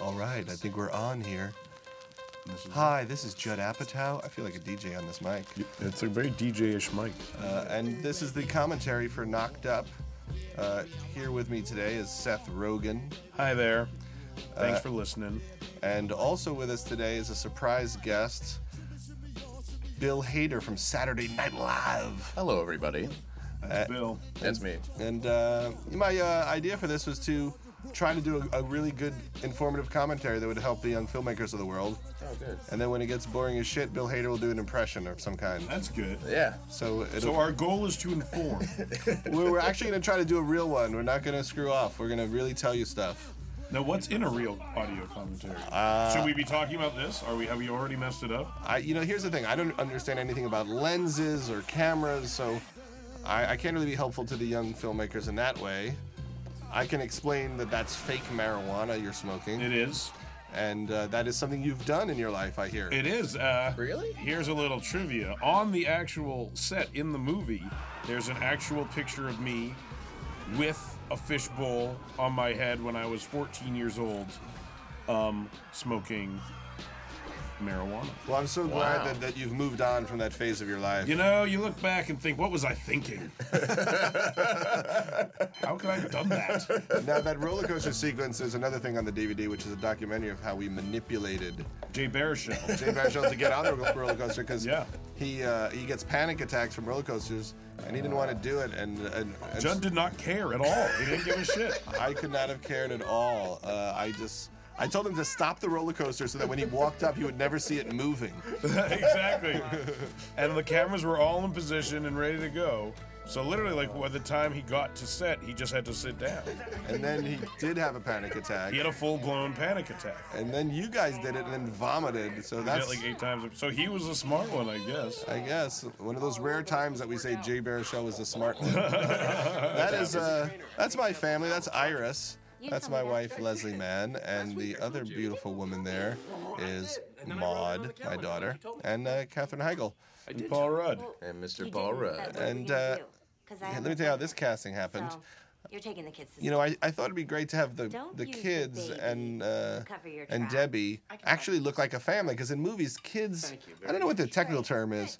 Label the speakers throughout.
Speaker 1: All right, I think we're on here.
Speaker 2: This is-
Speaker 1: Hi, this is Judd Apatow. I feel like a DJ on this mic.
Speaker 2: It's a very DJ-ish mic.
Speaker 1: Uh, and this is the commentary for Knocked Up. Uh, here with me today is Seth Rogen.
Speaker 2: Hi there. Thanks for listening.
Speaker 1: And also with us today is a surprise guest, Bill Hader from Saturday Night Live.
Speaker 3: Hello, everybody.
Speaker 2: That's Bill.
Speaker 3: That's me.
Speaker 1: And uh, my uh, idea for this was to try to do a, a really good, informative commentary that would help the young filmmakers of the world.
Speaker 3: Oh, good.
Speaker 1: And then when it gets boring as shit, Bill Hader will do an impression of some kind.
Speaker 2: That's good.
Speaker 3: Yeah.
Speaker 1: So, it'll,
Speaker 2: So our goal is to inform.
Speaker 1: we're, we're actually going to try to do a real one. We're not going to screw off. We're going to really tell you stuff.
Speaker 2: now, what's in a real audio commentary? Should we be talking about this? Are we? Have we already messed it up?
Speaker 1: I, you know, here's the thing. I don't understand anything about lenses or cameras, so I, I can't really be helpful to the young filmmakers in that way. I can explain that that's fake marijuana you're smoking,
Speaker 2: It is.
Speaker 1: and uh, that is something you've done in your life. I hear.
Speaker 2: It is. Uh,
Speaker 3: Really?
Speaker 2: Here's a little trivia. On the actual set in the movie, there's an actual picture of me with a fishbowl on my head when I was 14 years old, um, smoking marijuana.
Speaker 1: well, I'm so
Speaker 3: Wow.
Speaker 1: glad that, that you've moved on from that phase of your life.
Speaker 2: You know, you look back and think, what was I thinking? How could I have done that?
Speaker 1: now that roller coaster sequence is another thing on the DVD, which is a documentary of how we manipulated
Speaker 2: Jay Baruchel.
Speaker 1: Jay Baruchel to get on the ro- roller coaster because
Speaker 2: Yeah.
Speaker 1: he uh, he gets panic attacks from roller coasters, and he didn't want to do it. And, and, and
Speaker 2: Judd did not care at all. He didn't give a shit.
Speaker 1: I could not have cared at all. Uh, I just. I told him to stop the roller coaster so that when he walked up, he would never see it moving.
Speaker 2: exactly. And the cameras were all in position and ready to go. So literally, like by the time he got to set, he just had to sit down.
Speaker 1: And then he did have a panic attack.
Speaker 2: He had a full blown panic attack.
Speaker 1: And then you guys did it and then vomited. So
Speaker 2: He did it
Speaker 1: that's,
Speaker 2: like eight times. So he was a smart one, I guess.
Speaker 1: I guess, one of those rare times that we say Jay Baruchel was a smart one. that is, uh, that's my family. That's Iris. That's my wife, Leslie Mann. And the other beautiful woman there is Maud, my daughter, and uh, Catherine Heigl.
Speaker 2: And Paul Rudd.
Speaker 3: And Mr. Paul Rudd.
Speaker 1: And, uh, Yeah, let me tell you how this casting happened.
Speaker 4: You're taking the kids. To
Speaker 1: You know, I, I thought it'd be great to have the
Speaker 4: Don't
Speaker 1: the
Speaker 4: use the
Speaker 1: kids
Speaker 4: baby
Speaker 1: and uh,
Speaker 4: to cover your
Speaker 1: and
Speaker 4: tracks.
Speaker 1: Debbie
Speaker 4: I can
Speaker 1: actually look like a family because in movies, kids I don't know what the technical term is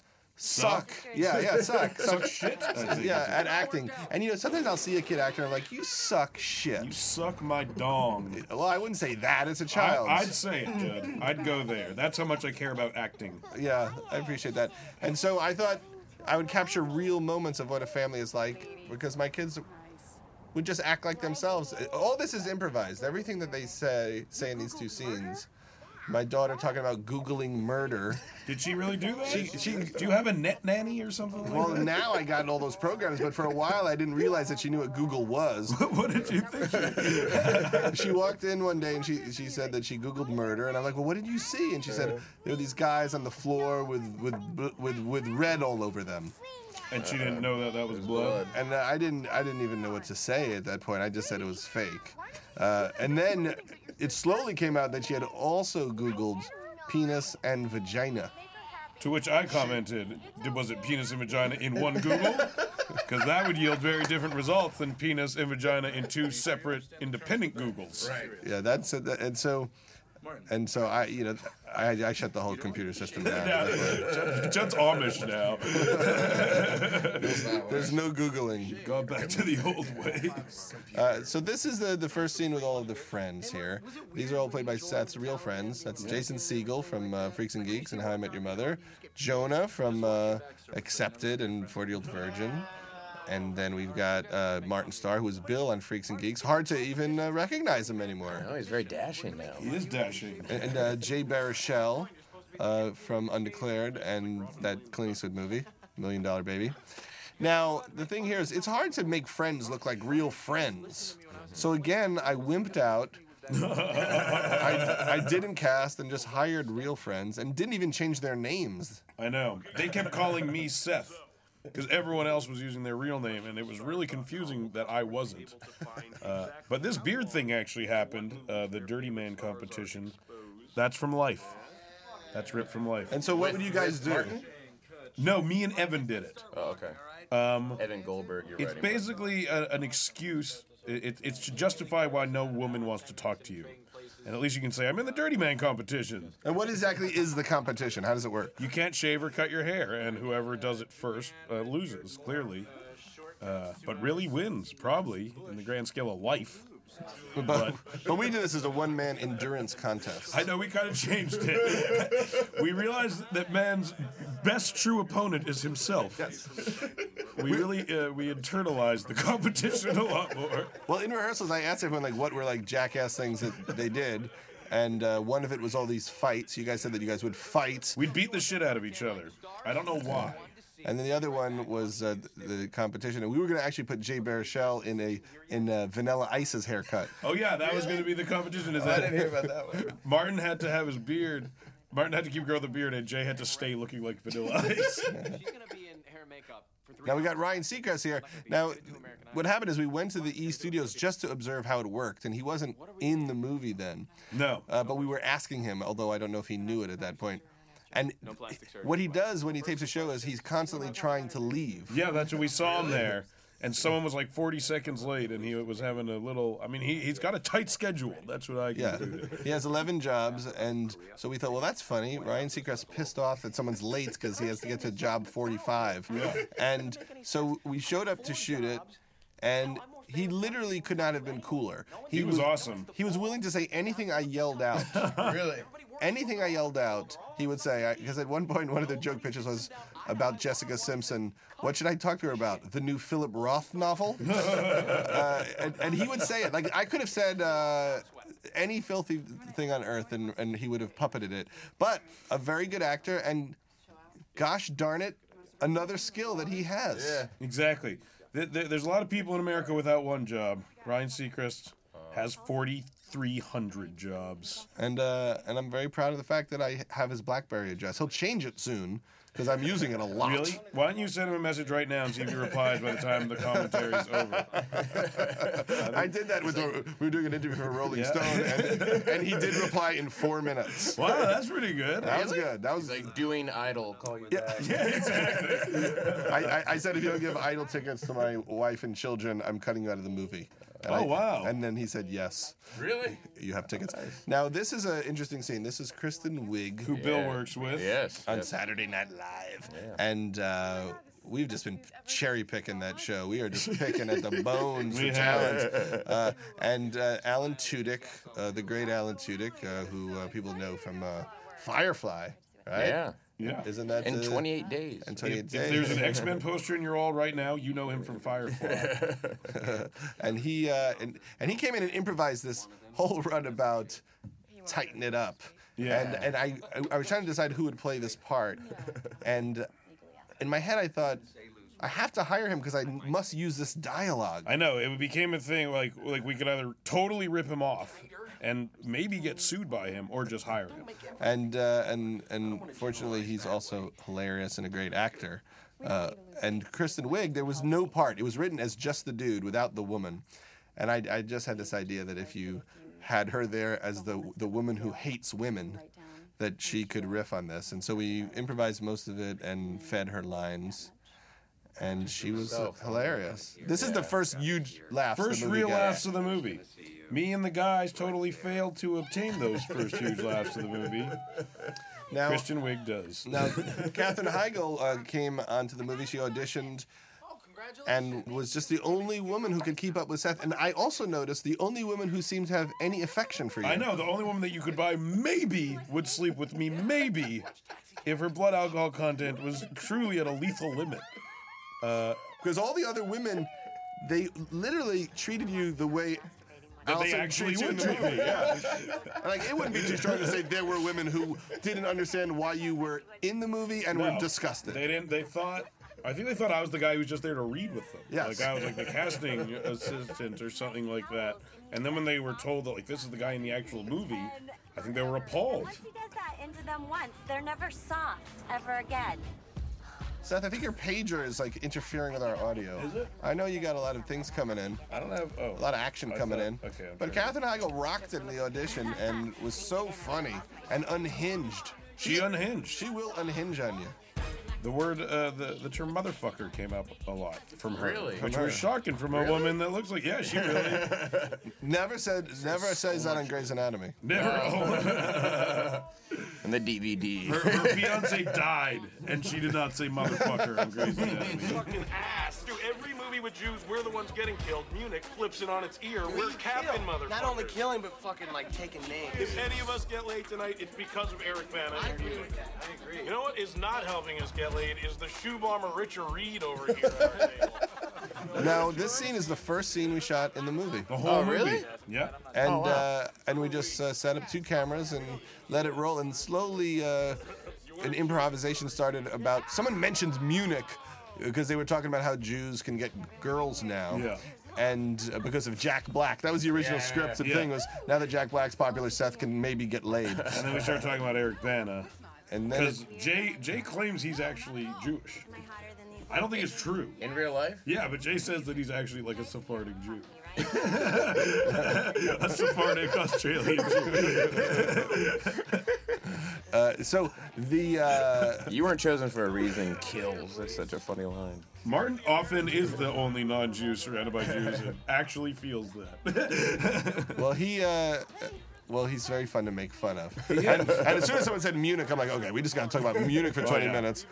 Speaker 4: Suck?
Speaker 1: suck. Yeah, yeah, suck. suck
Speaker 2: Suck shit. I think.
Speaker 1: yeah, at acting. And you know, sometimes I'll see a kid actor and I'm like, you suck shit.
Speaker 2: You suck my dong.
Speaker 1: well, I wouldn't say that. It's a
Speaker 2: I,
Speaker 1: child.
Speaker 2: I'd say it, Judd. I'd go there. That's how much I care about acting.
Speaker 1: yeah, I appreciate that. And so I thought I would capture real moments of what a family is like because my kids would just act like themselves. All this is improvised. Everything that they say say in these two scenes. My daughter talking about googling murder.
Speaker 2: Did she really do that?
Speaker 1: She- she-
Speaker 2: do you have a net nanny or something like
Speaker 1: Well,
Speaker 2: that?
Speaker 1: now I got all those programs, but for a while I didn't realize that she knew what Google was.
Speaker 2: what did you think? she-
Speaker 1: she walked in one day and she she said that she googled murder and I'm like, well, what did you see? And she said there were these guys on the floor with with bl- with with red all over them.
Speaker 2: And she didn't know that that was blood.
Speaker 1: And I didn't I didn't even know what to say at that point. I just said it was fake. Uh, and then it slowly came out that she had also googled penis and vagina.
Speaker 2: To which I commented, "Did- was it penis and vagina in one Google? Because that would yield very different results than penis and vagina in two separate independent Googles. Right.
Speaker 1: Yeah, that's it. And so. And so I, you know, I, I shut the whole computer system down.
Speaker 2: Judd's Amish now.
Speaker 1: There's no Googling.
Speaker 2: Gone back to the old ways.
Speaker 1: Uh, so this is the, the first scene with all of the friends here. These are all played by Seth's real friends. That's Jason Siegel from uh, Freaks and Geeks and How I Met Your Mother, Jonah from uh, Accepted and 40 Year Old Virgin, and then we've got uh, Martin Starr, who is Bill on Freaks and Geeks. Hard to even uh, recognize him anymore.
Speaker 3: Oh, he's very dashing now.
Speaker 2: He is dashing.
Speaker 1: And, and uh, Jay Baruchel uh, from Undeclared and that Clint Eastwood movie, Million Dollar Baby. Now, the thing here is, it's hard to make friends look like real friends. So again, I wimped out. I, I didn't cast and just hired real friends and didn't even change their names.
Speaker 2: I know. They kept calling me Seth because everyone else was using their real name, and it was really confusing that I wasn't. Uh, but this beard thing actually happened. Uh, the Dirty Man competition. That's from Life. That's ripped from Life.
Speaker 1: And so, what would you guys do?
Speaker 2: No, me and Evan did it.
Speaker 3: Oh, okay. Um, Evan Goldberg, you're
Speaker 2: It's
Speaker 3: right.
Speaker 2: basically a, an excuse. It, it's to justify why no woman wants to talk to you. And at least you can say, I'm in the dirty man competition.
Speaker 1: And what exactly is the competition? How does it work?
Speaker 2: You can't shave or cut your hair, and whoever does it first uh, loses, clearly. Uh, but really wins, probably, in the grand scale of life.
Speaker 1: But, but we do this as a one man endurance contest.
Speaker 2: I know we kind of changed it. we realized that man's best true opponent is himself. We really uh, we internalized the competition a lot more.
Speaker 1: Well, in rehearsals, I asked everyone like what were like jackass things that they did, and uh, one of it was all these fights. You guys said that you guys would fight,
Speaker 2: We beat the shit out of each other. I don't know why.
Speaker 1: and then the other one was uh, the competition. And we were going to actually put Jay Baruchel in a in uh Vanilla Ice's haircut.
Speaker 2: Oh yeah, that was going to be the competition. Is
Speaker 4: I
Speaker 2: that
Speaker 4: didn't hear about that one.
Speaker 2: Martin had to have his beard. Martin had to keep growing the beard, and Jay had to stay looking like Vanilla Ice.
Speaker 5: She's gonna be in hair and makeup for three.
Speaker 1: Now we
Speaker 5: hours.
Speaker 1: got Ryan Seacrest here. Now, what happened is we went to the E Studios just to observe how it worked, and he wasn't in the movie then.
Speaker 2: No,
Speaker 1: uh, but we were asking him, although I don't know if he knew it at that point. And
Speaker 5: plastic surgery,
Speaker 1: what he does when he tapes a show is he's constantly trying to leave.
Speaker 2: yeah, that's what we saw him there. And someone was like 40 seconds late, and he was having a little. I mean, he, he's got a tight schedule. That's what I
Speaker 1: Yeah,
Speaker 2: concluded.
Speaker 1: he has 11 jobs, and so we thought, well, that's funny. Ryan Seacrest pissed off that someone's late because he has to get to job 45. And so we showed up to shoot it, and he literally could not have been cooler.
Speaker 2: He was awesome.
Speaker 1: He was willing to say anything I yelled out.
Speaker 4: Really?
Speaker 1: anything I yelled out, he would say. Because at one point, one of the joke pitches was about Jessica Simpson. What should I talk to her about? The new Philip Roth novel? uh, and, and he would say it. Like, I could have said uh, any filthy thing on earth, and, and he would have puppeted it. But a very good actor, and gosh darn it, another skill that he has.
Speaker 4: Yeah.
Speaker 2: Exactly. There, there- there's a lot of people in America without one job. Ryan Seacrest has 4,300 jobs.
Speaker 1: And, uh, and I'm very proud of the fact that I have his Blackberry address. He'll change it soon. Because I'm using it a lot.
Speaker 2: Really? Why don't you send him a message right now and see if he replies by the time the commentary is over?
Speaker 1: I did that with the, we were doing an interview for Rolling
Speaker 2: Yeah.
Speaker 1: Stone, and, and he did reply in four minutes.
Speaker 2: Wow, that's pretty good.
Speaker 1: That was good. That was.
Speaker 3: It's like doing idle. Call you
Speaker 1: Yeah.
Speaker 3: back.
Speaker 2: Yeah, exactly.
Speaker 1: I, I, I said if you don't give idle tickets to my wife and children, I'm cutting you out of the movie. And
Speaker 2: Oh,
Speaker 1: I-
Speaker 2: wow.
Speaker 1: And then he said yes,
Speaker 3: Really?
Speaker 1: you have tickets. Now this is an interesting scene. This is Kristen Wiig
Speaker 2: Who Bill
Speaker 3: Yeah.
Speaker 2: works with.
Speaker 3: Yes.
Speaker 1: on
Speaker 3: yes.
Speaker 1: Saturday Night Live, and uh, we've just been cherry picking that show. We are just picking at the bones for
Speaker 2: We
Speaker 1: talent. Uh, and uh, Alan Tudyk, uh, the great Alan Tudyk, uh, who uh, people know from uh, Firefly, right?
Speaker 3: Yeah.
Speaker 2: Yeah.
Speaker 1: Isn't that
Speaker 3: In
Speaker 1: uh,
Speaker 3: 28 days.
Speaker 1: and
Speaker 2: If,
Speaker 1: 28
Speaker 2: if there's
Speaker 1: days.
Speaker 2: an X Men poster in your wall right now, you know him from Firefly.
Speaker 1: and he uh, and and he came in and improvised this whole run about tighten it up.
Speaker 2: Yeah.
Speaker 1: And and I I was trying to decide who would play this part, and in my head I thought I have to hire him because I must use this dialogue.
Speaker 2: I know it became a thing. Like like we could either totally rip him off and maybe get sued by him, or just hire him.
Speaker 1: And uh, and and fortunately he's also hilarious and a great actor. Uh, and Kristen Wiig, there was no part. It was written as just the dude without the woman, and I, I just had this idea that if you had her there as the the woman who hates women, that she could riff on this. And so we improvised most of it and fed her lines. And she was uh, hilarious. This is the first huge laugh.
Speaker 2: First
Speaker 1: the movie
Speaker 2: real
Speaker 1: got.
Speaker 2: laughs of the movie. Me and the guys totally failed to obtain those first huge laughs of the movie.
Speaker 1: Now,
Speaker 2: Christian Wig does.
Speaker 1: now Katherine Heigl uh, came onto the movie. She auditioned
Speaker 5: Oh, congratulations.
Speaker 1: and was just the only woman who could keep up with Seth. And I also noticed the only woman who seemed to have any affection for you.
Speaker 2: I know the only woman that you could buy maybe would sleep with me maybe if her blood alcohol content was truly at a lethal limit.
Speaker 1: because all the other women, they literally treated you the way.
Speaker 2: That
Speaker 1: Allison
Speaker 2: they actually
Speaker 1: treats you in
Speaker 2: would
Speaker 1: the
Speaker 2: treat
Speaker 1: movie.
Speaker 2: me. Yeah.
Speaker 1: Like it wouldn't be too strong to say there were women who didn't understand why you were in the movie and were
Speaker 2: No.
Speaker 1: disgusted.
Speaker 2: They didn't. They thought. I think they thought I was the guy who was just there to read with them.
Speaker 1: Yes.
Speaker 2: Like I was like the casting assistant or something like that. And then when they were told that like this is the guy in the actual movie, I think they were appalled.
Speaker 6: Once he does that into them once, they're never soft ever again.
Speaker 1: Seth, I think your pager is like interfering with our audio.
Speaker 2: Is it?
Speaker 1: I know you got a lot of things coming in.
Speaker 2: I don't have. Oh.
Speaker 1: a lot of action
Speaker 2: I
Speaker 1: coming
Speaker 2: thought-
Speaker 1: in.
Speaker 2: okay, I'm
Speaker 1: but
Speaker 2: sorry.
Speaker 1: Katherine Heigl rocked it in the audition and was so funny and unhinged.
Speaker 2: She unhinged.
Speaker 1: She will unhinge on you.
Speaker 2: The word, uh, the the term motherfucker came up a lot from her,
Speaker 3: Really?
Speaker 2: which was shocking from a woman that looks like yeah, she really
Speaker 1: Never said, never says that on Grey's Anatomy.
Speaker 2: never. oh,
Speaker 4: And the DVD.
Speaker 2: her, her fiance died, and she did not say motherfucker on Grey's Anatomy.
Speaker 7: fucking ass. Do every movie with Jews, we're the ones getting killed. Munich flips it on its ear.
Speaker 5: We
Speaker 7: We're Captain
Speaker 5: kill.
Speaker 7: motherfuckers.
Speaker 5: Not only killing, but fucking like taking names.
Speaker 7: If any of us get laid tonight, it's because of Eric Bana.
Speaker 5: I agree with that. I agree.
Speaker 7: You know what is not helping us get laid is the shoe bomber Richard Reed over here. at our table.
Speaker 1: Now, this scene is the first scene we shot in the movie.
Speaker 2: The whole
Speaker 3: Oh, really?
Speaker 2: movie. Yeah.
Speaker 1: and uh, and we just uh, set up two cameras and let it roll. And slowly, uh, an improvisation started about someone mentions Munich because they were talking about how Jews can get girls now.
Speaker 2: Yeah.
Speaker 1: And uh, because of Jack Black, that was the original script. The
Speaker 2: yeah.
Speaker 1: thing was now that Jack Black's popular, Seth can maybe get laid.
Speaker 2: And then we start talking about Eric Bana
Speaker 1: And then
Speaker 2: because Jay Jay claims he's actually Jewish.
Speaker 6: Am I hotter than these?
Speaker 2: I don't think it's true.
Speaker 3: In real life?
Speaker 2: Yeah, but Jay says that he's actually like a Sephardic Jew,
Speaker 6: Right?
Speaker 2: a Sephardic Australian Jew.
Speaker 1: uh, so the uh,
Speaker 4: You weren't chosen for a reason. Kills. That's such a funny line.
Speaker 2: Martin often is the only non-Jew surrounded by Jews and actually feels that.
Speaker 1: well he. Uh, well, he's very fun to make fun of. And, and as soon as someone said Munich, I'm like, okay, we just got to talk about Munich for 20
Speaker 2: Oh, yeah.
Speaker 1: minutes.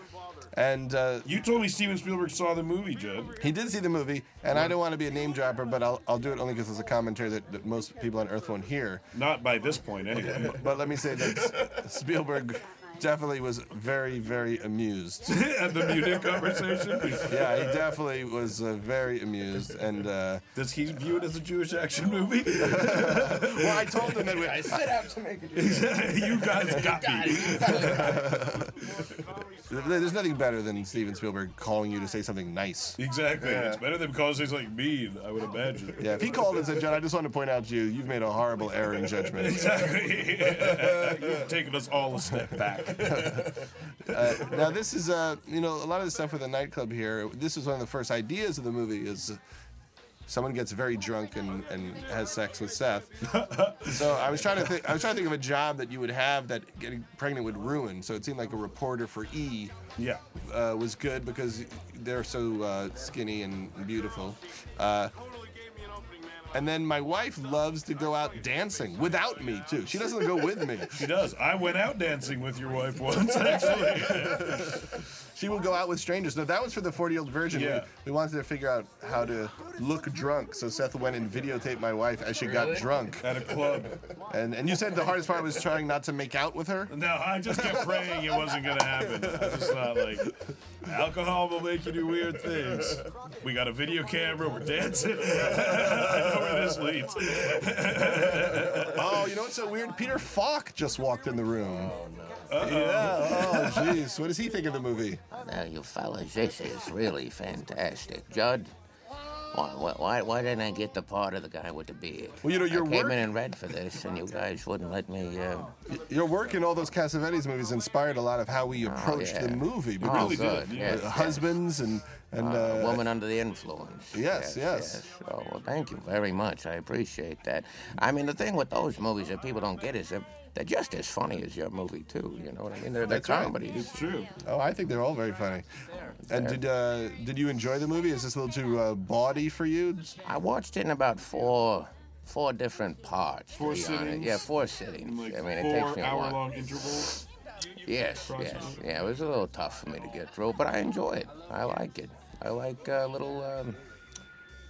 Speaker 1: And uh,
Speaker 2: You told me Steven Spielberg saw the movie, Judd.
Speaker 1: He did see the movie, and I don't want to be a name dropper, but I'll, I'll do it only because it's a commentary that, that most people on Earth won't hear.
Speaker 2: Not by this point, anyway.
Speaker 1: But let me say that Spielberg definitely was very, very amused.
Speaker 2: At the Munich conversation.
Speaker 1: Yeah, he definitely was uh, very amused, and uh,
Speaker 2: Does he view it as a Jewish action movie?
Speaker 1: well, I told him that we,
Speaker 3: I set out to make a Jew.
Speaker 2: you guys got me.
Speaker 1: there's nothing better than Steven Spielberg calling you to say something nice.
Speaker 2: Exactly. It's better than conversations like mean, I would imagine.
Speaker 1: Yeah, if he called and said, "John, I just want to point out to you, you've made a horrible error in judgment."
Speaker 2: Exactly. You've taken us all a step back.
Speaker 1: now this is uh you know a lot of the stuff with the nightclub here this was one of the first ideas of the movie is someone gets very drunk and, and has sex with seth so i was trying to think i was trying to think of a job that you would have that getting pregnant would ruin so it seemed like a reporter for e
Speaker 2: Yeah.
Speaker 1: uh, was good because they're so uh, skinny and beautiful uh,
Speaker 7: Totally gave me an opening, man.
Speaker 1: and then my wife loves to go out dancing without me too she doesn't go with me
Speaker 2: She does. I went out dancing with your wife once, actually.
Speaker 1: She will go out with strangers. No, that was for the 40 year old virgin.
Speaker 2: Yeah.
Speaker 1: We, we wanted to figure out how to look drunk. So Seth went and videotaped my wife as she got
Speaker 3: Really?
Speaker 1: drunk.
Speaker 2: At a club.
Speaker 1: And and you said the hardest part was trying not to make out with her.
Speaker 2: No, I just kept praying it wasn't going to happen. I just thought, like, alcohol will make you do weird things. We got a video camera. We're dancing. I know where this leads.
Speaker 1: Oh, you know what's so weird? Peter Falk just walked in the room. Oh, no. Yeah. Oh, jeez. What does he think of the movie?
Speaker 8: Now, you fellas, this is really fantastic. Judd, why, why- why, why didn't I get the part of the guy with the beard?
Speaker 1: Well, you know, your
Speaker 8: I came
Speaker 1: work-
Speaker 8: in and read for this, and you guys wouldn't let me. Uh,
Speaker 1: Your work in all those Cassavetes movies inspired a lot of how we approached
Speaker 8: yeah.
Speaker 1: the movie.
Speaker 8: oh,
Speaker 1: because-
Speaker 8: good.
Speaker 2: did,
Speaker 8: Yes,
Speaker 1: uh, husbands and and uh,
Speaker 8: a woman under the influence.
Speaker 1: Yes, yes.
Speaker 8: Oh, well, thank you very much. I appreciate that. I mean, the thing with those movies that people don't get is that they're just as funny as your movie, too. You know what I mean? They're, they're
Speaker 1: That's right.
Speaker 8: comedies.
Speaker 2: It's true.
Speaker 1: Oh, I think they're all very funny. And did uh, did you enjoy the movie? Is this a little too uh, bawdy for you?
Speaker 8: I watched it in about four four different parts. to
Speaker 2: Four
Speaker 8: be honest.
Speaker 2: sittings?
Speaker 8: Yeah, four sittings.
Speaker 2: Like
Speaker 8: I mean, it takes
Speaker 2: four
Speaker 8: me a
Speaker 2: hour
Speaker 8: while.
Speaker 2: long intervals.
Speaker 8: Yes,
Speaker 2: Crosswalk.
Speaker 8: yes, yeah. It was a little tough for me to get through, but I enjoy it. I like it. I like uh, little. Um...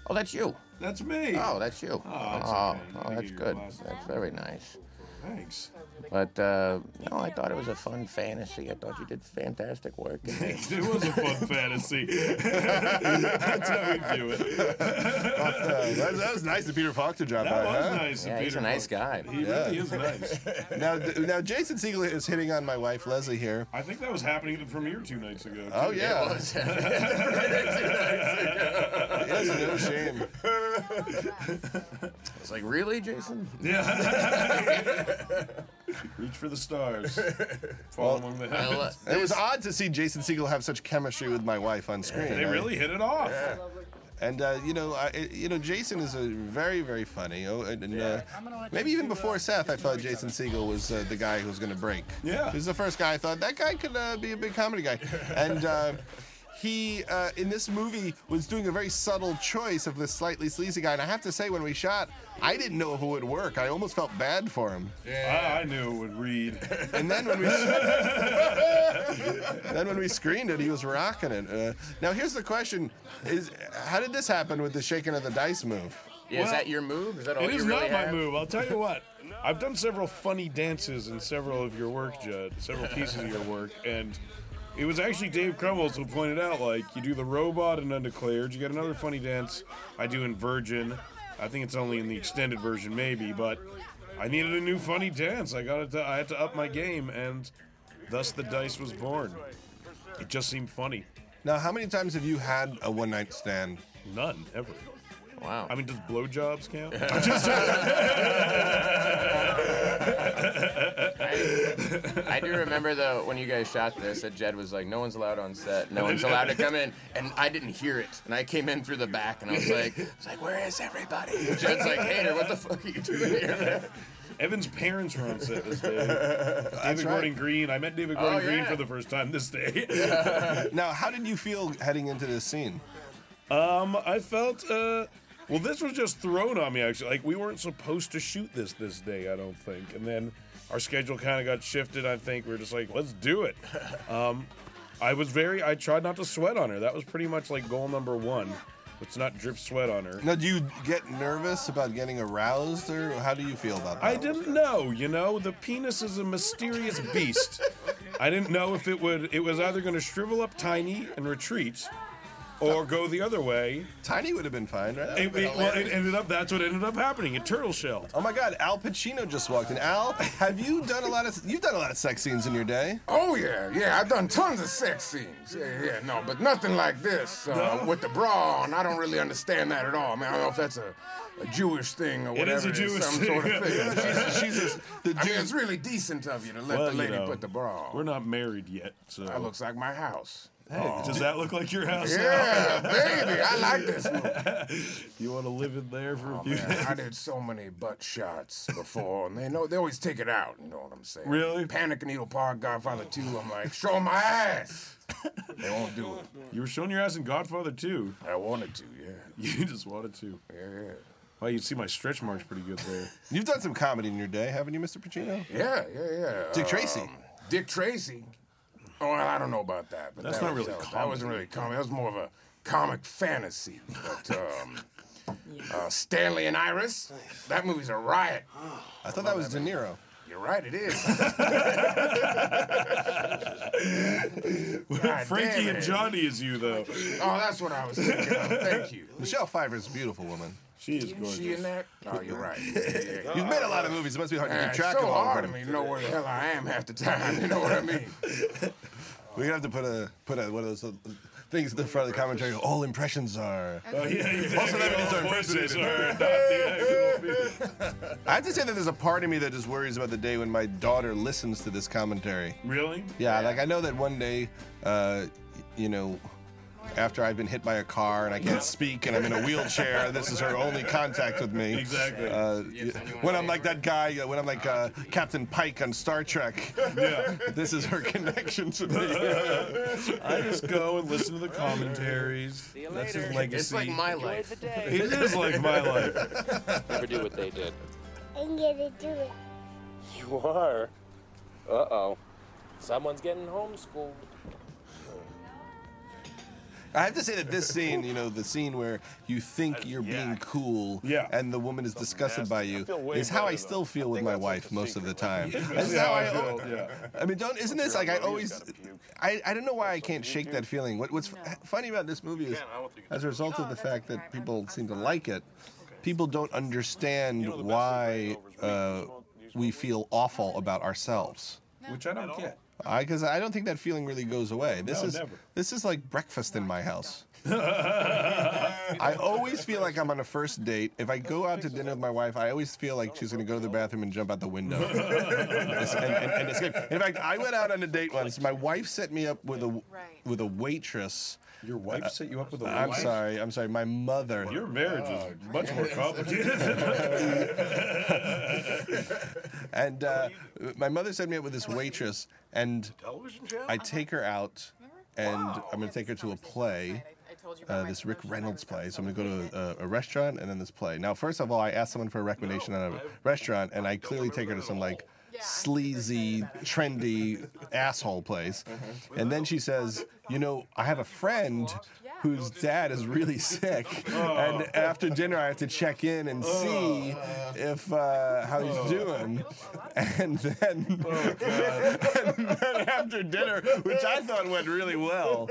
Speaker 8: Oh, that's you.
Speaker 2: That's me.
Speaker 8: Oh, that's you.
Speaker 2: that's
Speaker 8: oh,
Speaker 2: okay. You
Speaker 8: oh,
Speaker 2: can
Speaker 8: that's
Speaker 2: get your
Speaker 8: good.
Speaker 2: glasses.
Speaker 8: That's very nice.
Speaker 2: Thanks.
Speaker 8: But uh, no, I thought it was a fun fantasy. I thought you did fantastic work. in it.
Speaker 2: It was a fun fantasy. That's how we view it.
Speaker 1: Uh, that, that was nice of Peter Falk to drop
Speaker 2: That
Speaker 1: by,
Speaker 2: was
Speaker 1: huh?
Speaker 2: nice.
Speaker 8: Uh-huh. yeah, he's a
Speaker 2: Peter
Speaker 8: nice
Speaker 2: Falk.
Speaker 8: guy.
Speaker 2: He really is nice.
Speaker 1: Now, now Jason Siegel is hitting on my wife Leslie here.
Speaker 2: I think that was happening at the premiere two nights ago. too.
Speaker 1: Oh yeah, Yes, no shame.
Speaker 3: It's like, really, Jason?
Speaker 2: Reach for the stars. Fall among the
Speaker 3: I
Speaker 2: heavens.
Speaker 3: lo-
Speaker 1: It was odd to see Jason Siegel have such chemistry with my wife on screen.
Speaker 2: They
Speaker 1: I-
Speaker 2: really hit it off.
Speaker 1: And uh, you know, I, it- you know, Jason is a very, very funny. Oh, and, and uh,
Speaker 9: I'm gonna let
Speaker 1: maybe
Speaker 9: you
Speaker 1: even
Speaker 9: two,
Speaker 1: before
Speaker 9: uh,
Speaker 1: Seth,
Speaker 9: get
Speaker 1: I
Speaker 9: to
Speaker 1: thought
Speaker 9: know each
Speaker 1: Jason
Speaker 9: other.
Speaker 1: Siegel was uh, the guy who was going to break.
Speaker 2: Yeah.
Speaker 1: he was the first guy I thought that guy could uh, be a big comedy guy, and. Uh, He uh, in this movie was doing a very subtle choice of this slightly sleazy guy, and I have to say, when we shot, I didn't know if it would work. I almost felt bad for him.
Speaker 2: I, I knew it would read.
Speaker 1: And then when we then when we screened it, he was rocking it. Uh, now here's the question: Is how did this happen with the shaking of the dice move?
Speaker 8: Yeah, is
Speaker 2: Well,
Speaker 8: that your move? Is that all
Speaker 2: It
Speaker 8: you
Speaker 2: is
Speaker 8: really
Speaker 2: not my
Speaker 8: have?
Speaker 2: move. I'll tell you what. I've done several funny dances in several of your work, Judd. Several pieces of your work, and it was actually Dave Crumbles who pointed out like you do the robot in Undeclared. You got another funny dance I do in Virgin. I think it's only in the extended version, maybe. But I needed a new funny dance. I got to. I had to up my game, and thus the dice was born. It just seemed funny.
Speaker 1: Now, how many times have you had a one night stand?
Speaker 2: None ever.
Speaker 8: Wow.
Speaker 2: I mean, does blowjobs count?
Speaker 8: I do remember though when you guys shot this that Jed was like, "No one's allowed on set. No one's allowed to come in." And I didn't hear it. And I came in through the back, and I was like, I was like where is everybody?" And Jed's like, "Hey, what the fuck are you doing here?"
Speaker 2: Evan's parents were on set this day. David Gordon Green. I met David Gordon
Speaker 8: Oh,
Speaker 2: Green
Speaker 8: yeah.
Speaker 2: for the first time this day.
Speaker 1: Now, how did you feel heading into this scene?
Speaker 2: um, I felt. Uh, well, this was just thrown on me. Actually, like we weren't supposed to shoot this this day. I don't think. And then our schedule kind of got shifted. I think we are just like, let's do it. Um, I was very. I tried not to sweat on her. That was pretty much like goal number one. Let's not drip sweat on her.
Speaker 1: Now, do you get nervous about getting aroused, or how do you feel about that?
Speaker 2: I didn't know, you know, the penis is a mysterious beast. I didn't know if it would it was either going to shrivel up tiny and retreat or go the other way.
Speaker 1: Tiny would have been fine, right? That
Speaker 2: It,
Speaker 1: would've
Speaker 2: it-
Speaker 1: been
Speaker 2: well, it
Speaker 1: hilarious.
Speaker 2: ended up that's what ended up happening. A turtle shell.
Speaker 1: Oh my God! Al Pacino just walked in. Al, have you done a lot of you've done a lot of sex scenes in your day?
Speaker 4: Oh yeah, yeah. I've done tons of sex scenes. Yeah, yeah. No, but nothing like this uh, with the bra on. I don't really understand that at all. I mean, I don't know if that's a, a Jewish thing or
Speaker 2: It
Speaker 4: whatever.
Speaker 2: is a Jewish
Speaker 4: some
Speaker 2: thing.
Speaker 4: sort of thing.
Speaker 1: She's, she's a, the
Speaker 4: I mean,
Speaker 1: Jew-
Speaker 4: it's really decent of you to let
Speaker 2: Well,
Speaker 4: the
Speaker 2: you
Speaker 4: lady
Speaker 2: know,
Speaker 4: put the bra on.
Speaker 2: We're not married yet, so
Speaker 4: That looks like my house.
Speaker 2: does that look like your house?
Speaker 4: Yeah, baby, I like this movie.
Speaker 2: You want to live in there for a
Speaker 4: Oh,
Speaker 2: few
Speaker 4: man, I did so many butt shots before, and they know they always take it out. You know what I'm saying?
Speaker 2: Really?
Speaker 4: Panic at Needle Park, Godfather 2. I'm like, show 'em my ass. They won't do it.
Speaker 2: You were showing your ass in Godfather too.
Speaker 4: I wanted to, yeah,
Speaker 2: You just wanted to.
Speaker 4: yeah, yeah.
Speaker 2: Wow, you see my stretch marks pretty good there.
Speaker 1: You've done some comedy in your day, haven't you, Mr. Pacino?
Speaker 4: Yeah, yeah, yeah. Uh,
Speaker 1: Dick Tracy.
Speaker 4: Dick Tracy. Oh, well, I don't know about that. But
Speaker 2: That's
Speaker 4: that
Speaker 2: not
Speaker 4: was,
Speaker 2: really
Speaker 4: that, was-
Speaker 2: comedy.
Speaker 4: That wasn't really comic. That was more of a comic fantasy. But um, uh, Stanley and Iris, that movie's a riot.
Speaker 1: I thought that was De Niro.
Speaker 4: You're right, it is. God
Speaker 2: Frankie
Speaker 4: damn
Speaker 2: and
Speaker 4: it.
Speaker 2: Johnny is you though.
Speaker 4: Oh, that's what I was thinking of. Thank you.
Speaker 1: Michelle Pfeiffer's a beautiful woman.
Speaker 2: She is gorgeous.
Speaker 4: She in that? Oh, you're right. Yeah, yeah, yeah.
Speaker 1: You've made a lot of movies. It must be hard to
Speaker 4: Yeah,
Speaker 1: keep
Speaker 4: it's
Speaker 1: track
Speaker 4: so
Speaker 1: of all
Speaker 4: hard to
Speaker 1: of them.
Speaker 4: me to know where the hell I am half the time. You know what I mean?
Speaker 1: We're gonna have to put a put a, one of those uh, things in the front of the commentary. All impressions are.
Speaker 2: Oh, yeah, exactly.
Speaker 1: Also, that means our
Speaker 2: voices are not the actual people.
Speaker 1: I have to say that there's a part of me that just worries about the day when my daughter listens to this commentary.
Speaker 2: Really?
Speaker 1: Yeah, like I know that one day, uh, y- you know, after I've been hit by a car and I can't speak and I'm in a wheelchair, this is her only contact with me.
Speaker 2: Exactly.
Speaker 1: Uh, when I'm like that guy, uh, when I'm like uh, Captain Pike on Star Trek,
Speaker 2: yeah.
Speaker 1: this is her connection to me.
Speaker 2: I just go and listen to the commentaries.
Speaker 5: See you
Speaker 2: That's his
Speaker 5: later.
Speaker 2: legacy.
Speaker 8: It's like my life.
Speaker 2: It is like my life.
Speaker 10: Never do what they did.
Speaker 6: I'm gonna do it.
Speaker 10: You are? Uh oh. Someone's getting homeschooled.
Speaker 1: I have to say that this scene, you know, the scene where you think you're being cool
Speaker 2: Yeah.
Speaker 1: and the woman is disgusted by you,
Speaker 7: feel way
Speaker 1: is how
Speaker 7: better,
Speaker 1: I
Speaker 7: though.
Speaker 1: still feel with my wife most of the time. This is
Speaker 2: Yeah,
Speaker 1: how
Speaker 2: I
Speaker 1: I.
Speaker 2: feel, yeah.
Speaker 1: I mean, don't isn't this like I always? I, I don't know why I can't shake that feeling. What, what's f- funny about this movie is, as a result of the fact that people seem to like it, people don't understand why uh, we feel awful about ourselves.
Speaker 2: Which I don't get.
Speaker 1: I because I don't think that feeling really goes away. This
Speaker 2: No,
Speaker 1: is
Speaker 2: never.
Speaker 1: this is like breakfast in my house. I always feel like I'm on a first date. If I go out to dinner with my wife, I always feel like she's going to go to the bathroom and jump out the window and, and- and escape. In fact, I went out on a date once. My wife set me up with a
Speaker 9: Right.
Speaker 1: with a waitress.
Speaker 2: Your wife set you up with a Oh,
Speaker 1: I'm
Speaker 2: wife?
Speaker 1: sorry. I'm sorry. My mother.
Speaker 2: Your marriage is much more complicated.
Speaker 1: And uh, my mother set me up with this waitress, and
Speaker 7: Television channel?
Speaker 1: I take her out, and I'm going to take her to a play.
Speaker 9: I, I told you about
Speaker 1: uh,
Speaker 9: my
Speaker 1: this Rick
Speaker 9: promotion. I
Speaker 1: Reynolds
Speaker 9: was gonna
Speaker 1: play. So
Speaker 9: sell
Speaker 1: I'm
Speaker 9: it.
Speaker 1: gonna go to a, a restaurant and then this play. Now, first of all, I asked someone for a recommendation on a restaurant, and I clearly take her to some like
Speaker 9: Yeah, I
Speaker 1: sleazy, trendy asshole place. And then she says, "You know, I have a friend." Whose dad is really sick, and after dinner I have to check in and see if uh, how he's doing, and then and then after dinner, which I thought went really well,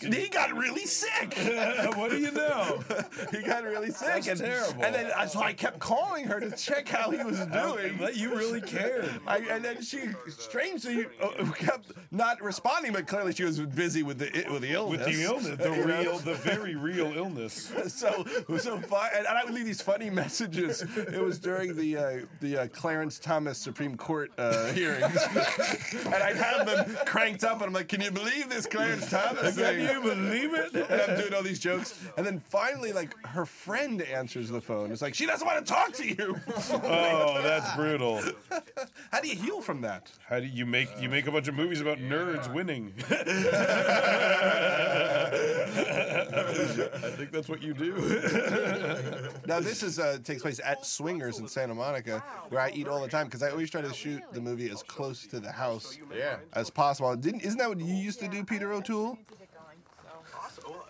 Speaker 1: he got really sick
Speaker 2: what do you know?
Speaker 1: he got really sick.
Speaker 2: That's
Speaker 1: and,
Speaker 2: terrible.
Speaker 1: And then I, so I kept calling her to check how he was doing.
Speaker 2: That you really cared.
Speaker 1: I, and then she strangely uh, kept not responding, but clearly she was busy with the with the illness.
Speaker 2: With the illness, the
Speaker 1: You know?
Speaker 2: real, the very real illness.
Speaker 1: So so fun, and, and I would leave these funny messages. It was during the uh, the uh, Clarence Thomas Supreme Court uh, hearings, and I'd have them cranked up, and I'm like, "Can you believe this Clarence Thomas
Speaker 2: Can
Speaker 1: thing?"
Speaker 2: you believe
Speaker 1: and
Speaker 2: it?
Speaker 1: I'm doing all these jokes. And then finally, like her friend answers the phone. It's like she doesn't want to talk to you.
Speaker 2: Oh, that's brutal.
Speaker 1: How do you heal from that?
Speaker 2: How do you make you make a bunch of movies about nerds winning? I think that's what you do.
Speaker 1: Now this is uh, takes place at Swingers in Santa Monica, where I eat all the time because I always try to shoot the movie as close to the house
Speaker 8: Yeah.
Speaker 1: as possible. Didn't isn't that what you used to do, Peter O'Toole?
Speaker 9: Need to get going, so.
Speaker 7: Oh,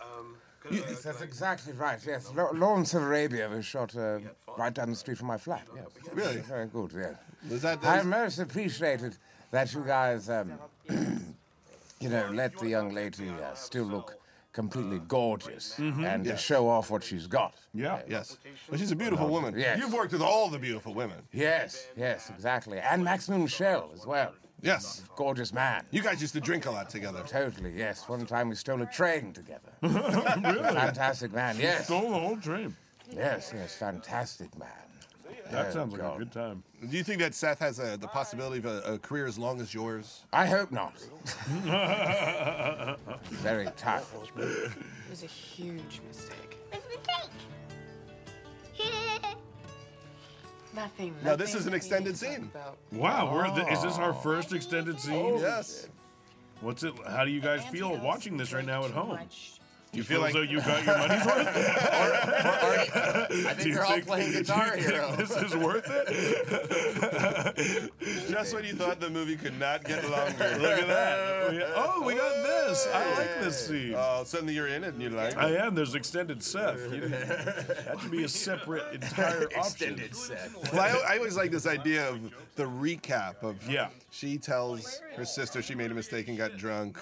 Speaker 4: Yes, that's exactly right. Yes, Lo- Lawrence of Arabia was shot uh, right down the street from my flat. Yes.
Speaker 1: Really?
Speaker 4: Very good. Yeah.
Speaker 1: Was that?
Speaker 4: I most appreciated that you guys, um, you know, let the young lady uh, still look completely gorgeous and uh,
Speaker 1: Mm-hmm. Yes.
Speaker 4: show off what she's got.
Speaker 2: Yeah.
Speaker 1: yes. Well, she's a beautiful woman.
Speaker 4: Yes.
Speaker 1: You've worked with all the beautiful women.
Speaker 4: Yes, yes, exactly. And Maximum Shell as well.
Speaker 1: Yes.
Speaker 4: Gorgeous man.
Speaker 1: You guys used to drink a lot together.
Speaker 4: Totally, yes. One time we stole a train together. Fantastic man, yes.
Speaker 2: Stole the whole dream.
Speaker 4: Yes, yes, fantastic man. Oh,
Speaker 2: That sounds
Speaker 8: Oh,
Speaker 2: like a
Speaker 4: God.
Speaker 2: good time.
Speaker 1: Do you think that Seth has a, the possibility of a, a career as long as yours?
Speaker 4: I hope not. Very tough.
Speaker 9: It was a huge mistake.
Speaker 6: It's a mistake.
Speaker 9: Nothing.
Speaker 1: Now, this
Speaker 9: nothing
Speaker 1: is an
Speaker 9: that we
Speaker 1: extended
Speaker 9: need to talk
Speaker 1: scene.
Speaker 9: about.
Speaker 2: Wow, we're the, is this our first extended
Speaker 1: Oh.
Speaker 2: scene?
Speaker 1: Yes.
Speaker 2: What's it? How do you guys feel
Speaker 9: Antidotes
Speaker 2: watching this right now at
Speaker 9: too
Speaker 2: home?
Speaker 9: much.
Speaker 2: Do you feel as though you got your money's worth?
Speaker 8: I
Speaker 2: Do
Speaker 8: think
Speaker 2: you
Speaker 8: they're all
Speaker 2: think-
Speaker 8: playing
Speaker 2: do you
Speaker 8: Guitar
Speaker 2: think
Speaker 8: Hero.
Speaker 2: This is worth it.
Speaker 1: Just when you thought the movie could not get longer.
Speaker 2: Look at that. We- Oh, we got this. I like this scene.
Speaker 1: Oh, suddenly you're in it and you're like,
Speaker 2: I am. There's extended Seth. You didn't- that should be a separate entire
Speaker 8: Extended
Speaker 2: option.
Speaker 8: set.
Speaker 1: Well, I, I always like this idea of the recap of
Speaker 2: Yeah.
Speaker 1: she tells her sister she made a mistake and got drunk,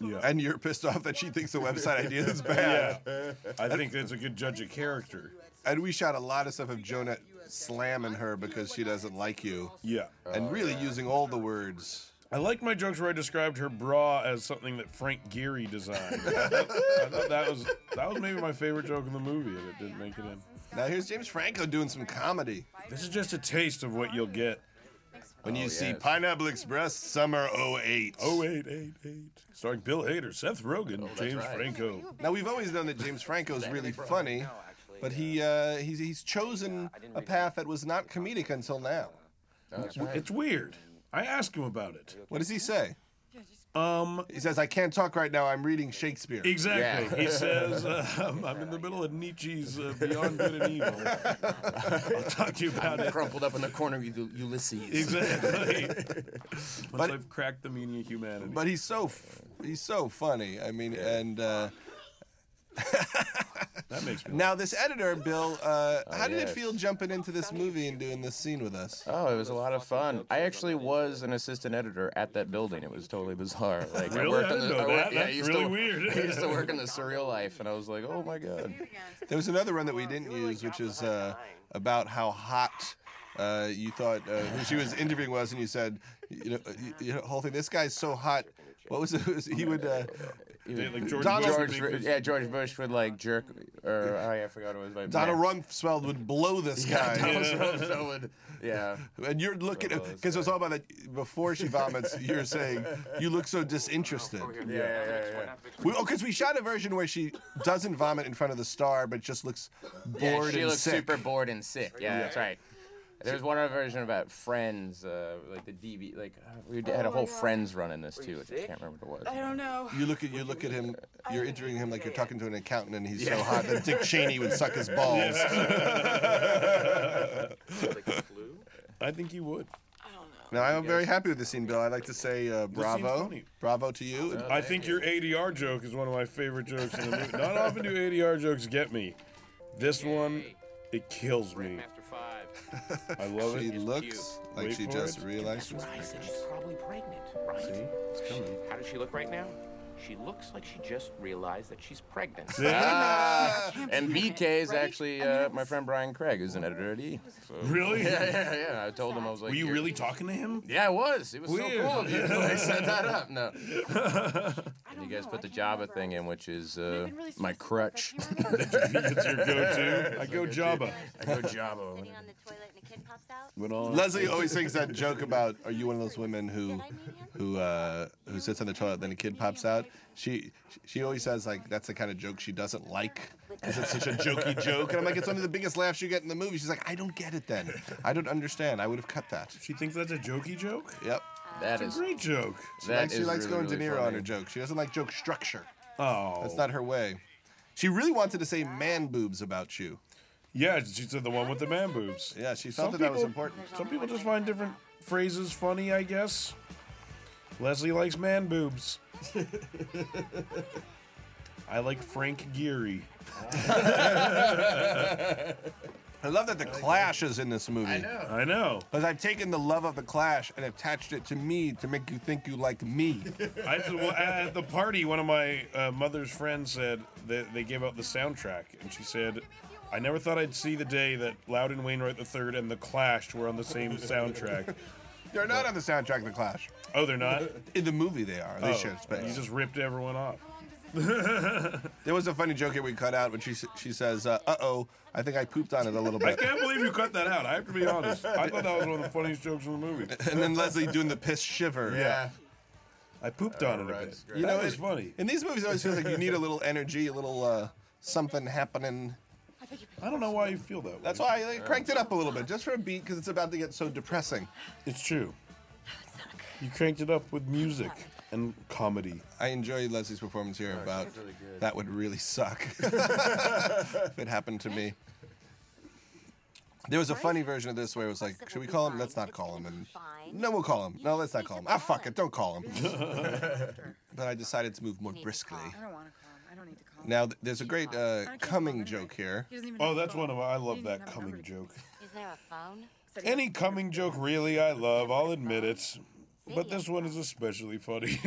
Speaker 2: Yeah.
Speaker 1: and you're pissed off that she thinks the website idea is bad.
Speaker 2: I think that's a good judge of character.
Speaker 1: And we shot a lot of stuff of Jonah slamming her because she doesn't like you,
Speaker 2: Yeah.
Speaker 1: and really using all the words.
Speaker 2: I like my jokes where I described her bra as something that Frank Geary designed. I thought that was that was maybe my favorite joke in the movie that didn't make it in.
Speaker 1: Now here's James Franco doing some comedy.
Speaker 2: This is just a taste of what you'll get.
Speaker 1: When you see Pineapple Express Summer 08.
Speaker 2: Oh eight eight eight. Starring Bill Hader, Seth Rogen, James
Speaker 8: right.
Speaker 2: Franco.
Speaker 1: Now we've always known that James Franco's really funny, but he uh, he's he's chosen a path that was not comedic until now.
Speaker 2: It's weird. I asked him about it.
Speaker 1: What does he say?
Speaker 2: Um,
Speaker 1: He says, "I can't talk right now. I'm reading Shakespeare."
Speaker 2: Exactly. He says, um, I'm in the middle of Nietzsche's uh, Beyond Good and Evil. I'll talk to you about it.
Speaker 8: Crumpled up in the corner of Ul- Ulysses.
Speaker 2: Exactly. Once
Speaker 1: But-
Speaker 2: I've cracked the meaning of humanity.
Speaker 1: But he's so f- he's so funny. I mean, and uh,
Speaker 2: that makes me
Speaker 1: now this editor, Bill, uh, how did it
Speaker 8: yes.
Speaker 1: feel jumping into this movie and doing this scene with us?
Speaker 8: Oh, it was a lot of fun. I actually was an assistant editor at that building. It was totally bizarre. Like
Speaker 2: Really?
Speaker 8: I worked
Speaker 2: I
Speaker 8: on the,
Speaker 2: didn't know
Speaker 8: I
Speaker 2: that.
Speaker 8: worked, yeah, I
Speaker 2: That's
Speaker 8: used
Speaker 2: really
Speaker 8: to,
Speaker 2: weird.
Speaker 8: I used to work in the surreal life, and I was like, oh my god.
Speaker 1: There was another one that we didn't use, which is uh, about how hot uh, you thought uh, who she was interviewing was, and you said, you know, you, you know, whole thing. This guy's so hot. What was it? It was- he would? Uh,
Speaker 8: he
Speaker 2: Yeah,
Speaker 8: would-
Speaker 2: like George
Speaker 1: Donald-
Speaker 2: Bush would
Speaker 8: George,
Speaker 2: make
Speaker 8: Bush-
Speaker 2: this-
Speaker 8: yeah, George Bush would like jerk, or oh yeah, I forgot it was like
Speaker 1: Donald
Speaker 8: man.
Speaker 1: Rumsfeld would blow this
Speaker 8: Yeah,
Speaker 1: guy.
Speaker 8: Donald Rumsfeld would, yeah.
Speaker 1: And you're looking at because it was all about that before she vomits. You're saying you look so disinterested.
Speaker 8: Yeah, yeah, yeah, yeah.
Speaker 1: We, oh, because we shot a version where she doesn't vomit in front of the star, but just looks
Speaker 8: Yeah,
Speaker 1: bored
Speaker 8: she
Speaker 1: and
Speaker 8: looks
Speaker 1: sick.
Speaker 8: super bored and sick. Yeah, that's right. There's one other version about Friends, uh, like the DB, like uh, we
Speaker 9: Oh
Speaker 8: had a whole Friends run in this too, which I can't remember what it was.
Speaker 9: I don't know.
Speaker 1: You look at you look at him. You're interviewing him like you're talking to an accountant, and he's so hot that Dick Cheney would suck his balls.
Speaker 2: I think he would.
Speaker 9: I don't know.
Speaker 1: Now I'm very happy with this scene, Bill. I'd like to say uh, bravo,
Speaker 2: funny.
Speaker 1: bravo to you.
Speaker 2: I think your ADR joke is one of my favorite jokes in the movie. Not often do ADR jokes get me. This one, it kills me.
Speaker 10: After five.
Speaker 2: I love
Speaker 1: She
Speaker 2: it.
Speaker 1: looks like
Speaker 2: Wait
Speaker 1: she
Speaker 2: for
Speaker 1: just
Speaker 2: it.
Speaker 1: realized
Speaker 10: That's
Speaker 1: she's
Speaker 10: what I said. She's probably pregnant, right?
Speaker 2: It's coming.
Speaker 10: How does she look right now? She looks like she just realized that she's pregnant.
Speaker 8: Ah,
Speaker 9: Can't
Speaker 8: and
Speaker 9: believe it,
Speaker 8: BK is
Speaker 9: right?
Speaker 8: actually
Speaker 9: I mean,
Speaker 8: uh,
Speaker 9: it
Speaker 8: my
Speaker 9: was-
Speaker 8: friend Brian Craig, who's an editor at E. So.
Speaker 2: Really?
Speaker 8: Yeah, yeah, yeah. I told him I was like,
Speaker 2: Were you
Speaker 8: "You're-
Speaker 2: really talking to him?
Speaker 8: Yeah, I was. It was
Speaker 2: Weird.
Speaker 8: so cool. of you to, like, set that up. No,
Speaker 9: I
Speaker 8: you
Speaker 9: don't
Speaker 8: guys
Speaker 9: know,
Speaker 8: put
Speaker 9: I
Speaker 8: the
Speaker 9: can't
Speaker 8: Java
Speaker 9: remember.
Speaker 8: thing in, which is
Speaker 9: I've
Speaker 8: uh,
Speaker 9: been really
Speaker 8: my
Speaker 9: stressed out, but
Speaker 8: crutch.
Speaker 9: I can't remember.
Speaker 2: It's your go-to. I go
Speaker 8: Go-to.
Speaker 2: Jabba.
Speaker 8: I go Java.
Speaker 6: Sitting on the toilet and a kid pops out.
Speaker 2: Went on.
Speaker 1: Leslie always thinks that joke about are you one of those women
Speaker 6: Did
Speaker 1: who
Speaker 6: I meet him?
Speaker 1: who uh, who sits on the toilet then a kid pops out? She she always says like that's the kind of joke she doesn't like because it's such a jokey joke. And I'm like it's one of the biggest laughs you get in the movie. She's like I don't get it then. I don't understand. I would have cut that.
Speaker 2: She thinks that's a jokey joke.
Speaker 1: Yep.
Speaker 8: That
Speaker 2: It's
Speaker 8: is
Speaker 2: a great joke.
Speaker 1: She
Speaker 8: that
Speaker 1: likes, she
Speaker 8: is
Speaker 1: likes
Speaker 8: really,
Speaker 1: going
Speaker 8: really
Speaker 1: De Niro on
Speaker 8: funny.
Speaker 1: her joke. She doesn't like joke structure.
Speaker 2: Oh,
Speaker 1: That's not her way. She really wanted to say man boobs about you.
Speaker 2: Yeah, she said the one with the man boobs.
Speaker 1: Yeah, she thought
Speaker 2: Some
Speaker 1: that that was
Speaker 2: people-
Speaker 1: important.
Speaker 2: Some people just find different phrases funny, I guess. Leslie likes man boobs. I like Frank Geary.
Speaker 1: I love that the Clash is in this movie. I know.
Speaker 2: I know.
Speaker 1: Because I've taken the love of the Clash and attached it to me to make you think you like me.
Speaker 2: I, well, at at the party, one of my uh, mother's friends said that they gave out the soundtrack, and she said, "I never thought I'd see the day that Loud and Wainwright III and The Clash were on the same soundtrack."
Speaker 1: They're not on the soundtrack of the Clash.
Speaker 2: oh, they're not.
Speaker 1: In the movie, they are. They
Speaker 2: Oh,
Speaker 1: share space.
Speaker 2: You just ripped everyone off.
Speaker 1: There was a funny joke here we cut out when she s- she says, "Uh oh, I think I pooped on it a little
Speaker 2: I
Speaker 1: bit."
Speaker 2: can't believe you cut that out. I have to be honest. I thought that was one of the funniest jokes in the movie.
Speaker 1: And then Leslie doing the piss shiver.
Speaker 8: Yeah.
Speaker 2: I pooped on it a
Speaker 8: Alright,
Speaker 2: bit.
Speaker 8: great.
Speaker 2: You know,
Speaker 1: That
Speaker 2: it's
Speaker 1: it-
Speaker 2: funny.
Speaker 1: In these movies, it always feels like you need a little energy, a little uh, something happening.
Speaker 9: I think you picked
Speaker 2: I don't know why you feel that way.
Speaker 1: That's why I like, cranked it up a little bit, just for a beat, because it's about to get so depressing.
Speaker 2: it's true. You cranked it up with music and comedy.
Speaker 1: I enjoy Leslie's performance here about that would really suck if it happened to me. There was a funny version of this where it was like, should we call him? Let's not call him. And no, we'll call him. No, let's not call him. Ah, fuck it, don't call him. But I decided to move more briskly.
Speaker 9: I don't want to call him. I don't need to call him.
Speaker 1: Now, th- there's a great uh,
Speaker 9: I can't call him
Speaker 1: coming
Speaker 9: anyway.
Speaker 1: joke here.
Speaker 9: He doesn't even
Speaker 2: Oh,
Speaker 9: have a
Speaker 2: that's
Speaker 9: phone.
Speaker 2: one of I love
Speaker 9: He doesn't
Speaker 2: that
Speaker 9: even have a
Speaker 2: coming
Speaker 9: number to-
Speaker 2: joke.
Speaker 6: Is there a phone?
Speaker 9: Said he
Speaker 2: Any
Speaker 9: had-
Speaker 2: coming joke really I love, I'll admit it. But this one is especially funny.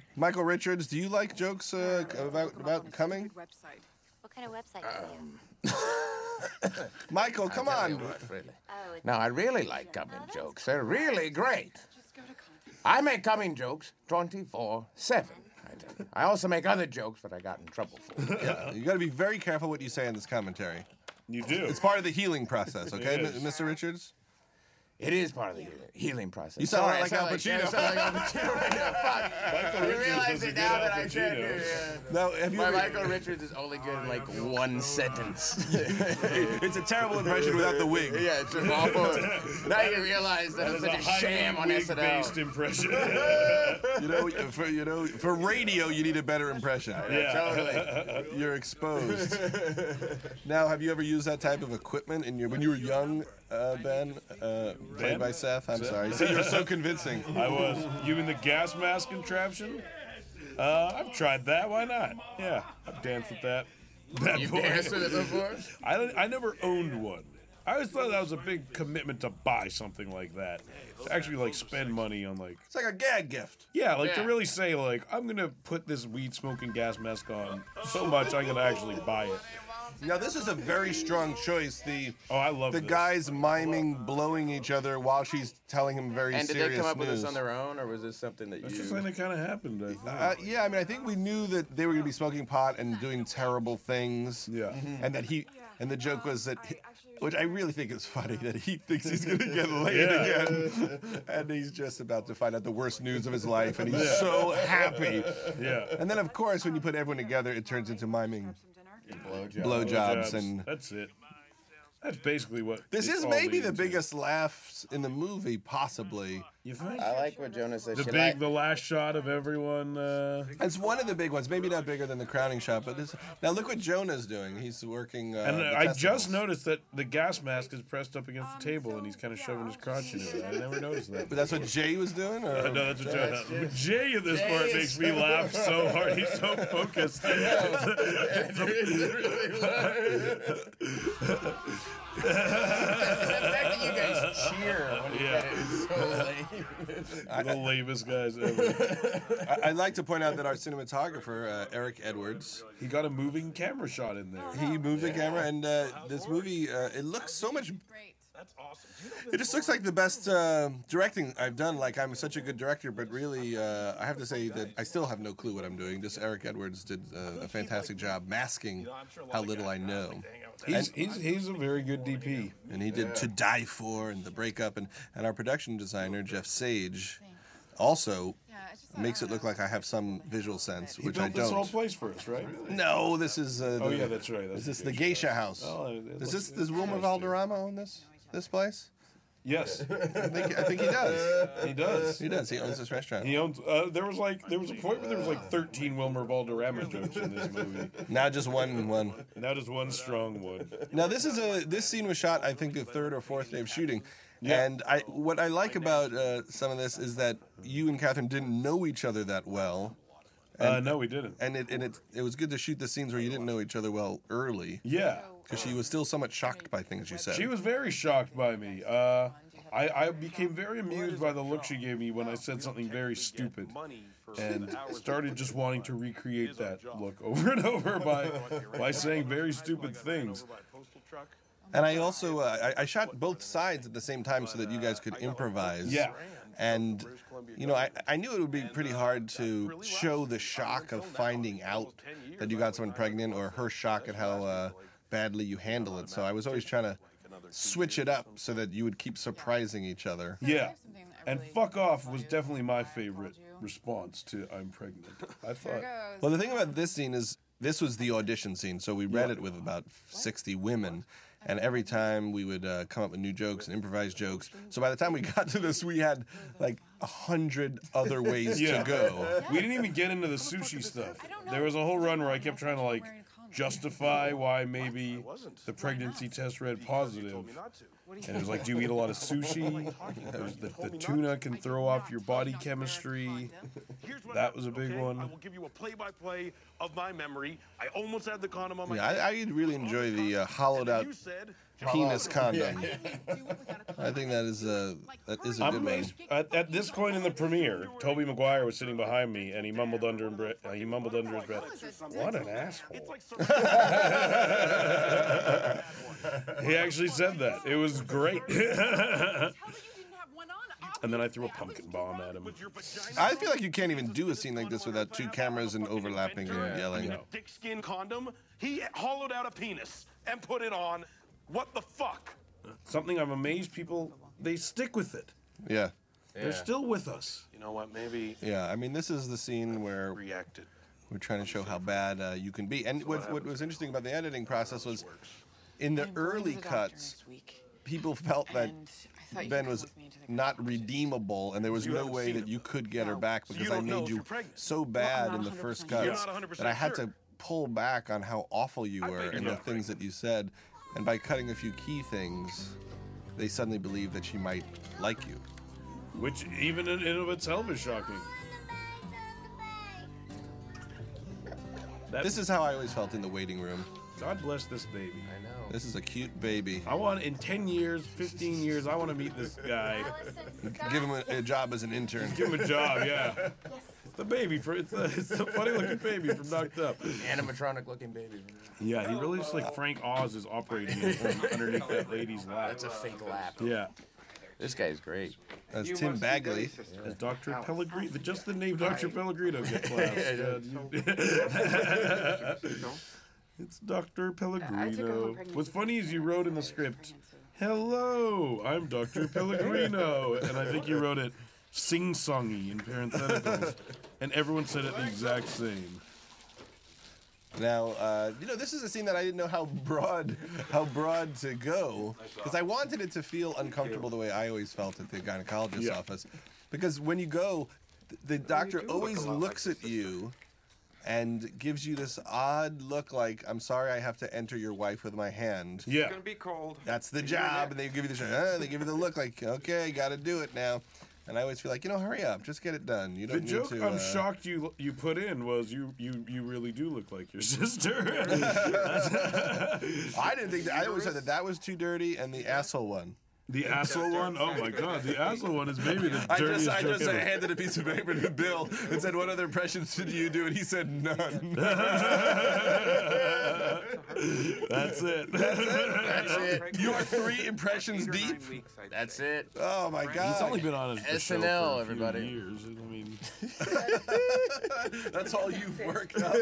Speaker 1: Michael Richards, do you like jokes uh, c- about, about coming?
Speaker 9: Website.
Speaker 6: What kind of website
Speaker 2: Um,
Speaker 6: do you use?
Speaker 1: Michael, come on.
Speaker 6: Oh, it's
Speaker 8: No, I really like coming jokes. They're really great.
Speaker 9: Just go to contact.
Speaker 8: I make coming jokes 24 7. I also make other jokes, but I got in trouble for it.
Speaker 1: Yeah, you got to be very careful what you say in this commentary.
Speaker 2: you do.
Speaker 1: It's part of the healing process, okay,
Speaker 2: Yes.
Speaker 1: M- Mr. Richards?
Speaker 8: It is part of the healing- healing process.
Speaker 1: You sound
Speaker 8: Sorry,
Speaker 1: like
Speaker 8: I
Speaker 1: Al
Speaker 8: yeah,
Speaker 1: Pacino.
Speaker 8: I sound like Al Pacino. Yeah, fuck.
Speaker 2: Michael
Speaker 8: You
Speaker 2: Richards
Speaker 8: realize
Speaker 2: is a
Speaker 8: it
Speaker 2: good
Speaker 8: now
Speaker 2: Al
Speaker 8: that I can't
Speaker 2: Pacino.
Speaker 8: do yeah.
Speaker 1: No, have you
Speaker 8: My
Speaker 1: ever-
Speaker 8: Michael Richards is only good in like one sentence.
Speaker 1: It's a terrible impression without the wig.
Speaker 8: yeah, it's just awful. Now you realize that,
Speaker 2: That
Speaker 8: it's
Speaker 2: is
Speaker 8: such a sham on
Speaker 2: wig based
Speaker 8: SNL.
Speaker 2: impression.
Speaker 1: You know, for you know, for radio, you need a better impression.
Speaker 2: yeah.
Speaker 8: Totally.
Speaker 1: You're exposed. now, have you ever used that type of equipment in your when you were young, uh, Ben? Uh, played
Speaker 2: Ben?
Speaker 1: by Seth. I'm sorry. So you're so convincing.
Speaker 2: I was. You mean the gas mask contraption? Uh, I've tried that. Why not? Yeah, I've danced with that. That
Speaker 8: You've
Speaker 2: boy.
Speaker 8: danced with it before?
Speaker 2: I, don't- I never owned one. I always thought that was a big commitment to buy something like that. To actually like spend money on like
Speaker 1: It's like a gag gift.
Speaker 2: yeah, like
Speaker 8: Yeah.
Speaker 2: to really say like I'm gonna put this weed smoking gas mask on so much I'm gonna actually buy it.
Speaker 1: Now this is a very strong choice. The
Speaker 2: Oh, I love
Speaker 1: the
Speaker 2: this.
Speaker 1: guys miming blowing each other while she's telling him very
Speaker 8: And did
Speaker 1: serious
Speaker 8: they come up with
Speaker 1: news.
Speaker 8: this on their own, or was this something that
Speaker 2: That's
Speaker 8: you?
Speaker 2: just something that kind of happened. I think.
Speaker 1: Uh, yeah, I mean, I think we knew that they were going to be smoking pot and doing terrible things.
Speaker 2: Yeah.
Speaker 1: and that he and the joke was that, he- which I really think is funny, that he thinks he's going to get laid
Speaker 2: Yeah.
Speaker 1: again, and he's just about to find out the worst news of his life, and he's so happy.
Speaker 2: yeah.
Speaker 1: And then, of course, when you put everyone together, it turns into miming
Speaker 9: Some dinner?
Speaker 1: blowjobs, and
Speaker 2: that's it. That's basically what
Speaker 1: this
Speaker 2: it's
Speaker 1: is
Speaker 2: all
Speaker 1: maybe the
Speaker 2: leading to.
Speaker 1: biggest laughs in the movie, possibly.
Speaker 2: You think?
Speaker 1: Uh,
Speaker 8: I like what Jonah said.
Speaker 2: The
Speaker 8: she
Speaker 2: big,
Speaker 8: liked-
Speaker 2: the last shot of everyone. Uh,
Speaker 1: It's one of the big ones, maybe not bigger than the crowning shot, but this. Now look what Jonah's doing. He's working. Uh,
Speaker 2: and
Speaker 1: the
Speaker 2: I just
Speaker 1: testicles.
Speaker 2: noticed that the gas mask is pressed up against the table, and he's kind of shoving his crotch into it. I never noticed that.
Speaker 1: But that's what Jay was doing, or
Speaker 2: I know that's what Jay But Jay in this part
Speaker 8: is
Speaker 2: makes me laugh so hard. He's so focused.
Speaker 8: the fact that you guys cheer when you
Speaker 2: Yeah.
Speaker 8: get it is so lame.
Speaker 2: the lamest guys ever.
Speaker 1: I, I'd like to point out that our cinematographer uh, Eric Edwards,
Speaker 2: He got a moving camera shot in there.
Speaker 1: he moved the camera, and uh, this movie uh, it looks so much.
Speaker 9: Great.
Speaker 7: That's awesome.
Speaker 1: It just looks like the best uh, directing I've done. Like I'm such a good director, but really, uh, I have to say that I still have no clue what I'm doing. This Eric Edwards did uh, a fantastic job masking how little I know.
Speaker 2: He's, he's, he's a very good DP.
Speaker 1: and he did "To Die For" and "The Breakup," and and our production designer Jeff Sage, also
Speaker 9: Yeah, it's just
Speaker 1: makes
Speaker 9: I
Speaker 1: it look like I have some visual sense,
Speaker 2: He
Speaker 1: which I
Speaker 2: built this whole
Speaker 1: don't.
Speaker 2: place for us, right?
Speaker 1: No, this is. Uh,
Speaker 2: Oh,
Speaker 1: the-
Speaker 2: yeah, that's right. That's
Speaker 1: is this
Speaker 2: the
Speaker 1: the
Speaker 2: geisha
Speaker 1: geisha house?
Speaker 2: Oh, it
Speaker 1: Does
Speaker 2: looks-
Speaker 1: this does Wilma Valderrama own this this place?
Speaker 2: Yes,
Speaker 1: I think I think he does.
Speaker 2: he does.
Speaker 1: He does. He owns this restaurant.
Speaker 2: He owns. Uh, there was like there was a point where there was like 13 Wilmer Valderrama jokes in this movie.
Speaker 1: Now just one one.
Speaker 2: And that is one strong one.
Speaker 1: Now this is a this scene was shot I think the third or fourth day of shooting.
Speaker 2: Yeah.
Speaker 1: And I what I like about uh, some of this is that you and Catherine didn't know each other that well.
Speaker 2: Uh, no, we didn't.
Speaker 1: and it and it it was good to shoot the scenes where you didn't know each other well early
Speaker 2: Yeah,
Speaker 1: because she was still somewhat shocked by things you said.
Speaker 2: she was very shocked by me. Uh, I, I became very amused by the look she gave me when I said something very stupid, and started just wanting to recreate that look over and over by by saying very stupid things.
Speaker 1: and I also uh, I, I shot both sides at the same time so that you guys could improvise.
Speaker 2: Yeah.
Speaker 1: And you know I I knew it would be pretty hard to show the shock of finding out that you got someone pregnant or her shock at how uh, badly you handle it. So I was always trying to switch it up so that you would keep surprising each other.
Speaker 2: Yeah. And fuck off was definitely my favorite response to I'm pregnant. I thought
Speaker 9: goes.
Speaker 1: Well, the thing about this scene is this was the audition scene, so we read it with about 60 women. And every time we would uh, come up with new jokes and improvise jokes. So by the time we got to this, we had like a hundred other ways
Speaker 2: Yeah.
Speaker 1: to go.
Speaker 2: we didn't even get into the sushi stuff. There was a whole run where I kept trying to like justify why maybe the pregnancy test read positive. And it was like, do you eat a lot of
Speaker 7: Oh,
Speaker 2: sushi? It was the, the tuna can throw off your body chemistry.
Speaker 7: Here's what
Speaker 2: That
Speaker 7: happened,
Speaker 2: was a big
Speaker 7: okay?
Speaker 2: one.
Speaker 7: I will give you a play-by-play of my memory. I almost had the condom on my.
Speaker 1: Yeah, I, I really enjoy the uh, hollowed out
Speaker 7: You said
Speaker 1: penis condom. I
Speaker 9: I
Speaker 1: think that is a that is a
Speaker 2: I'm
Speaker 1: good one.
Speaker 2: amazed. At, at this point in the premiere, Toby Maguire was sitting behind me, and he mumbled under and bre- uh, he mumbled under his breath, "What an
Speaker 7: it's
Speaker 2: asshole!"
Speaker 7: like some-
Speaker 2: He actually said that. It was great. And then I threw a pumpkin bomb at him.
Speaker 7: with your vagina.
Speaker 1: I feel like you can't even do a scene like this without two cameras and overlapping and yelling.
Speaker 7: A dick skin condom. He hollowed out a penis and put it on. What the fuck?
Speaker 2: Something I'm amazed people they stick with it.
Speaker 1: Yeah,
Speaker 2: They're still with us.
Speaker 7: You know what? Maybe
Speaker 1: yeah. I mean, this is the scene where
Speaker 7: reacted.
Speaker 1: We're trying to show how bad uh, you can be. And what, what was interesting about the editing process was in the early cuts, people felt that
Speaker 9: and I thought you
Speaker 1: Ben
Speaker 9: could
Speaker 1: was
Speaker 9: come with me to the
Speaker 1: not
Speaker 9: gynecologist.
Speaker 1: redeemable and there was no
Speaker 7: haven't
Speaker 1: way
Speaker 7: seen
Speaker 1: that
Speaker 7: him.
Speaker 1: you could get her
Speaker 9: No.
Speaker 1: back
Speaker 7: So you
Speaker 1: because I
Speaker 7: don't know
Speaker 1: made
Speaker 7: if
Speaker 1: you
Speaker 7: you're pregnant.
Speaker 1: so bad
Speaker 9: not
Speaker 1: in the first
Speaker 9: 100%
Speaker 1: cuts
Speaker 7: You're not
Speaker 1: that I had
Speaker 7: 100%
Speaker 1: to pull back on how awful you were
Speaker 7: bet
Speaker 1: and
Speaker 7: you're
Speaker 1: the
Speaker 7: not
Speaker 1: things that you said. And by cutting a few key things, they suddenly believed that she might like you.
Speaker 2: Which even in in of itself is shocking. That,
Speaker 1: This is how I always felt in the waiting room.
Speaker 2: God bless this baby.
Speaker 8: I know.
Speaker 1: This is a cute baby.
Speaker 2: I want in 10 years, 15 years, I want to meet this guy.
Speaker 6: Allison,
Speaker 1: Give him a, a job as an intern.
Speaker 2: Give him a job, yeah. the baby for it's the, it's the funny looking baby from Knocked Up.
Speaker 8: Animatronic looking baby.
Speaker 2: Yeah, he really looks like Frank Oz is operating in from underneath that lady's lap.
Speaker 8: That's a fake lap.
Speaker 2: Yeah.
Speaker 8: This guy's great.
Speaker 1: That's Tim Bagley.
Speaker 2: As Dr. Pellegrino, the- just the name Dr. Pellegrino gets laughs.
Speaker 8: Yeah,
Speaker 2: yeah. it's Dr.
Speaker 9: I took a whole
Speaker 2: Pellegrino.
Speaker 9: pregnancy
Speaker 2: What's funny is you wrote in the script,
Speaker 9: Pregnancy.
Speaker 2: Hello, I'm Dr. Pellegrino. and I think you wrote it sing songy in parentheticals. and everyone said it the exact same.
Speaker 1: Now, uh, you know, this is a scene that I didn't know how broad, how broad to go, because I wanted it to feel uncomfortable the way I always felt at the gynecologist's
Speaker 2: Yeah.
Speaker 1: office, because when you go, th- the doctor always looks at you, and gives you this odd look, like "I'm sorry, I have to enter your wife with my hand."
Speaker 2: Yeah.
Speaker 7: gonna be cold.
Speaker 1: That's the job, and they give you the sh- uh, they give you the look, like "Okay, got to do it now," and I always feel like, you know, hurry up, just get it done. You don't
Speaker 2: The
Speaker 1: need
Speaker 2: joke
Speaker 1: to.
Speaker 2: I'm
Speaker 1: uh,
Speaker 2: shocked you you put in was you you you really do look like your sister.
Speaker 1: I didn't think that. I always said that that was too dirty, and the asshole one.
Speaker 2: the asshole one? Oh my god, the asshole one is maybe the
Speaker 1: I
Speaker 2: dirtiest
Speaker 1: just, I
Speaker 2: joke
Speaker 1: just uh,
Speaker 2: ever.
Speaker 1: handed a piece of paper to Bill and said, "What other impressions did you do?" And he said, "None."
Speaker 2: That's it.
Speaker 8: That's it.
Speaker 1: you are three impressions deep.
Speaker 8: That's it.
Speaker 1: Oh my
Speaker 2: He's only
Speaker 1: god,
Speaker 2: been on his show for
Speaker 8: SNL,
Speaker 2: a few
Speaker 8: everybody.
Speaker 2: years. I mean,
Speaker 1: that's all you've worked up.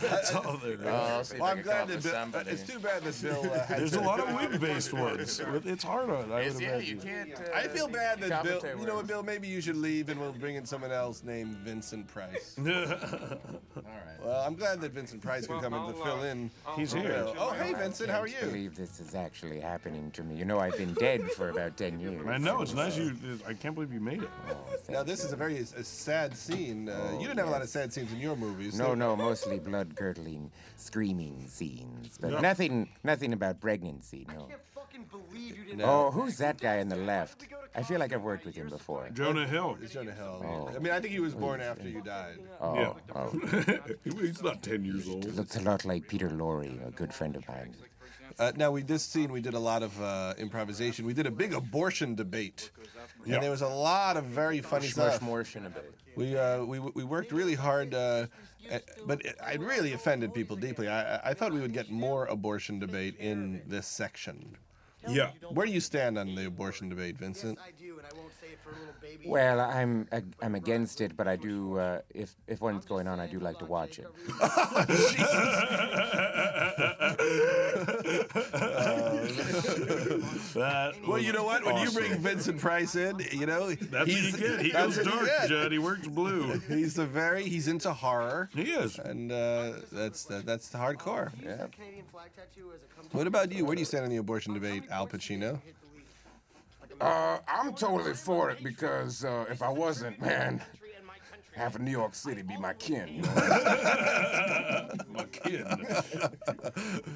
Speaker 2: that's all there is.
Speaker 8: Oh, I'll see if
Speaker 1: Well,
Speaker 8: I
Speaker 1: I'm
Speaker 8: can
Speaker 1: glad
Speaker 8: come
Speaker 1: that
Speaker 8: with
Speaker 1: Bill. uh,
Speaker 8: somebody.
Speaker 1: It's too bad that Bill. Uh, had
Speaker 2: There's
Speaker 1: to-
Speaker 2: a lot of wig-based ones. It's hard on. I
Speaker 8: It's-
Speaker 2: would
Speaker 8: yeah, you
Speaker 2: imagine.
Speaker 8: can't. Uh,
Speaker 1: I feel bad that Bill.
Speaker 8: Complicate
Speaker 1: You know what,
Speaker 8: words.
Speaker 1: Bill? Maybe you should leave, and we'll bring in someone else named Vincent Price.
Speaker 8: All right.
Speaker 1: Well, I'm glad that Vincent Price can come in to fill in.
Speaker 2: He's
Speaker 1: for
Speaker 2: here.
Speaker 1: Bill. Oh, hey, Vincent, how are
Speaker 8: I
Speaker 1: you?
Speaker 8: believe this is actually happening to me. You know, I've been dead for about 10 years.
Speaker 2: I know it's nice you. I can't believe you made it.
Speaker 1: Now, this is a very s- a sad scene. Uh, you didn't have a lot of sad scenes in your movies.
Speaker 8: No,
Speaker 1: so-
Speaker 8: no, mostly blood curdling, screaming scenes, but nothing, nothing about pregnancy. No.
Speaker 5: fucking believe you didn't.
Speaker 8: Oh, who's that guy on the left? I feel like I've worked with him before.
Speaker 2: Jonah Hill.
Speaker 1: It's Jonah Hill. I mean, I think he was born after you died.
Speaker 8: Oh, oh,
Speaker 2: He's not ten years old.
Speaker 8: looks a lot like Peter Lorre, a good friend of mine.
Speaker 1: Uh, now, we this scene, we did a lot of uh, improvisation. We did a big abortion debate,
Speaker 2: Yeah.
Speaker 1: and there was a lot of very funny stuff.
Speaker 8: Morshing a bit.
Speaker 1: We uh, we we worked really hard, uh, uh, but it, it really offended people deeply. I I- I thought we would get more abortion debate in this section.
Speaker 2: Yeah.
Speaker 1: Where do you stand on the abortion debate, Vincent?
Speaker 5: I do, and I won't say it for a little baby.
Speaker 8: Well, I'm ag- I'm against it, but I do. Uh, if if one's going on, I do like to watch it.
Speaker 1: Uh,
Speaker 2: That
Speaker 1: Well, you know what? When you bring
Speaker 2: awesome.
Speaker 1: Vincent Price in, you know
Speaker 2: That's what you get. He
Speaker 1: that's what
Speaker 2: goes
Speaker 1: you
Speaker 2: dark,
Speaker 1: get.
Speaker 2: Judd. He works blue.
Speaker 1: He's a very he's into horror,
Speaker 2: He is.
Speaker 1: and uh, that's that, that's the hardcore.
Speaker 5: Use that Canadian flag tattoo as a come
Speaker 1: What about you? Where do you stand on the abortion debate, Al Pacino?
Speaker 4: Uh, I'm totally for it because uh, if I wasn't, man, half of New York City be my kin. You know?
Speaker 2: My kid.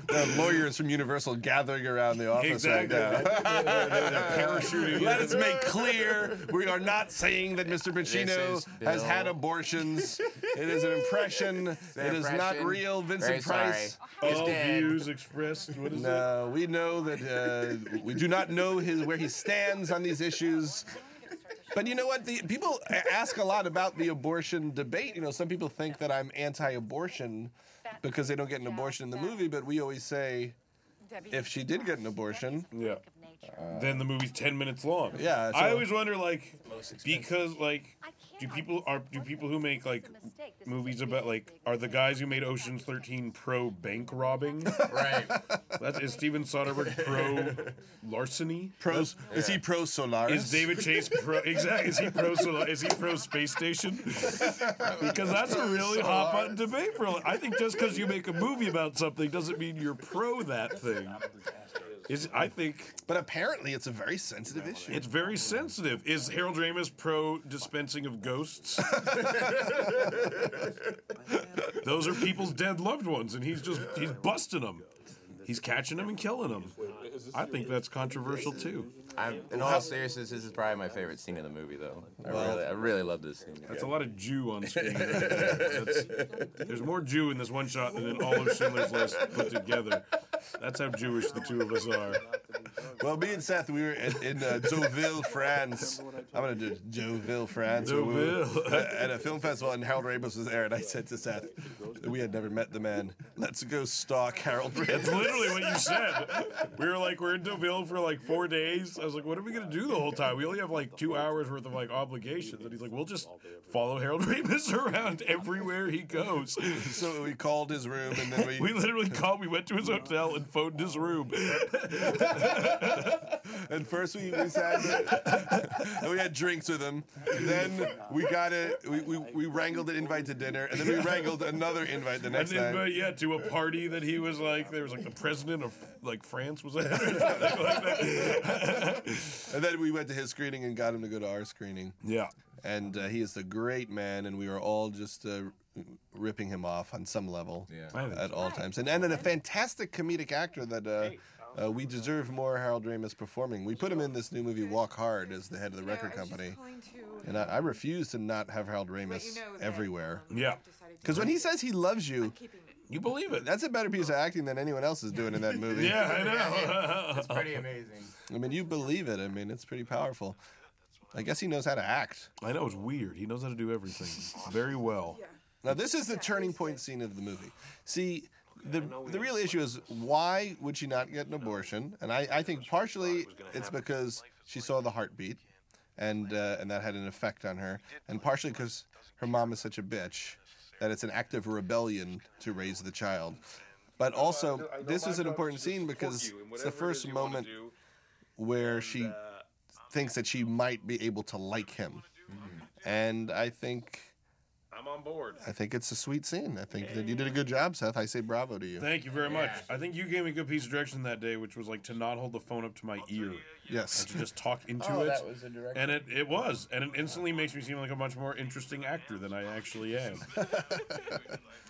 Speaker 1: The lawyers from Universal gathering around the office
Speaker 2: Exactly.
Speaker 1: right now.
Speaker 2: They're- they're- they're Parachuting.
Speaker 1: Let us make clear we are not saying that Mr. Pacino
Speaker 8: is
Speaker 1: has
Speaker 8: Bill.
Speaker 1: had abortions. It is an impression. It is not
Speaker 8: impression.
Speaker 1: real. Vincent
Speaker 8: Very
Speaker 1: Price.
Speaker 8: sorry. He's
Speaker 2: All
Speaker 8: dead.
Speaker 2: views expressed. What is that?
Speaker 1: No, Uh, we know that uh, we do not know his where he stands on these issues. But you know what? The people a- ask a lot about the abortion debate. You know, some people think that I'm anti-abortion because they don't get an abortion in the movie, but we always say if she did get an abortion,
Speaker 2: Yeah. Then the movie's ten minutes long.
Speaker 1: Uh, Yeah, so-
Speaker 2: I always wonder, like, because like,
Speaker 6: I
Speaker 2: do
Speaker 6: cannot
Speaker 2: people are do
Speaker 6: support
Speaker 2: people
Speaker 6: this.
Speaker 2: who make like
Speaker 6: This is a mistake. This is a
Speaker 2: movies
Speaker 6: big
Speaker 2: about like
Speaker 6: mistake.
Speaker 2: are the guys who made Ocean's Thirteen pro bank robbing?
Speaker 8: Right.
Speaker 2: That's is Steven Soderbergh pro larceny?
Speaker 1: pro is he pro Solaris?
Speaker 2: Is David Chase pro? Exactly. Is he pro? Sol- Is he pro space station? Because that's a really hot button debate for. I think just because you make a movie about something doesn't mean you're pro that thing. Is I think
Speaker 1: But apparently, it's a very sensitive issue.
Speaker 2: it's very sensitive. Is Harold Ramis pro dispensing of ghosts? Those are people's dead loved ones, and he's just he's busting them. He's catching them and killing them. I think that's controversial too.
Speaker 8: I'm, in all seriousness, this is probably my favorite scene in the movie, though. I really, I really love this scene.
Speaker 2: That's a lot of Jew on screen. right there. That's- there's more Jew in this one shot than in all of Schindler's List put together. That's how Jewish the two of us are.
Speaker 1: Well, me and Seth, we were in, in uh, Deauville, France. I'm gonna do Deauville, France. We were-
Speaker 2: Deauville.
Speaker 1: uh, at a film festival, and Harold Ramis was there, and I said to Seth, we had never met the man. Let's go stalk Harold
Speaker 2: That's
Speaker 1: Ramis.
Speaker 2: literally what you said. We were like, we're in Deauville for like four days. I was like, what are we gonna do the whole time? We only have like two hours worth of like obligations. And he's like, we'll just follow Harold Ramis around everywhere he goes.
Speaker 1: so we called his room, and then we.
Speaker 2: We literally called. We went to his hotel and phoned his room.
Speaker 1: and first we, we sat there, and we had drinks with him. Then we got it. We, we, we wrangled an invite to dinner, and then we wrangled another invite the
Speaker 2: And
Speaker 1: next
Speaker 2: then,
Speaker 1: night.
Speaker 2: but yeah, to a party that he was like, there was like the president of like France was at. or something like that.
Speaker 1: And then we went to his screening and got him to go to our screening.
Speaker 2: yeah.
Speaker 1: And uh, he is a great man, and we were all just uh, ripping him off on some level.
Speaker 4: Yeah.
Speaker 2: I think
Speaker 1: at all times, and and then a fantastic comedic actor that uh, uh, we deserve more Harold Ramis performing. We put him in this new movie Walk Hard as the head of the record company, and I, I refuse to not have Harold Ramis everywhere
Speaker 2: Yeah.
Speaker 1: because when he says he loves you,
Speaker 2: You believe it?
Speaker 1: that's a better piece of acting than anyone else is doing in that movie.
Speaker 2: yeah, I know.
Speaker 8: It's pretty amazing.
Speaker 1: I mean you believe it. I mean it's pretty powerful. I guess he knows how to act.
Speaker 2: I know it's weird. He knows how to do everything very well.
Speaker 1: Now this is the turning point scene of the movie. See, the the real issue is why would she not get an abortion? And I, I think partially it's because she saw the heartbeat, and uh, and that had an effect on her, and partially because her mom is such a bitch that it's an act of rebellion to raise the child. But also, this is an important scene because it's the first moment where she thinks that she might be able to like him, and I think.
Speaker 7: I'm on board.
Speaker 1: I think it's a sweet scene. I think that you did a good job, Seth. I say bravo to you.
Speaker 2: Thank you very much. I think you gave me a good piece of direction that day, which was like to not hold the phone up Oh, to my ear
Speaker 1: yes.
Speaker 2: and to just talk into
Speaker 8: Oh,
Speaker 2: it.
Speaker 8: that was a direct.
Speaker 2: and it, it was, and it instantly makes me seem like a much more interesting actor than I actually am.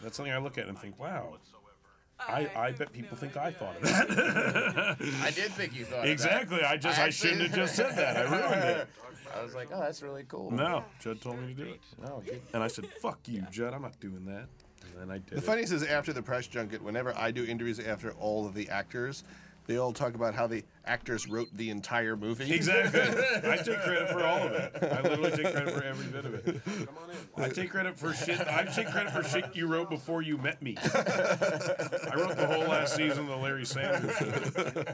Speaker 2: That's something I look at and think, wow. I, I bet people think I thought of that.
Speaker 8: I did think you thought of that.
Speaker 2: exactly. I just
Speaker 8: I
Speaker 2: I shouldn't have just said that. I ruined it.
Speaker 8: I was like, oh, that's really cool.
Speaker 2: No, Judd told me to do it,
Speaker 8: Oh, good.
Speaker 2: and I said, "Fuck you, Judd. I'm not doing that." And then I did.
Speaker 1: The
Speaker 2: it.
Speaker 1: funniest is after the press junket, whenever I do interviews after all of the actors, they all talk about how the actors wrote the entire movie.
Speaker 2: Exactly. I take credit for all of it. I literally take credit for every bit of it. I take credit for shit. I take credit for shit you wrote before you met me. I wrote the whole last season of the Larry Sanders show.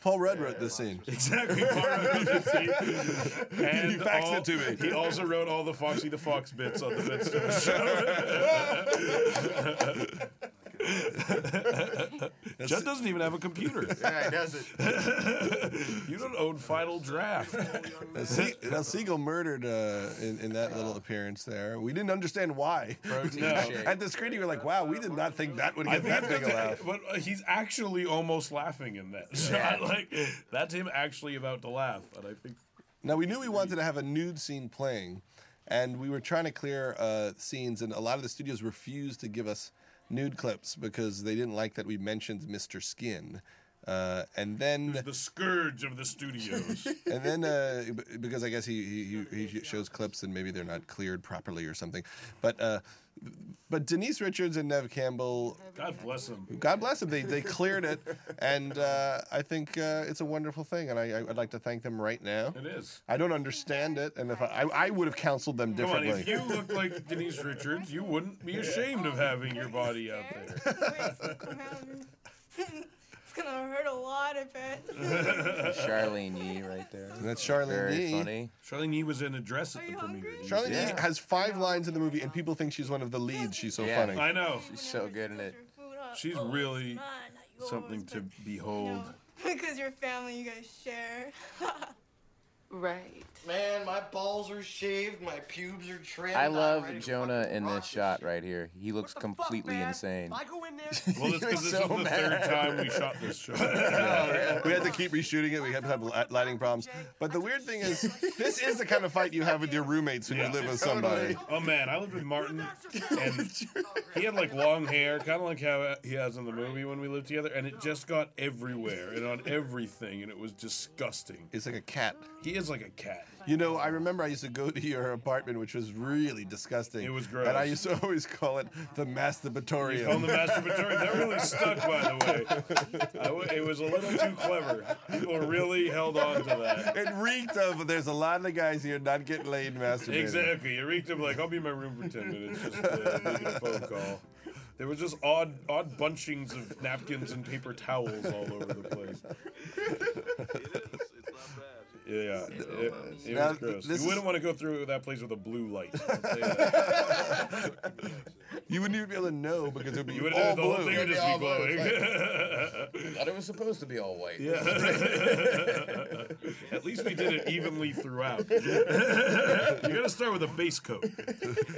Speaker 1: Paul Rudd wrote this scene.
Speaker 2: Exactly. Paul Rudd wrote the scene. And
Speaker 1: You faxed
Speaker 2: all-
Speaker 1: it to me.
Speaker 2: He also wrote all the Foxy the Fox bits on the Bedstone show. Judd doesn't even have a computer.
Speaker 8: Yeah, it does it.
Speaker 2: You don't own Final Draft.
Speaker 1: Now, Se- now Siegel murdered uh, in, in that little appearance there. We didn't understand why.
Speaker 8: Protein shake.
Speaker 1: At the screening, we were like, wow, we did not think that would
Speaker 2: I
Speaker 1: get
Speaker 2: think
Speaker 1: that big a
Speaker 2: that's-
Speaker 1: laugh.
Speaker 2: but uh, he's actually almost laughing in that shot. Like that's him actually about to laugh, and I think
Speaker 1: Now we knew we wanted to have a nude scene playing, and we were trying to clear uh, scenes, and a lot of the studios refused to give us nude clips because they didn't like that we mentioned Mr. Skin. Uh, and then,
Speaker 2: the scourge of the studios.
Speaker 1: and then, uh, b- because I guess he, he- he he shows clips and maybe they're not cleared properly or something. But uh, but Denise Richards and Nev Campbell,
Speaker 2: God bless him.
Speaker 1: God bless them, they they cleared it, and uh, I think uh, it's a wonderful thing, and I, I'd like to thank them right now.
Speaker 2: It is.
Speaker 1: I don't understand it, and if I, I, I would have counseled them
Speaker 2: Come on,
Speaker 1: differently.
Speaker 2: if you looked like Denise Richards, you wouldn't be ashamed of having your body out there.
Speaker 11: It's gonna hurt a lot, I bet.
Speaker 8: Charlene Yee right there.
Speaker 1: That's Charlene
Speaker 8: Very
Speaker 1: Yee.
Speaker 8: funny.
Speaker 2: Charlene Yee was in a dress at the
Speaker 11: you
Speaker 2: premiere.
Speaker 11: hungry?
Speaker 1: Charlene
Speaker 8: Yeah.
Speaker 1: Yee has five lines in the movie, and people think she's one of the leads. She's so
Speaker 8: Yeah.
Speaker 1: funny.
Speaker 2: I know.
Speaker 8: She's so good in it.
Speaker 2: She's
Speaker 5: Oh,
Speaker 2: really Something to behold.
Speaker 11: Because your family, you guys share.
Speaker 9: Right.
Speaker 5: Man, my balls are shaved, my pubes are trimmed.
Speaker 8: I
Speaker 5: I'm
Speaker 8: love
Speaker 5: ready to
Speaker 8: Jonah
Speaker 5: fucking
Speaker 8: in
Speaker 5: rock
Speaker 8: this shot
Speaker 5: shit.
Speaker 8: right here. He looks
Speaker 5: What the fuck,
Speaker 8: completely
Speaker 5: man?
Speaker 8: insane.
Speaker 5: I go in there.
Speaker 2: Well, it's because
Speaker 8: You're
Speaker 2: this
Speaker 8: so
Speaker 2: is the third
Speaker 8: mad.
Speaker 2: time we shot this shot.
Speaker 1: We had to keep reshooting it. We had to have li- lighting problems. But the weird thing is, this is the kind of fight you have with your roommates when
Speaker 2: Yeah.
Speaker 1: you live with somebody.
Speaker 2: Oh man, I lived with Martin, and he had like long hair, kind of like how he has in the movie when we lived together, and it just got everywhere and on everything, and it was disgusting.
Speaker 1: It's like a cat.
Speaker 2: He is like a cat.
Speaker 1: You know, I remember I used to go to your apartment, which was really disgusting. It was gross. And I used to always call it the masturbatorium.
Speaker 2: On the masturbatorium, that really stuck, by the way. I w- it was a little too clever. People really held on to that.
Speaker 1: It reeked of there's a lot of guys here not getting laid masturbating.
Speaker 2: Exactly. It reeked of like, I'll be in my room for 10 minutes, just uh, making a phone call. There was just odd, odd bunchings of napkins and paper towels all over the place. Yeah, it, it
Speaker 1: Now,
Speaker 2: was gross.
Speaker 1: this
Speaker 2: You
Speaker 1: is-
Speaker 2: wouldn't want to go through that place with a blue light.
Speaker 1: You wouldn't even be able to know because it would be
Speaker 2: You would
Speaker 1: all
Speaker 2: the
Speaker 1: blue.
Speaker 2: whole thing would just be glowing.
Speaker 8: Thought it was supposed to be all white.
Speaker 2: Yeah. At least we did it evenly throughout. you gotta start with a base coat.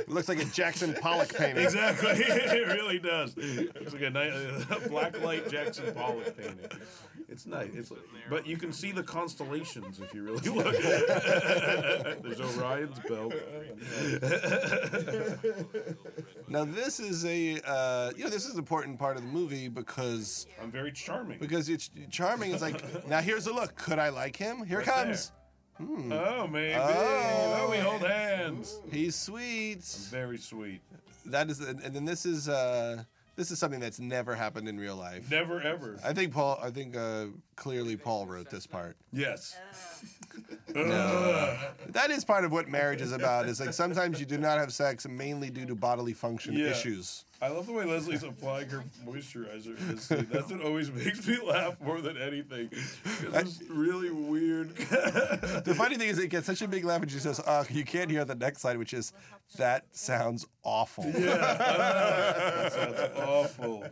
Speaker 1: Looks like a Jackson Pollock painting.
Speaker 2: Exactly. It really does. Looks like a, nice, a black light Jackson Pollock painting. It's nice. It's, but you can see the constellations if you really look. There's Orion's belt.
Speaker 1: Now this is a uh, you know this is an important part of the movie because
Speaker 2: I'm very charming.
Speaker 1: Because it's charming. It's like now here's a look. Could I like him? Here
Speaker 2: Right
Speaker 1: it comes. Hmm.
Speaker 2: Oh, maybe.
Speaker 1: Oh.
Speaker 2: Oh, we hold hands.
Speaker 1: He's sweet.
Speaker 2: very sweet.
Speaker 1: That is, and then this is uh, this is something that's never happened in real life.
Speaker 2: Never ever.
Speaker 1: I think Paul. I think uh, clearly Paul wrote this part.
Speaker 2: Yes.
Speaker 1: No. That is part of what marriage is about. Is like sometimes you do not have sex mainly due to bodily function
Speaker 2: Yeah.
Speaker 1: issues.
Speaker 2: I love the way Leslie's applying her moisturizer. in this scene. That's what always makes me laugh more than anything. 'Cause It's really weird.
Speaker 1: The funny thing is, it gets such a big laugh, and she says, "Uh, you can't hear the next line, which is, that sounds awful."
Speaker 2: Yeah. That's awful.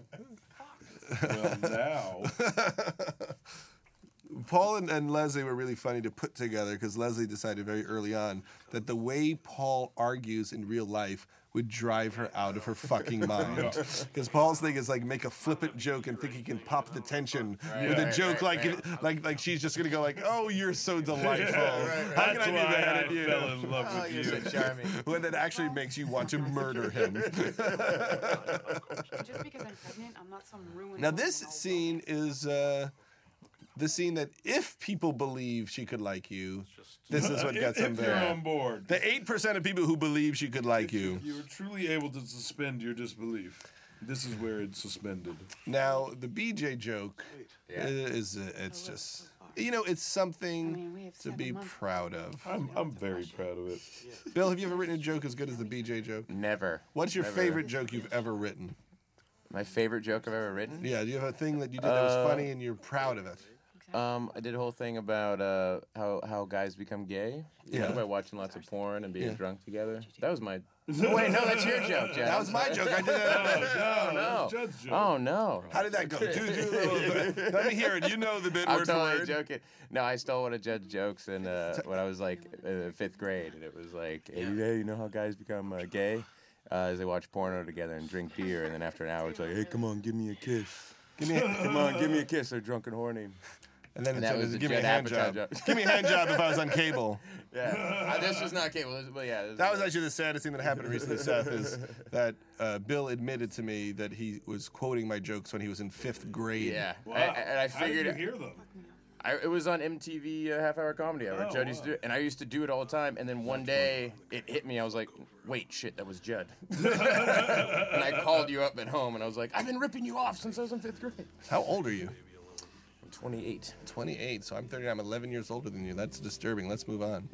Speaker 2: Well, now.
Speaker 1: Paul and, and Leslie were really funny to put together because Leslie decided very early on that the way Paul argues in real life would drive her out of her fucking mind. Because Paul's thing is like make a flippant joke and think he can pop the tension
Speaker 2: Right,
Speaker 1: with a
Speaker 2: right,
Speaker 1: joke
Speaker 2: right,
Speaker 1: like like like she's just gonna go like, oh, you're so delightful.
Speaker 2: Yeah, right, right.
Speaker 1: How can
Speaker 2: That's
Speaker 1: I do
Speaker 2: why
Speaker 1: that
Speaker 2: I
Speaker 1: at you?
Speaker 2: fell in love with Oh, you're so you. charming.
Speaker 1: when that actually makes you want to murder him.
Speaker 12: Just because I'm pregnant, I'm not some ruined.
Speaker 1: Now this scene is uh, the scene that if people believe she could like you, this is what
Speaker 2: If-
Speaker 1: gets them
Speaker 2: if you're
Speaker 1: there.
Speaker 2: on board.
Speaker 1: The eight percent of people who believe she could like you.
Speaker 2: You were truly able to suspend your disbelief. This is where it's suspended.
Speaker 1: Now the BJ joke i- is uh, it's
Speaker 2: Oh,
Speaker 1: just you know it's something to be proud of.
Speaker 2: I'm I'm very proud of it.
Speaker 1: Bill, have you ever written a joke as good as the BJ joke?
Speaker 8: Never.
Speaker 1: What's your
Speaker 8: Never.
Speaker 1: favorite joke you've ever written?
Speaker 8: My favorite joke I've ever written.
Speaker 1: Yeah, do you have a thing that you did that was
Speaker 8: Uh,
Speaker 1: funny and you're proud of it?
Speaker 8: Um, I did a whole thing about uh, how how guys become gay. you know,
Speaker 1: Yeah.
Speaker 8: by watching lots of porn and being
Speaker 1: Yeah.
Speaker 8: drunk together. That was my. Oh, wait, no, that's your joke, Jeff.
Speaker 1: That was my joke. I did that.
Speaker 8: No, no.
Speaker 1: Judd's joke.
Speaker 8: Oh no.
Speaker 1: How did that go? Do, do a little bit. Let me hear it. You know the bit
Speaker 8: I'm
Speaker 1: word
Speaker 8: totally
Speaker 1: for word.
Speaker 8: joking. No, I stole one of Jed's jokes in uh, when I was like uh, fifth grade, and it was like, hey, you- hey, you know how guys become uh, gay? Uh, as they watch porno together and drink beer, and then after an hour, it's like, hey, come on, give me a kiss.
Speaker 1: Give me a-
Speaker 8: come on, give me a kiss. They're drunk and horny.
Speaker 1: And then
Speaker 8: And
Speaker 1: it's-
Speaker 8: that was
Speaker 1: it's
Speaker 8: the
Speaker 1: give me a
Speaker 8: Judd
Speaker 1: hand
Speaker 8: Apatow
Speaker 1: job.
Speaker 8: joke.
Speaker 1: give me a hand job if I was on cable.
Speaker 8: Yeah. Uh, this was not cable. This, but yeah. This
Speaker 1: That was actually the saddest thing that happened recently, Seth, is that uh, Bill admitted to me that he was quoting my jokes when he was in fifth grade.
Speaker 8: Yeah. I- I- and I
Speaker 2: How
Speaker 8: figured
Speaker 2: did you hear them?
Speaker 8: I, it was on MTV uh, Half Hour Comedy Hour.
Speaker 2: Oh,
Speaker 8: Judd used to do it, and I used to do it all the time. And then one day it hit me. I was like, "Wait, shit, that was Judd." and I called you up at home, and I was like, "I've been ripping you off since I was in fifth grade."
Speaker 1: How old are you?
Speaker 8: I'm 28.
Speaker 1: 28, so I'm 39. I'm 11 years older than you. That's disturbing. Let's move on.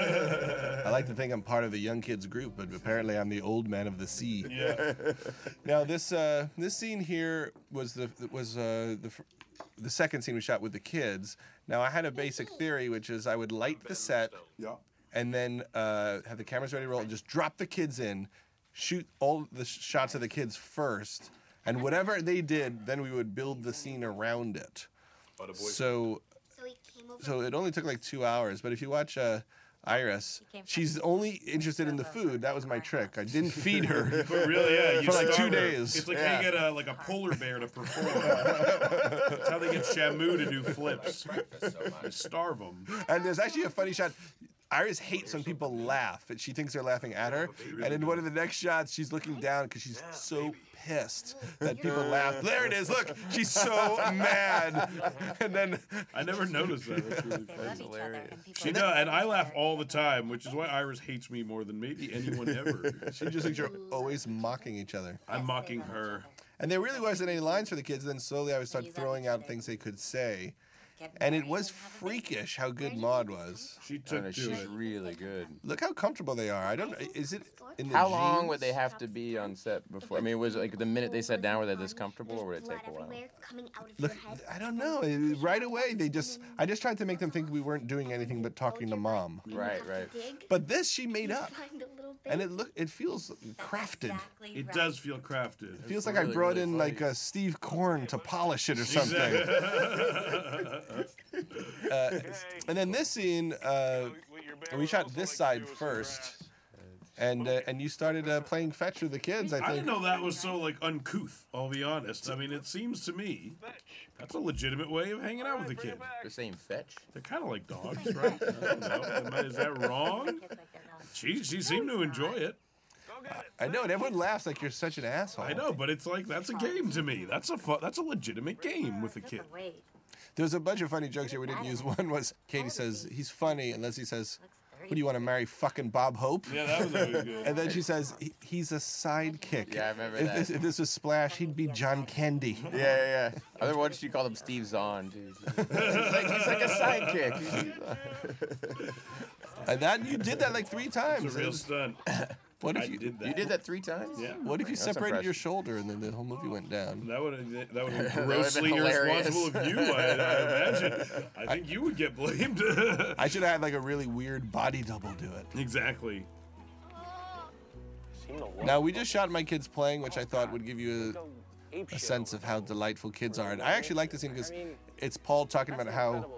Speaker 1: I like to think I'm part of the young kids group, but apparently I'm the old man of the sea.
Speaker 2: Yeah.
Speaker 1: now this uh, this scene here was the was uh, the fir- the second scene we shot with the kids. Now I had a basic theory, which is I would light the set,
Speaker 2: Yeah.
Speaker 1: and then uh, have the cameras ready to roll, and just drop the kids in, shoot all the sh- shots of the kids first, and whatever they did, then we would build the scene around it. So so it only took like two hours. But if you watch uh, Iris, she's only interested in the food. That was my trick. I didn't feed her.
Speaker 2: But really, yeah, you
Speaker 1: for like two
Speaker 2: starve her.
Speaker 1: days.
Speaker 2: It's like they get a like a polar bear to perform. That's how they get Shamu to do flips. They starve them.
Speaker 1: and there's actually a funny shot. Iris hates when people laugh, and she thinks they're laughing at her. And in one of the next shots, she's looking down because she's so pissed that people laugh. There it is. Look, she's so mad. And then
Speaker 2: I never noticed that. That's really funny.
Speaker 6: Love each other and people
Speaker 2: She does, and I laugh all the time, which is why Iris hates me more than maybe anyone ever.
Speaker 1: she just thinks you're always mocking each other.
Speaker 2: I'm mocking her.
Speaker 1: And there really wasn't any lines for the kids. Then slowly I would start throwing out things they could say. And it was freakish how good Maud was.
Speaker 2: She
Speaker 8: took know, to she's it. really good.
Speaker 1: Look how comfortable they are. I don't. Is it in the
Speaker 8: How long
Speaker 1: genes?
Speaker 8: would they have to be on set before? I mean, was it like the minute they sat down, were they this comfortable, or would it take a while?
Speaker 1: Look, I don't know. It- Right away, they just. I just tried to make them think we weren't doing anything but talking to mom.
Speaker 8: Right, right.
Speaker 1: But this she made up, and it look. It feels crafted.
Speaker 2: It does feel crafted.
Speaker 1: It feels like I brought in like a Steve Korn to polish it or something. Uh, and then this scene, uh, we shot this side first, and uh, and you started uh, playing fetch with the kids. I think.
Speaker 2: I didn't know that was so like uncouth. I'll be honest. I mean, it seems to me that's a legitimate way of hanging out with a kid.
Speaker 8: They're saying fetch.
Speaker 2: They're kind of like dogs, right? I don't know. Am I- Is that wrong? She she seemed to enjoy it.
Speaker 1: I know, and everyone laughs like you're such an asshole.
Speaker 2: I know, but it's like that's a game to me. That's a fun, that's a legitimate game with a kid.
Speaker 1: There's a bunch of funny jokes here we didn't use. One was Katie says he's funny unless he says, "What do you want to marry, fucking Bob Hope?"
Speaker 2: Yeah, that was always good.
Speaker 1: and then she says "He- he's a sidekick.
Speaker 8: Yeah, I remember
Speaker 1: if
Speaker 8: that.
Speaker 1: This, if this was Splash, he'd be John Candy.
Speaker 8: Yeah, yeah. yeah. Other ones she called him Steve Zahn, dude. He's like, he's like a sidekick.
Speaker 1: and that you did that like three times.
Speaker 2: It's a real stunt.
Speaker 1: What if
Speaker 2: I
Speaker 1: you
Speaker 2: did that.
Speaker 8: You did that three times.
Speaker 2: Yeah.
Speaker 1: What if you
Speaker 8: That's
Speaker 1: separated your shoulder and then the whole movie went down?
Speaker 2: That would have that would
Speaker 1: would've been
Speaker 2: have been grossly
Speaker 1: hilarious.
Speaker 2: irresponsible of you. I, I imagine. I think you would get blamed.
Speaker 1: I should have had like a really weird body double do it.
Speaker 2: exactly.
Speaker 1: Now we just shot my kids playing, which I thought would give you a, a sense of how delightful kids are. And I actually like this scene because it's Paul talking about how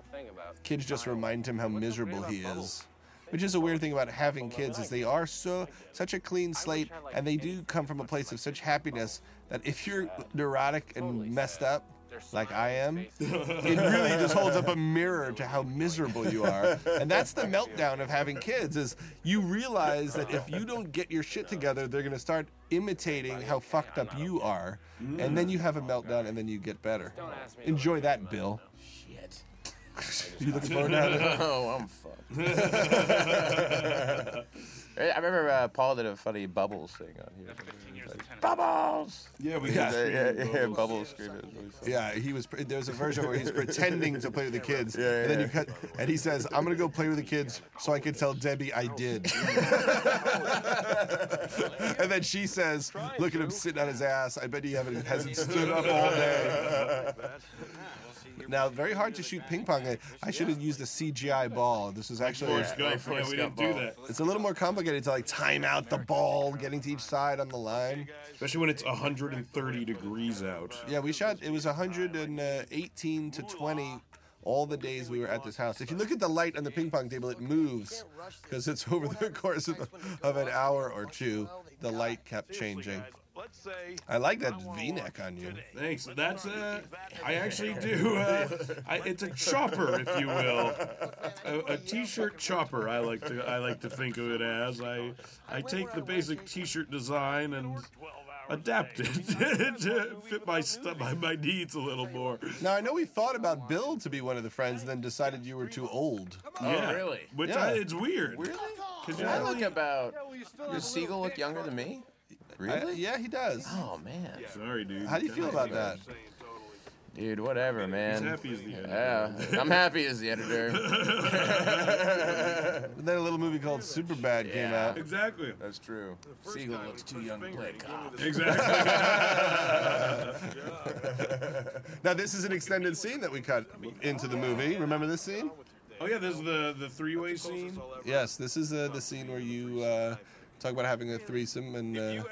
Speaker 1: kids just remind him how miserable he is. Which is a weird thing about having kids is they are so such a clean slate and they do come from a place of such happiness that if you're neurotic and messed up like I am, it really just holds up a mirror to how miserable you are. And that's the meltdown of having kids is you realize that if you don't get your shit together, they're going to start imitating how fucked up you are. And then you have a meltdown and then you get better. Enjoy that, Bill.
Speaker 8: Shit.
Speaker 1: You looking forward to
Speaker 8: oh, I'm fucked. I remember uh, Paul did a funny bubbles thing on here. Bubbles.
Speaker 2: Yeah, we
Speaker 8: yeah,
Speaker 2: got
Speaker 8: yeah,
Speaker 2: screaming
Speaker 8: yeah,
Speaker 2: bubbles.
Speaker 8: bubbles screaming. It was really
Speaker 1: it? Yeah, he was. pre- There's a version where he's pretending to play with the kids,
Speaker 8: Yeah, yeah,
Speaker 1: and then you
Speaker 8: yeah.
Speaker 1: cut, and he says, "I'm gonna go play with the kids so I can tell Debbie I did." and then she says, "Look at him sitting on his ass. I bet he haven't, hasn't stood up all day." Now, very hard to shoot ping pong. I- I should have used a CGI ball. This is actually
Speaker 2: Forrest Gump. Yeah, we didn't do that.
Speaker 1: It's a little more complicated to like time out the ball, getting to each side on the line.
Speaker 2: Especially when it's 130 degrees out.
Speaker 1: Yeah, we shot. It was 118 uh, to 20 all the days we were at this house. If you look at the light on the ping pong table, it moves because it's over the course of, of an hour or two. The light kept changing. I like that V-neck on you.
Speaker 2: Thanks. That's uh, I actually do. Uh, I, it's a chopper, if you will, a, a t-shirt chopper. I like to I like to think of it as. I I take the basic t-shirt design and adapt it to fit my stu- my, my needs a little more.
Speaker 1: Now I know we thought about Bill to be one of the friends, and then decided you were too old.
Speaker 2: yeah,
Speaker 8: Oh, really?
Speaker 2: Which
Speaker 1: Yeah.
Speaker 2: I, it's weird.
Speaker 1: Really?
Speaker 2: Cause
Speaker 8: I
Speaker 2: you're
Speaker 8: look
Speaker 2: really-
Speaker 8: about. Does Siegel look younger than me?
Speaker 1: I-
Speaker 8: Really?
Speaker 1: Uh, yeah, he does.
Speaker 8: Oh man.
Speaker 2: Sorry, dude.
Speaker 1: How do you feel about that?
Speaker 8: Dude, whatever, man.
Speaker 2: happy as the editor.
Speaker 8: Yeah, I'm happy as the editor.
Speaker 1: And then a little movie called Superbad came
Speaker 8: Yeah.
Speaker 1: out.
Speaker 2: Exactly.
Speaker 8: That's true. Siegel looks too young to play cop.
Speaker 2: Exactly.
Speaker 1: Now this is an extended scene that we cut into the movie. Remember this scene?
Speaker 2: oh yeah, there's the the three-way scene.
Speaker 1: Yes, this is uh, the scene where you uh, talk about having a threesome, and uh,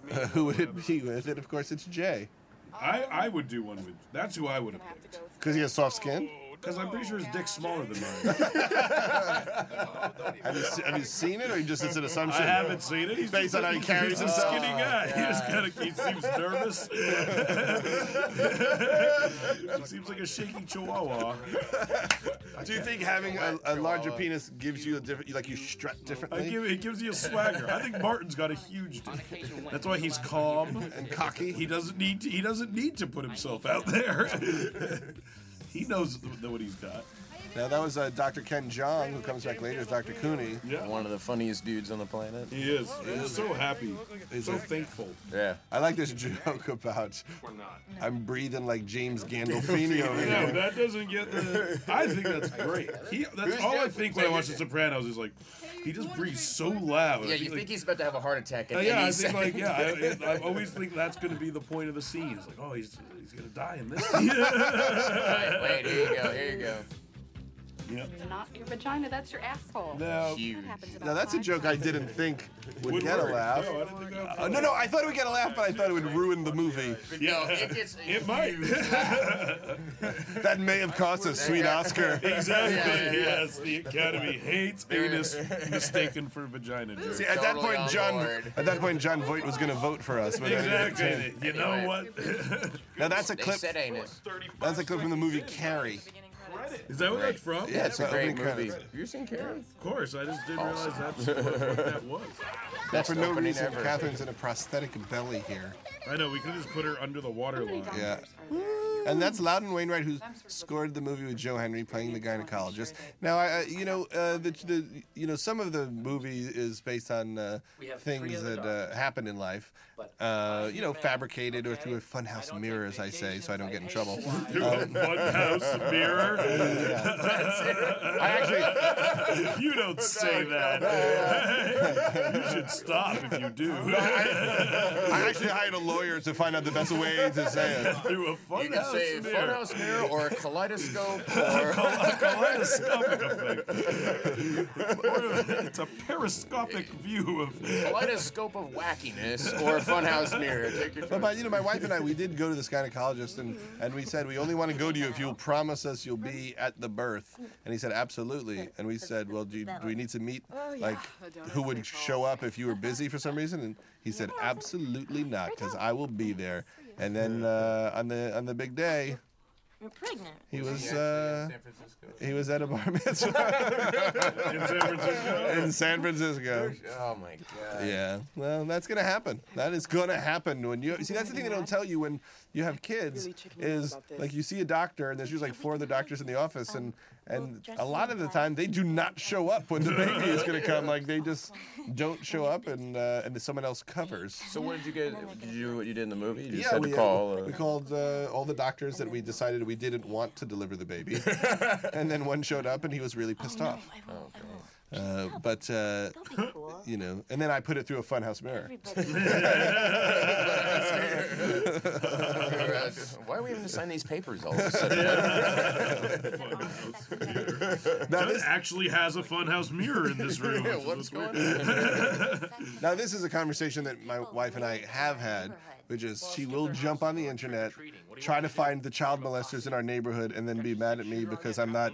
Speaker 1: who would it be with? And of course, it's Jay,
Speaker 2: I I would do one with. That's who I would have picked.
Speaker 1: because he has soft skin.
Speaker 2: Because I'm pretty sure his dick's smaller than mine.
Speaker 1: Have you, se- have you seen it, or you just it's an assumption?
Speaker 2: I haven't seen it. He's
Speaker 1: based on how he carries
Speaker 2: he's a
Speaker 1: himself.
Speaker 2: skinny guy. He just kind of he seems nervous. he seems like a shaky chihuah.
Speaker 1: Do you think having a, a larger penis gives you a different, like you strut
Speaker 2: I
Speaker 1: differently?
Speaker 2: give, it gives you a swagger. I think Martin's got a huge dick. That's why he's calm and cocky. He doesn't need to, he doesn't need to put himself out there. he knows th- what he's got.
Speaker 1: Now that was uh, Dr. Ken Jong, who comes back later as Dr. Cooney.
Speaker 8: Yeah. One of the funniest dudes on the planet.
Speaker 2: He is. He's so happy. so thankful.
Speaker 8: Yeah.
Speaker 1: I like this joke about I'm breathing like James Gandolfini over
Speaker 2: No,
Speaker 1: here.
Speaker 2: that doesn't get the. I think that's great. He, that's all I think when I watch The Sopranos is like, he just breathes so loud.
Speaker 8: Yeah,
Speaker 2: He,
Speaker 8: you
Speaker 2: like-
Speaker 8: think he's about to have a heart attack at
Speaker 2: Uh, yeah,
Speaker 8: any
Speaker 2: I think like
Speaker 8: second.
Speaker 2: yeah, I, I always think that's going to be the point of the scene. It's like, oh, he's he's going to die in this. wait,
Speaker 8: wait, here you go, here you go.
Speaker 2: Yep.
Speaker 12: Not your vagina, that's your asshole.
Speaker 1: Now,
Speaker 12: That happens about
Speaker 1: now that's a joke I didn't think would,
Speaker 2: Would
Speaker 1: get
Speaker 2: work.
Speaker 1: a laugh.
Speaker 2: No, I didn't think that
Speaker 1: Uh, no, no, I thought it would get a laugh, but I thought it would ruin the movie.
Speaker 8: No, it gets.
Speaker 2: It might.
Speaker 1: That may have cost a sweet Oscar.
Speaker 2: exactly. Yes, the Academy hates anus mistaken for vagina. Jerry.
Speaker 1: See, at that point, John, at that point, John Voight was going to vote for us. but I didn't
Speaker 2: Exactly.
Speaker 1: attend.
Speaker 2: You know what?
Speaker 1: Now that's a clip.
Speaker 8: anus.
Speaker 1: That's a clip from the movie Carrie.
Speaker 2: Is that what
Speaker 1: Right.
Speaker 2: that's from?
Speaker 1: Yeah, it's Yeah, it's a great opening movie. credits.
Speaker 8: Have you seen Carrie?
Speaker 2: Of course, I just didn't
Speaker 8: Awesome.
Speaker 2: realize that's what, what that was.
Speaker 1: But for no
Speaker 8: opening
Speaker 1: reason,
Speaker 8: ever.
Speaker 1: Catherine's in a prosthetic belly here.
Speaker 2: I know we could just put her under the water line.
Speaker 1: Yeah. And that's Loudon Wainwright, who scored the movie with Joe Henry playing the gynecologist. Now, I, I- you know, uh, the, the, you know, some of the movie is based on uh, things that uh, happen in life, uh, you know, fabricated or through a funhouse mirror, as I say, so I don't get in trouble.
Speaker 2: Through a
Speaker 1: Um,
Speaker 2: funhouse mirror.
Speaker 1: Yeah. I
Speaker 2: actually. You don't say that. you should stop if you do.
Speaker 1: I actually hired a lawyer to find out the best way to say it.
Speaker 2: Through a
Speaker 8: You could
Speaker 2: funhouse
Speaker 8: say
Speaker 2: mirror.
Speaker 8: funhouse mirror or a kaleidoscope
Speaker 2: Oh
Speaker 8: or
Speaker 2: A kaleidoscopic effect. Or it's a periscopic view of.
Speaker 8: kaleidoscope of wackiness or a funhouse mirror. Take your
Speaker 1: But my, you know, my wife and I, we did go to this gynecologist, and, and we said we only want to go to you if you'll promise us you'll be at the birth. And he said absolutely. And we said, well, do, you, do we need to meet like who would show up if you were busy for some reason? And he said absolutely not, because I will be there. And then uh, on the on the big day,
Speaker 6: You're pregnant.
Speaker 1: he was uh, he was at a bar mitzvah
Speaker 2: In San Francisco.
Speaker 1: in San Francisco.
Speaker 8: Oh my god.
Speaker 1: Yeah. Well, that's gonna happen. That is gonna happen when you see. That's the thing they don't tell you when you have kids is like you see a doctor and there's usually like four other doctors in the office and and a lot of the time they do not show up when the baby is gonna come. Like they just don't show up and uh, and someone else covers.
Speaker 8: So what did you guys? Did you do what you did in the movie? You just
Speaker 1: Yeah,
Speaker 8: had
Speaker 1: we,
Speaker 8: to
Speaker 1: uh,
Speaker 8: call. uh,
Speaker 1: we called uh, all the doctors that we decided we didn't want to deliver the baby, and then one showed up and he was really pissed off. Uh, but uh, you know, and then I put it through a funhouse mirror.
Speaker 8: Why are we having to sign these papers all of a sudden?
Speaker 2: Now this actually has a funhouse mirror in this room.
Speaker 8: Yeah,
Speaker 2: which is
Speaker 8: what's
Speaker 2: weird.
Speaker 1: Now this is a conversation that my wife and I have had, which is she will jump on the internet, try to find the child molesters in our neighborhood, and then be mad at me because I'm not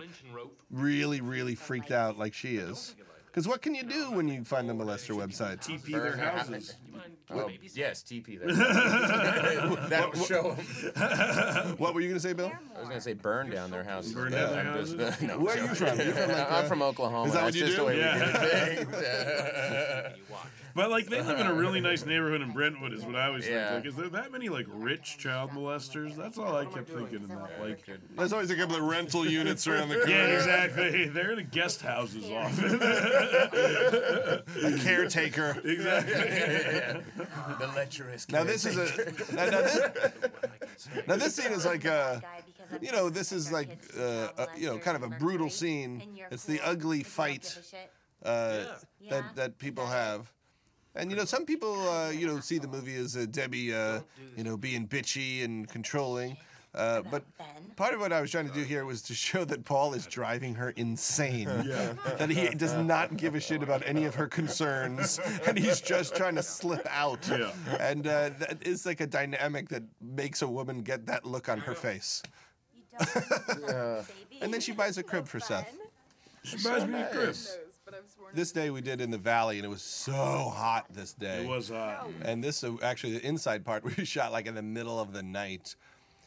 Speaker 1: really, really freaked out like she is. Because what can you do when you find the molester website?
Speaker 2: TP their houses.
Speaker 8: Oh, yes, TP. That, that will show 'em.
Speaker 1: What were you gonna say, Bill?
Speaker 8: I was gonna say burn down their houses.
Speaker 2: Burn down their
Speaker 8: I'm just-
Speaker 2: houses?
Speaker 8: no,
Speaker 1: Where are you
Speaker 8: joke.
Speaker 1: from? You're from, like,
Speaker 8: I'm
Speaker 1: uh,
Speaker 8: from Oklahoma.
Speaker 1: is that what
Speaker 8: That's
Speaker 1: you
Speaker 8: just
Speaker 1: do?
Speaker 8: the way
Speaker 2: Yeah.
Speaker 8: we do things.
Speaker 2: But like they live in a really nice neighborhood in Brentwood is what I always
Speaker 8: Yeah.
Speaker 2: think. Like, is there that many like rich child molesters? That's all I kept thinking in that. Like
Speaker 1: There's always a couple of rental units around the corner.
Speaker 2: Yeah, exactly. They're in a guest houses often.
Speaker 1: A caretaker.
Speaker 2: exactly.
Speaker 8: the lecherous.
Speaker 1: Now this is a now, now this, now this scene is like a you know this is like uh, a, you know kind of a brutal scene. It's the ugly fight uh, that that people have. And you know, some people uh, you know see the movie as uh, Debbie uh, you know being bitchy and controlling. Uh, but part of what I was trying to do here was to show that Paul is driving her insane. That he does not give a shit about any of her concerns, and he's just trying to slip out.
Speaker 2: Yeah.
Speaker 1: And uh, that is like a dynamic that makes a woman get that look on her face. and then she buys a crib for Seth.
Speaker 2: She buys me a crib.
Speaker 1: This day we did in the valley, and it was so hot this day.
Speaker 2: It was hot.
Speaker 1: And this, uh, actually, the inside part we shot like in the middle of the night.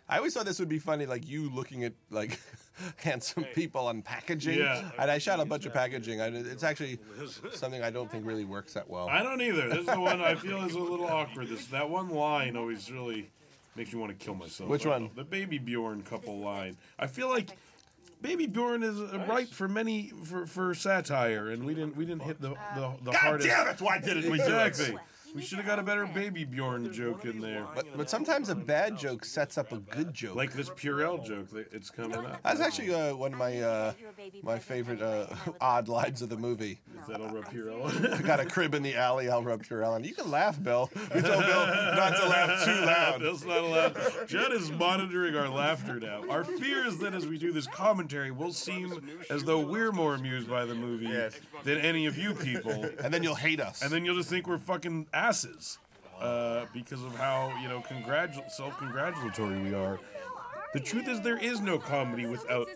Speaker 1: I always thought this would be funny, like you looking at like handsome people on packaging.
Speaker 2: Yeah.
Speaker 1: And I shot a bunch of packaging. I, it's actually something I don't think really works that well.
Speaker 2: I don't either. This is the one I feel is a little awkward. This that one line always really makes me want to kill myself.
Speaker 1: Which
Speaker 2: I don't
Speaker 1: one?
Speaker 2: know. The Baby Bjorn couple line. I feel like Baby Bjorn is uh, ripe for many for, for satire, and we didn't we didn't hit the the, the
Speaker 1: God
Speaker 2: hardest.
Speaker 1: damn it, why didn't we do it?
Speaker 2: exactly. We should have got a better Baby Bjorn joke in there.
Speaker 1: But, but sometimes a bad joke sets up a good joke.
Speaker 2: Like this Purell joke that it's coming up.
Speaker 1: That's actually uh, one of my uh, my favorite uh, odd lines of the movie.
Speaker 2: That'll rub
Speaker 1: I got a crib in the alley. I'll rub your alley. You can laugh, Bill. You told Bill not to laugh too loud.
Speaker 2: That's not allowed. Judd is monitoring our laughter now. Our fear is that as we do this commentary, we'll seem as though we're more amused by the movie than any of you people.
Speaker 1: And then you'll hate us.
Speaker 2: And then you'll just think we're fucking asses uh, because of how you know congratu- self-congratulatory we are. The truth is, there is no comedy without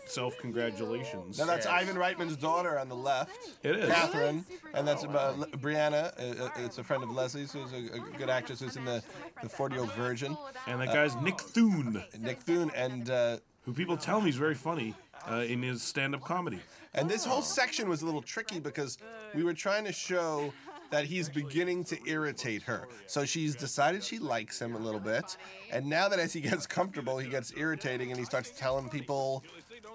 Speaker 2: self-congratulations.
Speaker 1: Now that's Ivan Reitman's daughter on the left.
Speaker 2: It is.
Speaker 1: Catherine, and that's uh, Le- Brianna. Uh, uh, it's a friend of Leslie's, who's a, a good actress who's in the the 40 year old virgin.
Speaker 2: And that guy's Nick Thune.
Speaker 1: Nick Thune, and uh,
Speaker 2: who people tell me is very funny uh, in his stand-up comedy.
Speaker 1: And this whole section was a little tricky because we were trying to show that he's beginning to irritate her. So she's decided she likes him a little bit. And now that as he gets comfortable, he gets irritating and he starts telling people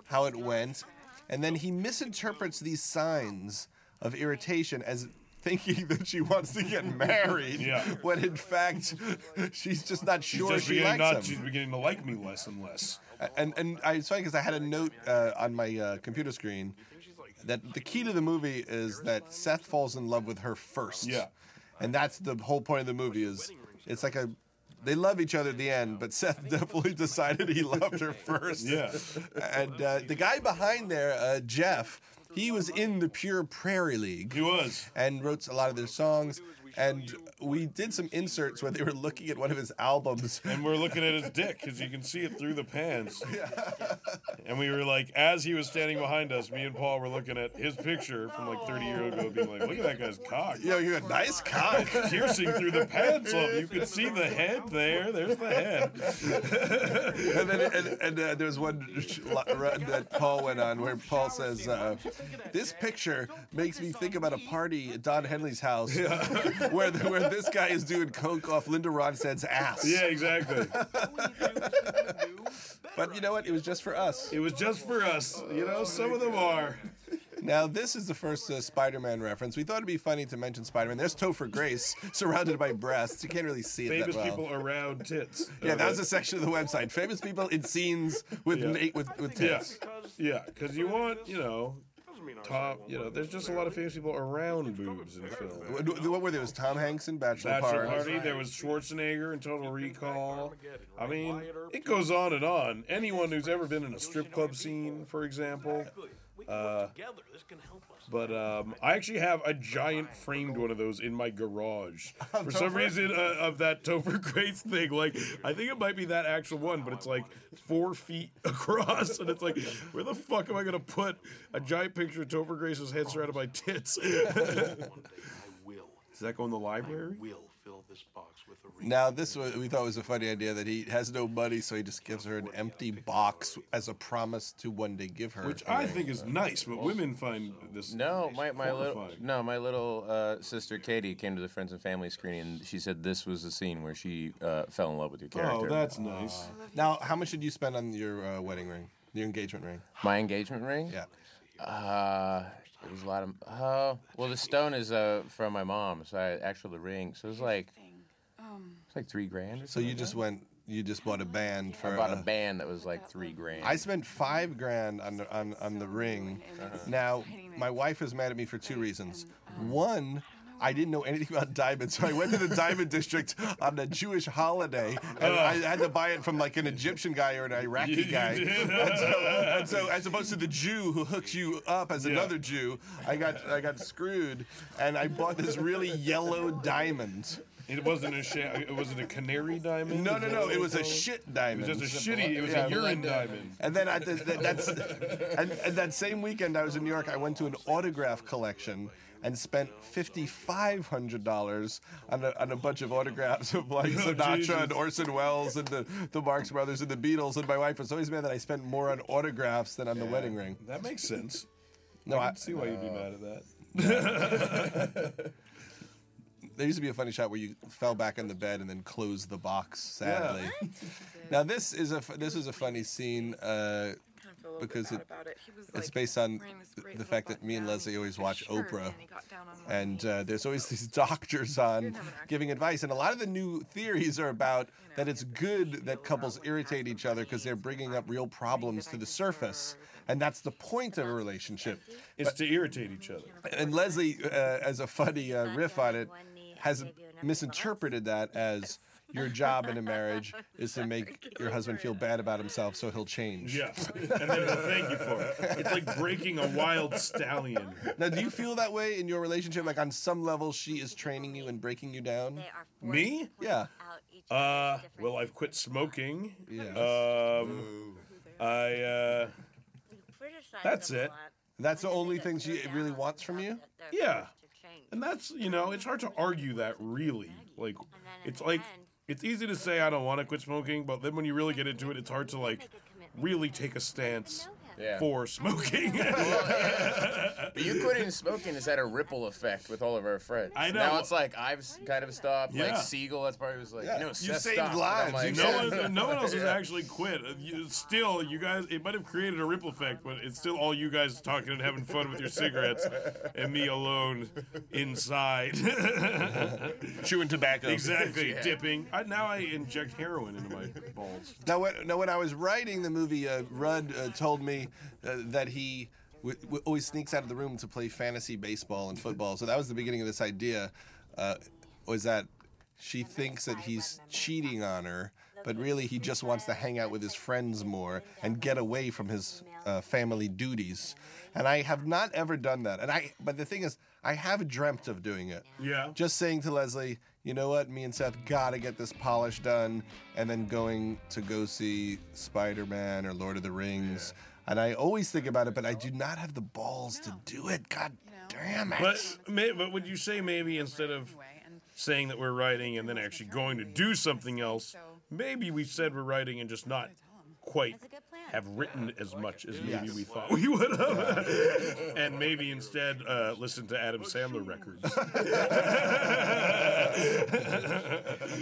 Speaker 1: how it went. And then he misinterprets these signs of irritation as thinking that she wants to get married
Speaker 2: Yeah.
Speaker 1: when in fact she's just not
Speaker 2: She's
Speaker 1: sure
Speaker 2: just
Speaker 1: she likes
Speaker 2: beginning not-
Speaker 1: him.
Speaker 2: She's beginning to like me less and less.
Speaker 1: Uh, And and I, it's funny because I had a note uh, on my uh, computer screen that the key to the movie is that Seth falls in love with her first.
Speaker 2: Yeah.
Speaker 1: and that's the whole point of the movie is it's like a they love each other at the end, but Seth definitely decided he loved her first.
Speaker 2: Yeah.
Speaker 1: and uh, the guy behind there, uh, Jeff. He was in the Pure Prairie League. He
Speaker 2: was.
Speaker 1: And wrote a lot of their songs. And we did some inserts where they were looking at one of his albums.
Speaker 2: And we're looking at his dick because you can see it through the pants. And we were like, as he was standing behind us, me and Paul were looking at his picture from like 30 years ago, being like, look at that guy's cock.
Speaker 1: Yeah, you got nice cock.
Speaker 2: It's piercing through the pants. Up. You can see the head there. There's the head.
Speaker 1: and then and, and uh, there was one sh- lo- run that Paul went on where Paul says, uh, "This picture makes me think about a party at Don Henley's house where the, where this guy is doing coke off Linda Ronstadt's ass."
Speaker 2: Yeah, exactly.
Speaker 1: But you know what? It was just for us.
Speaker 2: It was just for us. You know, some of them are.
Speaker 1: Now this is the first uh, Spider-Man reference. We thought it'd be funny to mention Spider-Man. There's Topher Grace surrounded by breasts. You can't really see it
Speaker 2: Famous
Speaker 1: that well.
Speaker 2: people around tits.
Speaker 1: yeah, that was a section of the website. Famous people in scenes with
Speaker 2: Yeah.
Speaker 1: na- with with
Speaker 2: Yeah.
Speaker 1: tits.
Speaker 2: Yeah, because you want, you know, top, you know, there's just a lot of famous people around boobs in film.
Speaker 1: What, what were there? It Was Tom Hanks in Bachelor,
Speaker 2: Bachelor
Speaker 1: Party?
Speaker 2: Party, there was Schwarzenegger in Total Recall. I mean, it goes on and on. Anyone who's ever been in a strip club scene, for example. Uh, but um, I actually have a giant framed one of those in my garage. For some
Speaker 1: Topher?
Speaker 2: reason, uh, of that Topher Grace thing, like I think it might be that actual one, but it's like four feet across, and it's like, where the fuck am I gonna put a giant picture of Topher Grace's head surrounded by tits? Does that go in the library?
Speaker 1: Now, this wa- we thought was a funny idea that he has no money, so he just gives her an empty box as a promise to one day give her.
Speaker 2: Which I think is nice, but women find this
Speaker 8: No, my, my little
Speaker 2: horrifying.
Speaker 8: no, my little uh, sister Katie came to the friends and family screening, and she said this was the scene where she uh, fell in love
Speaker 1: Oh,
Speaker 8: with your character.
Speaker 2: Oh, nice.
Speaker 1: now, how much did you spend on your uh, wedding ring, your engagement ring?
Speaker 8: My engagement ring?
Speaker 1: Yeah.
Speaker 8: Uh, it was a lot of. Uh, well, the stone is uh, from my mom, so I actually the ring. So it was like
Speaker 12: Um,
Speaker 8: it's like three grand. Or
Speaker 1: So you just went, you just bought a band for.
Speaker 8: I bought
Speaker 2: Uh-huh.
Speaker 8: a
Speaker 1: uh,
Speaker 8: band that was like three grand.
Speaker 1: I spent five grand on the, on, on the ring. Now, my wife was mad at me for two reasons. One, I didn't know anything about diamonds, so I went to the diamond district on a Jewish holiday, and I had to buy it from like an Egyptian guy or an Iraqi guy. And so, and so as opposed to the Jew who hooks you up as another Jew, I got I got screwed, and I bought this really yellow diamond.
Speaker 2: It wasn't a shit. It wasn't a canary diamond.
Speaker 1: No,
Speaker 2: Is
Speaker 1: no,
Speaker 2: that
Speaker 1: no.
Speaker 2: what
Speaker 1: It
Speaker 2: they
Speaker 1: was a
Speaker 2: call it?
Speaker 1: shit diamond.
Speaker 2: It was just a shitty. It was
Speaker 1: Yeah.
Speaker 2: a urine diamond.
Speaker 1: And then I, th- th- that's, and, and that same weekend I was in New York. I went to an autograph collection and spent fifty five hundred dollars on a, on a bunch of autographs of like
Speaker 2: Oh,
Speaker 1: Sinatra
Speaker 2: Jesus.
Speaker 1: and Orson Welles and the, the Marx Brothers and the Beatles. And my wife was always mad that I spent more on autographs than on the wedding ring.
Speaker 2: That makes sense.
Speaker 1: No,
Speaker 2: I
Speaker 1: I,
Speaker 2: can see why you'd be mad at that.
Speaker 1: There used to be a funny shot where you fell back on the bed and then closed the box. Sadly,
Speaker 2: Yeah.
Speaker 1: now this is a f- this is a funny scene uh, because it, it's based on th- the fact that me and Leslie always watch Oprah, and uh, there's always these doctors on giving advice, and a lot of the new theories are about that it's good that couples irritate each other because they're bringing up real problems to the surface, and that's the point of a relationship.
Speaker 2: It's to irritate each other.
Speaker 1: And Leslie, uh, as a funny uh, riff on it, has misinterpreted that as your job in a marriage is to make your husband feel bad about himself so he'll change.
Speaker 2: Yeah, and then he'll thank you for it. It's like breaking a wild stallion.
Speaker 1: Now, do you feel that way in your relationship? Like on some level, she is training you and breaking you down.
Speaker 2: Me?
Speaker 1: Mm. Yeah.
Speaker 2: Uh, well, I've quit smoking.
Speaker 1: Yes.
Speaker 2: Um, I. Uh, that's it.
Speaker 1: That's the only thing she really wants from you.
Speaker 2: Yeah. And that's, you know, it's hard to argue that really. Like, it's like, it's easy to say I don't want to quit smoking, but then when you really get into it, it's hard to, like, really take a stance
Speaker 8: Yeah.
Speaker 2: for smoking.
Speaker 8: But you quitting smoking has had a ripple effect with all of our friends.
Speaker 2: I know.
Speaker 8: Now it's like I've s- kind of stopped. Like
Speaker 2: Yeah.
Speaker 8: Siegel, that's probably was like,
Speaker 2: Yeah.
Speaker 8: you know,
Speaker 2: You
Speaker 8: Seth
Speaker 2: saved
Speaker 8: stopped. And
Speaker 2: lives.
Speaker 8: I'm like,
Speaker 2: no,
Speaker 8: yeah.
Speaker 2: one, no one else has
Speaker 8: Yeah.
Speaker 2: actually quit. Uh, you- Still, you guys, it might have created a ripple effect, but it's still all you guys talking and having fun with your cigarettes and me alone inside.
Speaker 1: Chewing tobacco.
Speaker 2: Exactly,
Speaker 1: Yeah.
Speaker 2: dipping. I, now I inject heroin into my balls.
Speaker 1: Now, when, now when I was writing the movie, uh, Rudd uh, told me uh, that he w- w- always sneaks out of the room to play fantasy baseball and football. So that was the beginning of this idea. Uh, was that she thinks that he's cheating on her, but really he just wants to hang out with his friends more and get away from his uh, family duties. And I have not ever done that. And I, but the thing is, I have dreamt of doing it.
Speaker 2: Yeah.
Speaker 1: Just saying to Leslie, you know what? Me and Seth gotta get this polish done, and then going to go see Spider Man or Lord of the Rings. And I always think about it, but I do not have the balls to do it. God damn it!
Speaker 2: But, may, but would you say maybe instead of saying that we're writing and then actually going to do something else, maybe we said we're writing and just not quite have written as much as maybe
Speaker 1: Yes.
Speaker 2: we thought we would have, and maybe instead uh, listen to Adam Sandler records.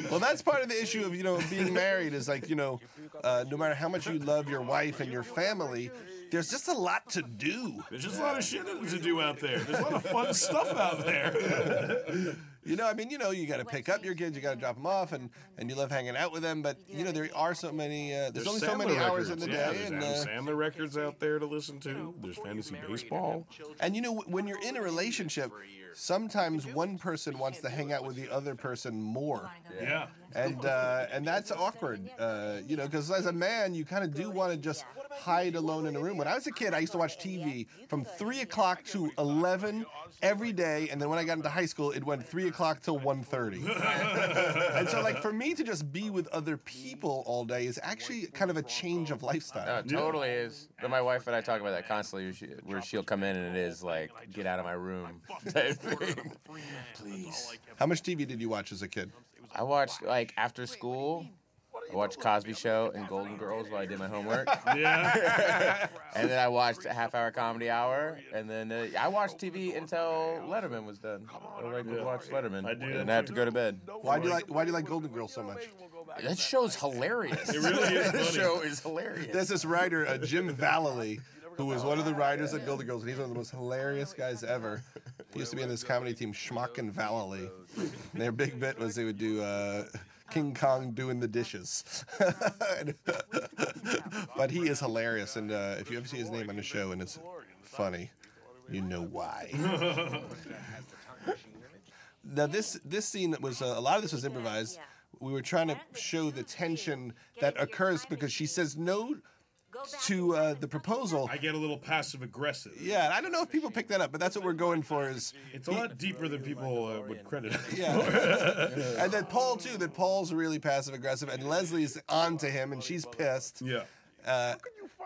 Speaker 1: well, that's part of the issue of you know being married is like you know, uh, no matter how much you love your wife and your family, there's just a lot to do.
Speaker 2: There's just a lot of shit to do out there. There's a lot of fun stuff out there.
Speaker 1: You know, I mean, you know, you got to pick up your kids, you got to drop them off, and and you love hanging out with them. But you know, there are so many. Uh, there's, only so
Speaker 2: Sandler
Speaker 1: many hours
Speaker 2: records,
Speaker 1: in the
Speaker 2: yeah,
Speaker 1: day,
Speaker 2: There's
Speaker 1: and uh,
Speaker 2: Adam Sandler records out there to listen to. There's fantasy baseball.
Speaker 1: And you know, wh- when you're in a relationship, sometimes one person wants to hang out with the other person more.
Speaker 2: Yeah.
Speaker 1: And uh, and that's awkward, uh, you know, because as a man, you kind of do want to just hide alone in a room. When I was a kid, I used to watch TV from three o'clock to eleven every day, and then when I got into high school, it went three o'clock till 1.30. and so, like for me to just be with other people all day is actually kind of a change of
Speaker 8: No,
Speaker 1: lifestyle.
Speaker 8: it totally is. But my wife and I talk about that constantly, where, she, where she'll come in and it is like, get out of my room type thing. Please.
Speaker 1: How much TV did you watch as a kid?
Speaker 8: I watched like after school. I watched Cosby Show and Golden Girls while I did my homework.
Speaker 2: Yeah.
Speaker 8: and then I watched a half hour comedy hour. And then uh, I watched TV until Letterman was done. I like to watch Letterman.
Speaker 2: I do.
Speaker 8: And I had to go to bed.
Speaker 1: Why do you like Why do you like Golden Girls so much?
Speaker 8: That show's hilarious.
Speaker 1: It really is
Speaker 8: that
Speaker 1: funny.
Speaker 8: show is hilarious.
Speaker 1: There's this writer, uh, Jim Vallely, who was one of the writers at Golden Girls, and he's one of the most hilarious guys ever. He used to be in this comedy team, Schmuck and Vallely. And their big bit was they would do uh, King Kong doing the dishes. but he is hilarious, and uh, if you ever see his name on the show and it's funny, you know why. Now this this scene that was uh, a lot of this was improvised. We were trying to show the tension that occurs because she says no to uh, the proposal.
Speaker 2: I get a little passive aggressive.
Speaker 1: Yeah, and I don't know if people pick that up, but that's what we're going for. Is
Speaker 2: It's a lot deeper than people uh, would credit. it
Speaker 1: yeah, and then Paul too. That Paul's really passive aggressive, and Leslie's on to him, and she's pissed.
Speaker 2: Yeah.
Speaker 1: Uh,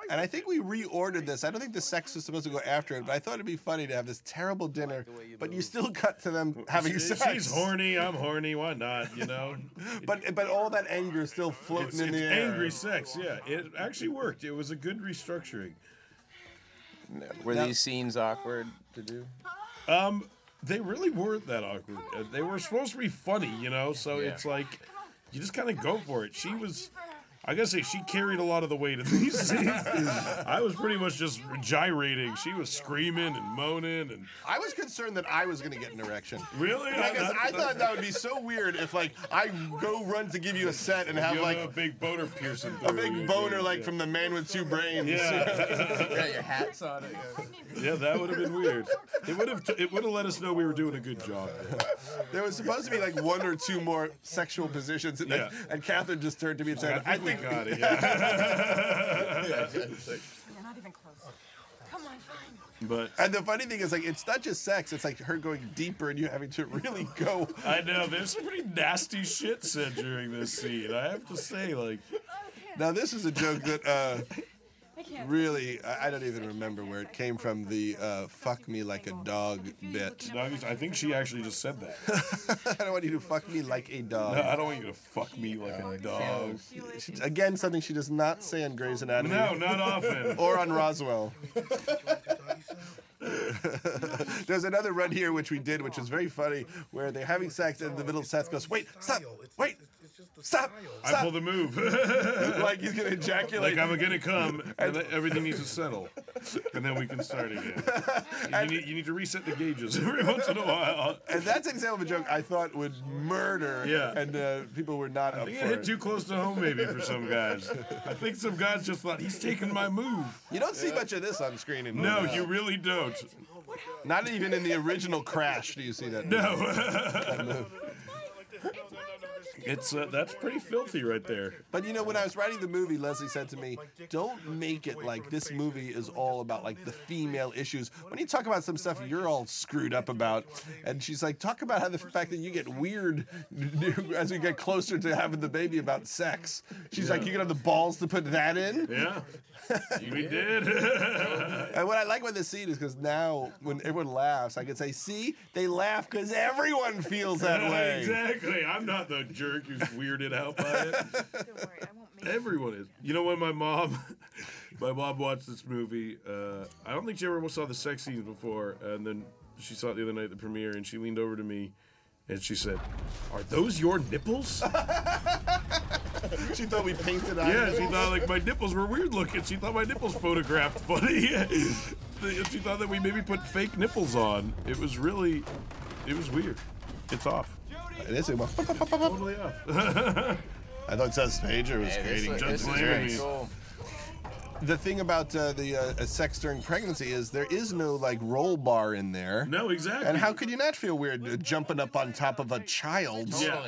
Speaker 1: and I think we reordered this. I don't think the sex was supposed to go after it, but I thought it'd be funny to have this terrible dinner, but you still cut to them having
Speaker 2: She-
Speaker 1: sex.
Speaker 2: She's horny. I'm horny. Why not? You know.
Speaker 1: But but all that anger is still floating
Speaker 2: It's,
Speaker 1: in
Speaker 2: it's
Speaker 1: the air.
Speaker 2: angry sex. Yeah, it actually worked. It was a good restructuring.
Speaker 8: Were
Speaker 2: Now-
Speaker 8: these scenes awkward to do?
Speaker 2: Um, they really weren't that awkward. Uh, They were supposed to be funny, you know. So
Speaker 8: Yeah.
Speaker 2: it's like you just kind of go for it. She was. I gotta say, she carried a lot of the weight of these scenes. I was pretty much just gyrating. She was screaming and moaning, and
Speaker 1: I was concerned that I was going to get an erection.
Speaker 2: Really?
Speaker 1: Because I thought that would be so weird if, like, I go run to give you a set and have
Speaker 2: You
Speaker 1: like
Speaker 2: a big boner piercing,
Speaker 1: a
Speaker 2: through you,
Speaker 1: big boner,
Speaker 2: dude.
Speaker 1: like
Speaker 2: Yeah.
Speaker 1: from the man with two brains.
Speaker 2: Yeah.
Speaker 8: Got your hats on it.
Speaker 2: Yeah, that would have been weird. It would have. T- it would have let us know we were doing a good job.
Speaker 1: There was supposed to be like one or two more sexual positions, and, then-
Speaker 2: Yeah.
Speaker 1: and Catherine just turned to me and
Speaker 2: I
Speaker 1: said,
Speaker 2: think
Speaker 1: "I
Speaker 2: we
Speaker 1: think,
Speaker 2: got it, yeah.
Speaker 13: You're not even close. Come on, fine.
Speaker 2: But
Speaker 1: and the funny thing is, like, it's not just sex; it's like her going deeper and you having to really go.
Speaker 2: I know there's some pretty nasty shit said during this scene. I have to say, like,
Speaker 1: Now, this is a joke that uh,
Speaker 12: I can't.
Speaker 1: really I, I don't even remember where it came from. The uh, "fuck me like a dog" bit.
Speaker 2: I think she actually just said that.
Speaker 1: I don't want you to fuck me like a dog.
Speaker 2: No, I don't want you to fuck me like a dog.
Speaker 1: She- Again, something she does not say on Grey's Anatomy.
Speaker 2: No, not often.
Speaker 1: or on Roswell. There's another run here which we did, which is very funny, where they're having sex and in the middle. Seth goes, "Wait, stop, wait, stop,
Speaker 2: I
Speaker 1: stop."
Speaker 2: pull the move.
Speaker 1: like he's gonna ejaculate.
Speaker 2: Like I'm gonna come, and then everything needs to settle, and then we can start again. You need, you need to reset the gauges every once in a while.
Speaker 1: And that's an example of a joke I thought would murder,
Speaker 2: Yeah.
Speaker 1: and uh, people were not
Speaker 2: I
Speaker 1: up
Speaker 2: think
Speaker 1: for
Speaker 2: it hit
Speaker 1: it.
Speaker 2: too close to home, maybe for some guys. I think some guys just thought he's taking my move.
Speaker 1: You don't see much of this on screen anymore.
Speaker 2: No, you really don't.
Speaker 1: Not even in the original Crash do you see that.
Speaker 2: No. it's uh, that's pretty filthy right there.
Speaker 1: But you know, when I was writing the movie, Leslie said to me, "Don't make it like this movie is all about like the female issues. When you talk about some stuff you're all screwed up about," and she's like, "Talk about how the fact that you get weird as we get closer to having the baby about sex." She's like, "You gonna have the balls to put that in?"
Speaker 2: Yeah, we did.
Speaker 1: And what I like about this scene is because now when everyone laughs, I can say, "See, they laugh because everyone feels that way."
Speaker 2: exactly. I'm not the jerk who's weirded out by it. Everyone is. You know when my mom, my mom watched this movie. Uh, I don't think she ever saw the sex scenes before, and then she saw it the other night at the premiere, and she leaned over to me, and she said, "Are those your nipples?"
Speaker 1: She thought we painted on.
Speaker 2: Yeah, she thought like my nipples were weird looking. She thought my nipples photographed funny. she thought that we maybe put fake nipples on. It was really, it was weird. It's off.
Speaker 1: It is off.
Speaker 2: totally off.
Speaker 1: I thought Seth's pager was
Speaker 8: Hey, this
Speaker 1: creating
Speaker 8: look- this
Speaker 1: just
Speaker 8: is
Speaker 1: layer.
Speaker 8: very cool.
Speaker 1: The thing about uh, the uh, uh, sex during pregnancy is there is no like roll bar in there.
Speaker 2: No, exactly.
Speaker 1: And how could you not feel weird uh, jumping up on top of a child?
Speaker 2: Yeah.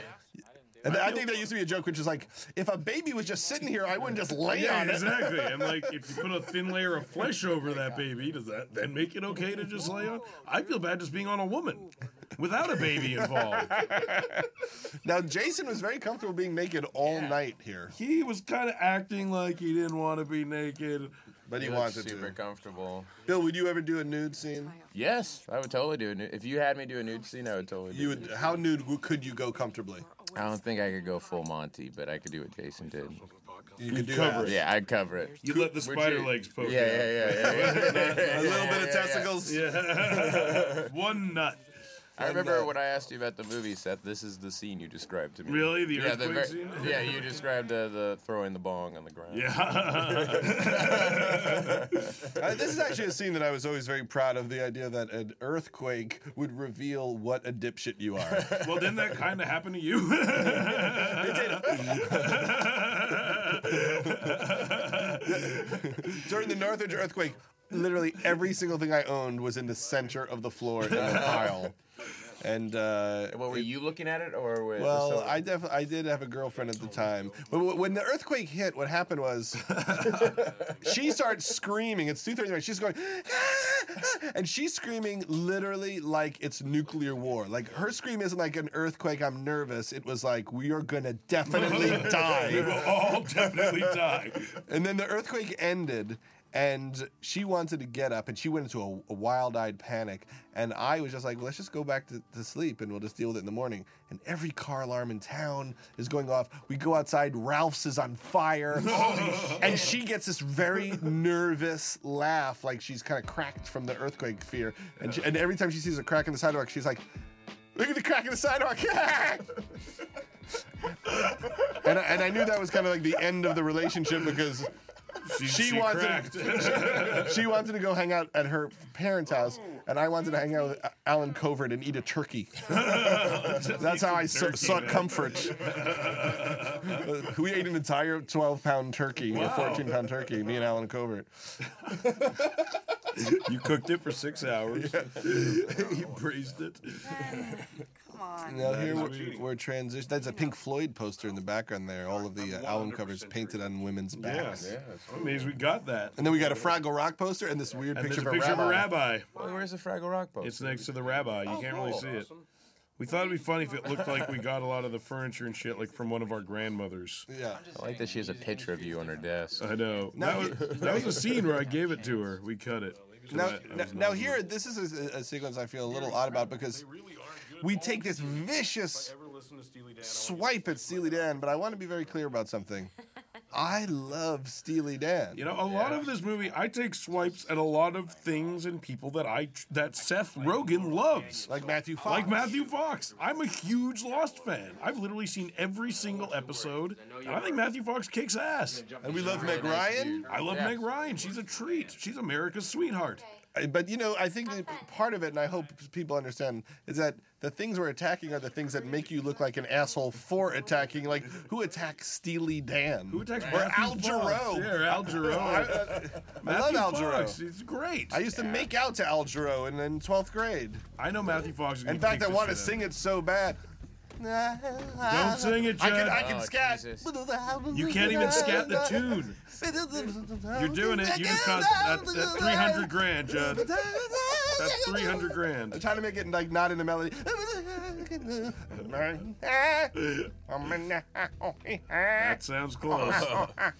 Speaker 1: And I think there used to be a joke which is like, if a baby was just sitting here, I wouldn't just lay
Speaker 2: yeah,
Speaker 1: on it.
Speaker 2: exactly. And like, if you put a thin layer of flesh over that baby, does that then make it okay to just lay on? I feel bad just being on a woman without a baby involved.
Speaker 1: Now Jason was very comfortable being naked all night here,
Speaker 2: He was kind of acting like he didn't want to be naked.
Speaker 1: but he
Speaker 8: He looks
Speaker 1: wanted
Speaker 8: super
Speaker 1: to.
Speaker 8: comfortable.
Speaker 1: Bill, would you ever do a nude scene?
Speaker 8: Yes, I would totally do a nude. If you had me do a nude scene, I would totally do.
Speaker 1: You
Speaker 8: it.
Speaker 1: would. How nude w- could you go comfortably?
Speaker 8: I don't think I could go full Monty, but I could do what Jason did.
Speaker 1: You could do
Speaker 2: cover
Speaker 1: that.
Speaker 8: Yeah, I'd cover it.
Speaker 2: You let the
Speaker 8: Would
Speaker 2: spider
Speaker 8: you-
Speaker 2: legs
Speaker 1: Oh,
Speaker 2: poke.
Speaker 8: Yeah,
Speaker 2: out.
Speaker 8: yeah, yeah, yeah, yeah.
Speaker 1: a little bit of
Speaker 8: yeah, yeah.
Speaker 1: testicles.
Speaker 2: Yeah. One nut.
Speaker 8: I remember
Speaker 1: uh,
Speaker 8: when I asked you about the movie, Seth. This is the scene you described to me.
Speaker 2: Really? The
Speaker 8: yeah,
Speaker 2: earthquake scene?
Speaker 8: Yeah, you described uh, the throwing the bong on the ground.
Speaker 2: Yeah.
Speaker 1: Uh, this is actually a scene that I was always very proud of the idea that an earthquake would reveal what a dipshit you are.
Speaker 2: well, didn't that kind of happen to you?
Speaker 1: During the Northridge earthquake, literally every single thing I owned was in the center of the floor in a pile. And uh,
Speaker 8: Well, were
Speaker 1: it-
Speaker 8: you looking at it or was
Speaker 1: well,
Speaker 8: so-
Speaker 1: I def- I did have a girlfriend at the time. But w- when the earthquake hit, what happened was she starts screaming. It's 2:30. She's going "Ah, and she's screaming literally like it's nuclear war. Like her scream isn't like an earthquake, I'm nervous. It was like we are going to definitely die.
Speaker 2: We will all definitely die.
Speaker 1: And then the earthquake ended, and she wanted to get up, and she went into a, a wild-eyed panic. And I was just like, "Let's just go back to, to sleep, and we'll just deal with it in the morning." And every car alarm in town is going off. We go outside. Ralph's is on fire, and she gets this very nervous laugh, like she's kind of cracked from the earthquake fear. And, she, and every time she sees a crack in the sidewalk, she's like. Look at the crack in the sidewalk. and, I, and I knew that was kind of like the end of the relationship because she,
Speaker 2: she
Speaker 1: wanted
Speaker 2: cracked.
Speaker 1: she, wanted to go hang out at her parents' house, and I wanted to hang out with Alan Covert and eat a turkey. That's how I so,
Speaker 2: Turkey,
Speaker 1: sought
Speaker 2: man.
Speaker 1: comfort. we ate an entire 12 pound turkey, or
Speaker 2: Wow.
Speaker 1: 14 pound turkey, me and Alan Covert.
Speaker 2: you cooked it for six hours. you praised it.
Speaker 1: Oh.
Speaker 13: Come on.
Speaker 1: Now here
Speaker 2: is
Speaker 1: we're, we're transition. That's a Pink Floyd poster in the background there. All of the uh, album covers painted on women's backs.
Speaker 2: Yes. I'm amazed we got that.
Speaker 1: And then we got a Fraggle Rock poster and this weird
Speaker 2: And
Speaker 1: picture,
Speaker 2: there's a
Speaker 1: of, a
Speaker 2: picture of a rabbi.
Speaker 8: where's the Fraggle Rock poster?
Speaker 2: It's next to the rabbi. You
Speaker 8: Oh,
Speaker 2: can't
Speaker 8: cool.
Speaker 2: really see it. We thought it'd be funny if it looked like we got a lot of the furniture and shit like from one of our grandmothers.
Speaker 1: Yeah.
Speaker 8: I like that she has a picture of you on her desk.
Speaker 2: I know. That was, that was a scene where I gave it to her. We cut it. 'Cause
Speaker 1: Now,
Speaker 2: I- I
Speaker 1: now,
Speaker 2: was
Speaker 1: now
Speaker 2: not-
Speaker 1: here, this is a, a sequence I feel a little odd about because we take this vicious swipe at Steely Dan, but I want to be very clear about something. I love Steely Dan.
Speaker 2: You know, a lot of this movie, I take swipes at a lot of things and people that I that Seth Rogen loves,
Speaker 1: like Matthew Fox.
Speaker 2: Like Matthew Fox, I'm a huge Lost fan. I've literally seen every single episode, and I think Matthew Fox kicks ass.
Speaker 1: And we love Meg Ryan.
Speaker 2: I love Meg Ryan. She's a treat. She's America's sweetheart.
Speaker 1: Uh, But you know, I think that part of it, and I hope people understand, is that the things we're attacking are the things that make you look like an asshole for attacking. Like, who attacks Steely Dan? Who
Speaker 2: attacks
Speaker 1: or
Speaker 2: Matthew
Speaker 1: Al
Speaker 2: Fox?
Speaker 1: Jarreau?
Speaker 2: Yeah, or Al Jarreau.
Speaker 1: I, I love
Speaker 2: Matthew
Speaker 1: Al
Speaker 2: Fox,
Speaker 1: Jarreau.
Speaker 2: He's great.
Speaker 1: I used to make out to Al Jarreau in, in 12th grade.
Speaker 2: I know Matthew Fox. Is
Speaker 1: In
Speaker 2: gonna
Speaker 1: fact,
Speaker 2: kick
Speaker 1: I
Speaker 2: the
Speaker 1: want to
Speaker 2: shit out of
Speaker 1: sing it so bad.
Speaker 2: Don't
Speaker 1: Don't
Speaker 2: sing it,
Speaker 1: I can,
Speaker 2: Judd.
Speaker 1: I can
Speaker 2: Oh,
Speaker 1: scat.
Speaker 2: You can't even scat the tune. You're doing it. You just cost that, that 300 grand, Judd. That's 300 grand.
Speaker 1: I'm trying to make it like not in the melody.
Speaker 2: That sounds close. Al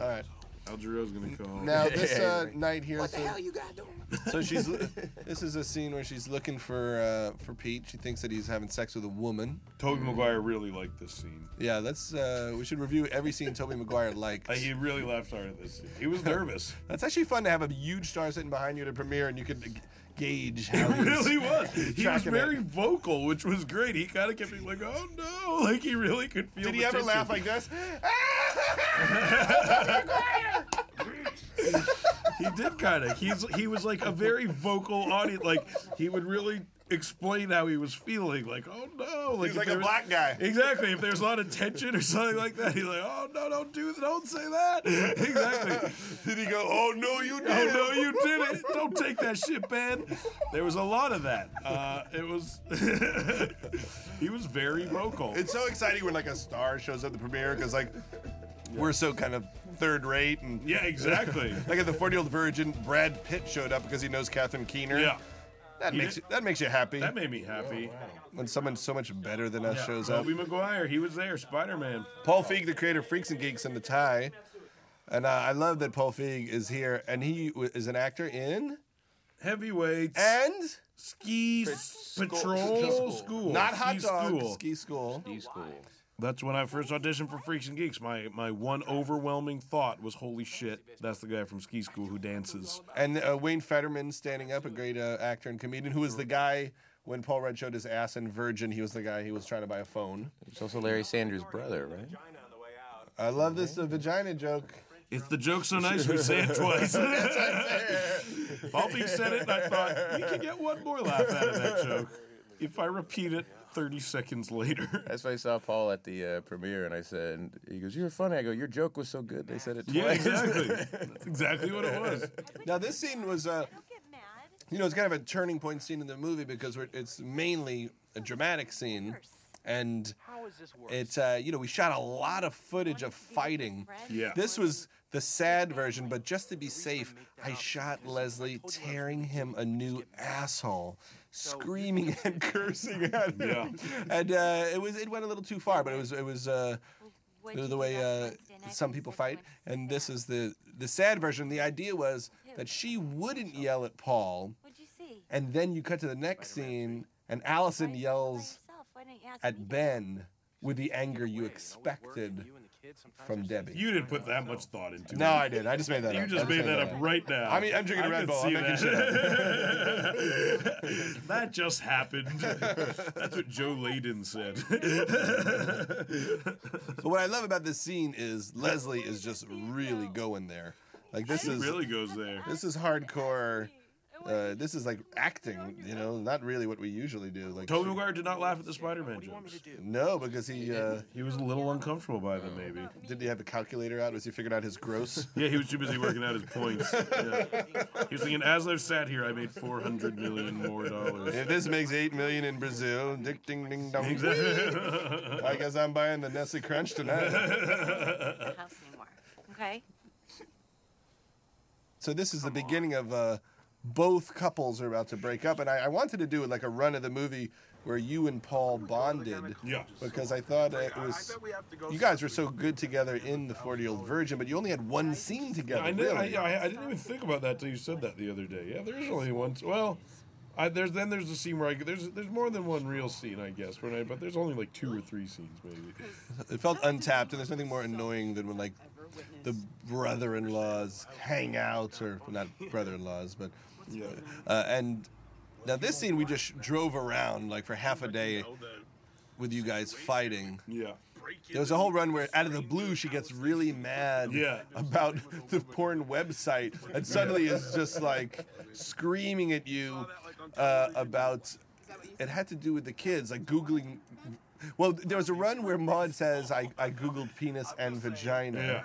Speaker 1: All right.
Speaker 2: Jarreau's gonna call.
Speaker 1: Now this uh, night here.
Speaker 13: What the
Speaker 1: so-
Speaker 13: hell you got doing?
Speaker 1: So she's. This is a scene where she's looking for uh, for Pete. She thinks that he's having sex with a woman.
Speaker 2: Tobey Maguire really liked this scene.
Speaker 1: Yeah, let's. Uh, we should review every scene Toby Maguire liked.
Speaker 2: Like, he really laughed hard at this scene. He was nervous.
Speaker 1: That's actually fun to have a huge star sitting behind you at a premiere, and you could g- gauge. How
Speaker 2: It
Speaker 1: he's
Speaker 2: really was. He was
Speaker 1: tracking it.
Speaker 2: very vocal, which was great. He kind of kept being like, "Oh no!" Like he really could feel.
Speaker 1: Did
Speaker 2: the
Speaker 1: he ever
Speaker 2: tension.
Speaker 1: laugh like this?
Speaker 2: He did kind of. He's he was like a very vocal audience. Like he would really explain how he was feeling. Like oh no,
Speaker 1: He's
Speaker 2: like if
Speaker 1: like a
Speaker 2: there was-
Speaker 1: black guy.
Speaker 2: Exactly. If there's a lot of tension or something like that, he's like oh no, don't do, don't say that. Exactly.
Speaker 1: Did he go? Oh no, you did.
Speaker 2: Oh no, you did it! Don't take that shit, man. There was a lot of that. Uh, it was. he was very vocal.
Speaker 1: It's so exciting when like a star shows up at the premiere because like we're so kind of third rate and
Speaker 2: Yeah, exactly.
Speaker 1: like at the Forty Year Old Virgin, Brad Pitt showed up because he knows Catherine Keener.
Speaker 2: Yeah.
Speaker 1: that
Speaker 2: He
Speaker 1: makes
Speaker 2: did-
Speaker 1: you, that makes you happy
Speaker 2: That made me happy.
Speaker 1: when someone so much better than us
Speaker 2: Yeah,
Speaker 1: shows up.
Speaker 2: Tobey Maguire, he was there. Spider Man.
Speaker 1: Paul Feig, the creator of Freaks and Geeks and the Tie, and uh, I love that Paul Feig is here and he w- is an actor in
Speaker 2: Heavyweights.
Speaker 1: and
Speaker 2: ski s- patrol school.
Speaker 1: not hot
Speaker 2: Ski
Speaker 1: dog
Speaker 2: school.
Speaker 1: ski school.
Speaker 2: That's when I first auditioned for Freaks and Geeks. My my one overwhelming thought was, "Holy shit, that's the guy from Ski School who dances."
Speaker 1: And uh, Wayne Fetterman standing up, a great uh, actor and comedian, who was the guy when Paul Rudd showed his ass in Virgin. He was the guy he was trying to buy a phone.
Speaker 8: It's also Larry Sanders' brother, right?
Speaker 1: I love this uh, vagina joke.
Speaker 2: It's the joke so nice we say it twice. Bobby said it, and I thought we can get one more laugh out of that joke if I repeat it 30 seconds later.
Speaker 8: That's why I saw Paul at the uh, premiere, and I said, "He goes, you were funny." I go, "Your joke was so good." They said it twice.
Speaker 2: Yeah, exactly. That's exactly what it was.
Speaker 1: Now this scene was uh, You know, it's kind of a turning point scene in the movie because we're, it's mainly a dramatic scene, and it's uh, you know we shot a lot of footage of fighting.
Speaker 2: Yeah.
Speaker 1: This was the sad version, but just to be safe, I shot Leslie tearing him a new asshole, screaming and cursing at him, and uh, it was it went a little too far, but it was it was. Uh, the, the way uh, some people fight, and this is the the sad version. The idea was that she wouldn't yell at Paul, and then you cut to the next scene, and Allison yells at Ben with the anger you expected from Debbie.
Speaker 2: You didn't put that much thought into
Speaker 1: No,
Speaker 2: it.
Speaker 1: I didn't. I just made that
Speaker 2: you
Speaker 1: up. I
Speaker 2: just
Speaker 1: just
Speaker 2: made
Speaker 1: made
Speaker 2: that
Speaker 1: that
Speaker 2: up right now.
Speaker 1: I mean, I'm drinking
Speaker 2: I
Speaker 1: Red
Speaker 2: could
Speaker 1: Bull. I'm
Speaker 2: see
Speaker 1: making
Speaker 2: that. that just happened. That's what Joe Layden said.
Speaker 1: But what I love about this scene is Leslie is just really going there. Like this
Speaker 2: She
Speaker 1: is
Speaker 2: really goes there.
Speaker 1: This is hardcore. Uh, this is like acting, you know, not really what we usually do. Like
Speaker 2: Toby McGuire did not laugh at the Spider-Man jokes.
Speaker 1: No, because he uh,
Speaker 2: he was a little uncomfortable by them. Maybe
Speaker 1: did he have a calculator out? Was he figuring out his gross?
Speaker 2: Yeah, he was too busy working out his points. Yeah. He was thinking, as I've sat here, I made four hundred million more dollars.
Speaker 1: If this makes eight million in Brazil, ding ding ding dong. I guess I'm buying the Nestle Crunch tonight.
Speaker 6: house anymore. Okay?
Speaker 1: so this is the beginning of uh, both couples are about to break up, and I, I wanted to do like a run of the movie where you and Paul bonded.
Speaker 2: Yeah.
Speaker 1: Because I thought it was you guys were so good together in the Forty Year Old Virgin, but you only had one scene together.
Speaker 2: I, knew,
Speaker 1: really.
Speaker 2: I, I, I didn't even think about that till you said that the other day. Yeah, there is only one. Well, I, there's then there's a scene where I there's there's more than one real scene, I guess. When I, but there's only like two or three scenes maybe.
Speaker 1: It felt untapped, and there's nothing more annoying than when like the brother-in-laws hang out, or not brother-in-laws, but uh, and now this scene we just drove around like for half a day with you guys fighting.
Speaker 2: Yeah.
Speaker 1: There was a whole run where out of the blue she gets really mad
Speaker 2: Yeah.
Speaker 1: about the porn website and suddenly is just like screaming at you uh, about it had to do with the kids like googling well there was a run where Maud says I, I googled penis and vagina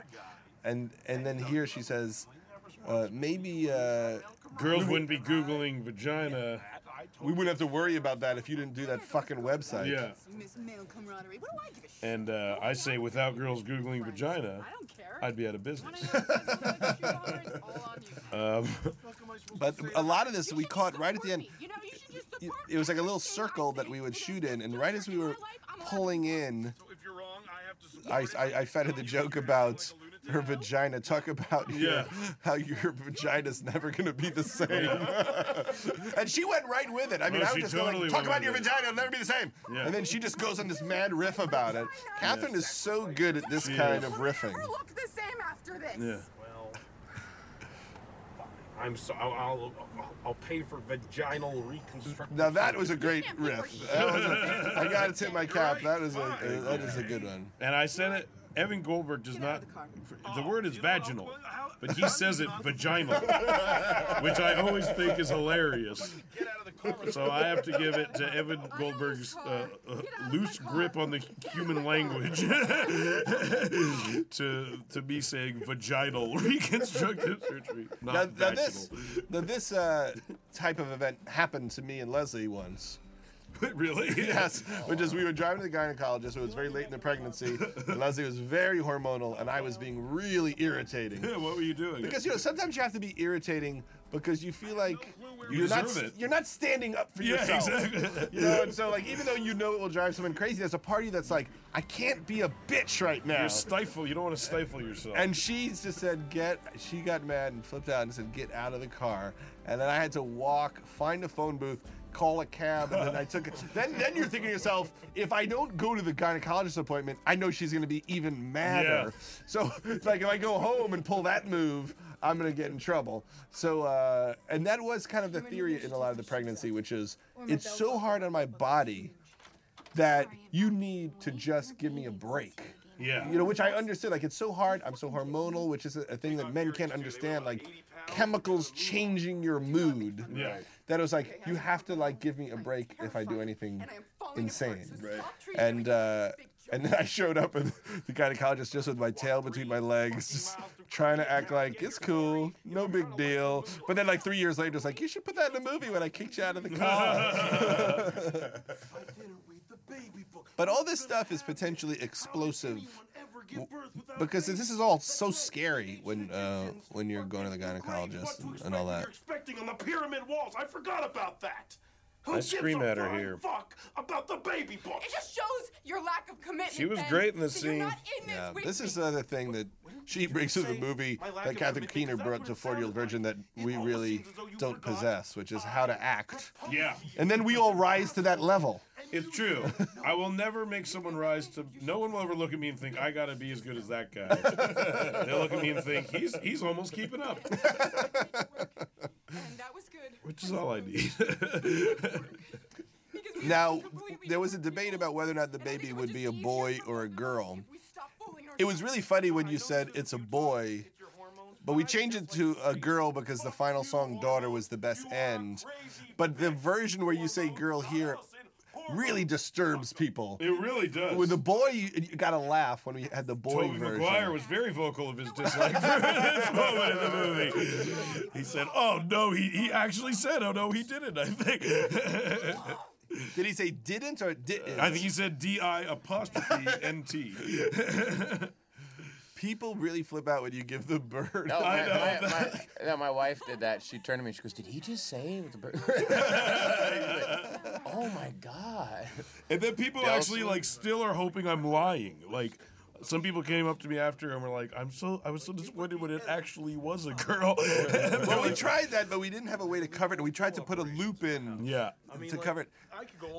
Speaker 1: and and then here she says uh, maybe uh,
Speaker 2: girls wouldn't be googling vagina
Speaker 1: we wouldn't have to worry about that if you didn't do that fucking website
Speaker 2: Yeah. And uh, I say, without girls googling vagina, I'd be out of business. um,
Speaker 1: But a lot of this we caught right at the end. It was like a little circle that we would shoot in, and right as we were pulling in, I, I, I fed her the joke about her vagina. Talk about your- how your vagina's never going to be the same. and she went right with it. I mean,
Speaker 2: Oh,
Speaker 1: I was
Speaker 2: she
Speaker 1: just
Speaker 2: totally
Speaker 1: going, talk
Speaker 2: went
Speaker 1: about
Speaker 2: with
Speaker 1: your
Speaker 2: it.
Speaker 1: vagina, it'll never be the same.
Speaker 2: Yeah.
Speaker 1: And then she just goes on this mad riff about it. Catherine is so good at this
Speaker 2: She
Speaker 1: kind
Speaker 2: is.
Speaker 1: of riffing.
Speaker 13: Look the same after this.
Speaker 2: yeah.
Speaker 7: I'm so I'll, I'll I'll pay for vaginal reconstruction.
Speaker 1: Now that was a great riff. That was a, I got to tip my cap. That is a, that is a good one.
Speaker 2: And I said it. Evan Goldberg does not.
Speaker 7: Oh,
Speaker 2: The word is vaginal, but he says it vaginal, which I always think is hilarious. So I have to give it to Evan Goldberg's uh, uh, loose grip on the human language to to be saying vaginal reconstructive surgery, not
Speaker 1: Now, now
Speaker 2: vaginal.
Speaker 1: this, now this uh, type of event happened to me and Leslie once.
Speaker 2: really?
Speaker 1: yes. Which is, we were driving to the gynecologist. It was very late in the pregnancy. and Leslie was very hormonal, and I was being really irritating.
Speaker 2: what were you doing?
Speaker 1: Because you know, sometimes you have to be irritating because you feel like
Speaker 2: You
Speaker 1: are not
Speaker 2: deserve
Speaker 1: s-
Speaker 2: it.
Speaker 1: you're not standing up for
Speaker 2: Yeah,
Speaker 1: yourself.
Speaker 2: exactly.
Speaker 1: You know, and so like even though you know it will drive someone crazy, there's a part of you that's like, I can't be a bitch right now.
Speaker 2: You're stifle. You don't want to stifle yourself.
Speaker 1: And she just said, "Get." She got mad and flipped out and said, "Get out of the car." And then I had to walk, find a phone booth, call a cab, and then I took it. Then, then you're thinking to yourself, if I don't go to the gynecologist appointment, I know she's going to be even madder. So, it's like, if I go home and pull that move. I'm gonna get in trouble. So, uh, and that was kind of the theory in a lot of the pregnancy, which is it's so hard on my body that you need to just give me a break.
Speaker 2: Yeah.
Speaker 1: You know, which I understood. Like, it's so hard. I'm so hormonal, which is a, a thing that men can't understand. Like, chemicals changing your mood.
Speaker 2: Yeah.
Speaker 1: That it was like, you have to, like, give me a break if I do anything insane. Right. And, uh, And then I showed up at the gynecologist just with my tail between my legs, just trying to act like it's cool, no big deal. But then, like three years later, it's like you should put that in a movie when I kicked you out of the car. but all this stuff is potentially explosive w- because this is all so scary when uh, when you're going to the gynecologist and, and all that.
Speaker 7: expecting on the pyramid walls. I forgot about that. Who
Speaker 1: I
Speaker 7: gives
Speaker 1: scream
Speaker 7: a
Speaker 1: at her
Speaker 7: flying
Speaker 1: here.
Speaker 7: Fuck about the baby book.
Speaker 13: It just shows your lack of commitment.
Speaker 1: She was
Speaker 13: Ben,
Speaker 1: great in the
Speaker 13: that you're
Speaker 1: scene.
Speaker 13: not in this
Speaker 1: Yeah,
Speaker 13: with
Speaker 1: this
Speaker 13: me.
Speaker 1: is the other thing that she brings to the movie that Catherine Keener brought to 40 Year Old Virgin that we really don't possess, which is how to act.
Speaker 2: Yeah.
Speaker 1: And then we all rise to that level.
Speaker 2: It's true. I will never make someone rise to. No one will ever look at me and think I gotta be as good as that guy. They'll look at me and think he's he's almost keeping up. Which is all I need.
Speaker 1: Now, there was a debate about whether or not the baby would be a boy or a girl. It was really funny when you said it's a boy, but we changed it to a girl because the final song, Daughter, was the best end. But the version where you say girl here really disturbs people.
Speaker 2: It really does.
Speaker 1: With the boy, you, you got to laugh when we had the boy
Speaker 2: Toby
Speaker 1: version.
Speaker 2: McGuire was very vocal of his dislike for this moment in the movie. He said, "Oh no, he, he actually said, oh no, he didn't." I think.
Speaker 1: Did he say didn't or didn't?
Speaker 2: Uh, I think he said D I apostrophe N T.
Speaker 1: People really flip out when you give the bird.
Speaker 8: No, Oh, my, my, my, no, my wife did that. She turned to me. She goes, "Did he just say?" With the bird? oh my god!
Speaker 2: And then people
Speaker 8: Delson?
Speaker 2: actually like still are hoping I'm lying. Like some people came up to me after and were like, "I'm so I was so disappointed when it actually was a girl."
Speaker 1: well, we tried that, but we didn't have a way to cover it, and we tried to put a loop in.
Speaker 2: Yeah.
Speaker 1: to cover it.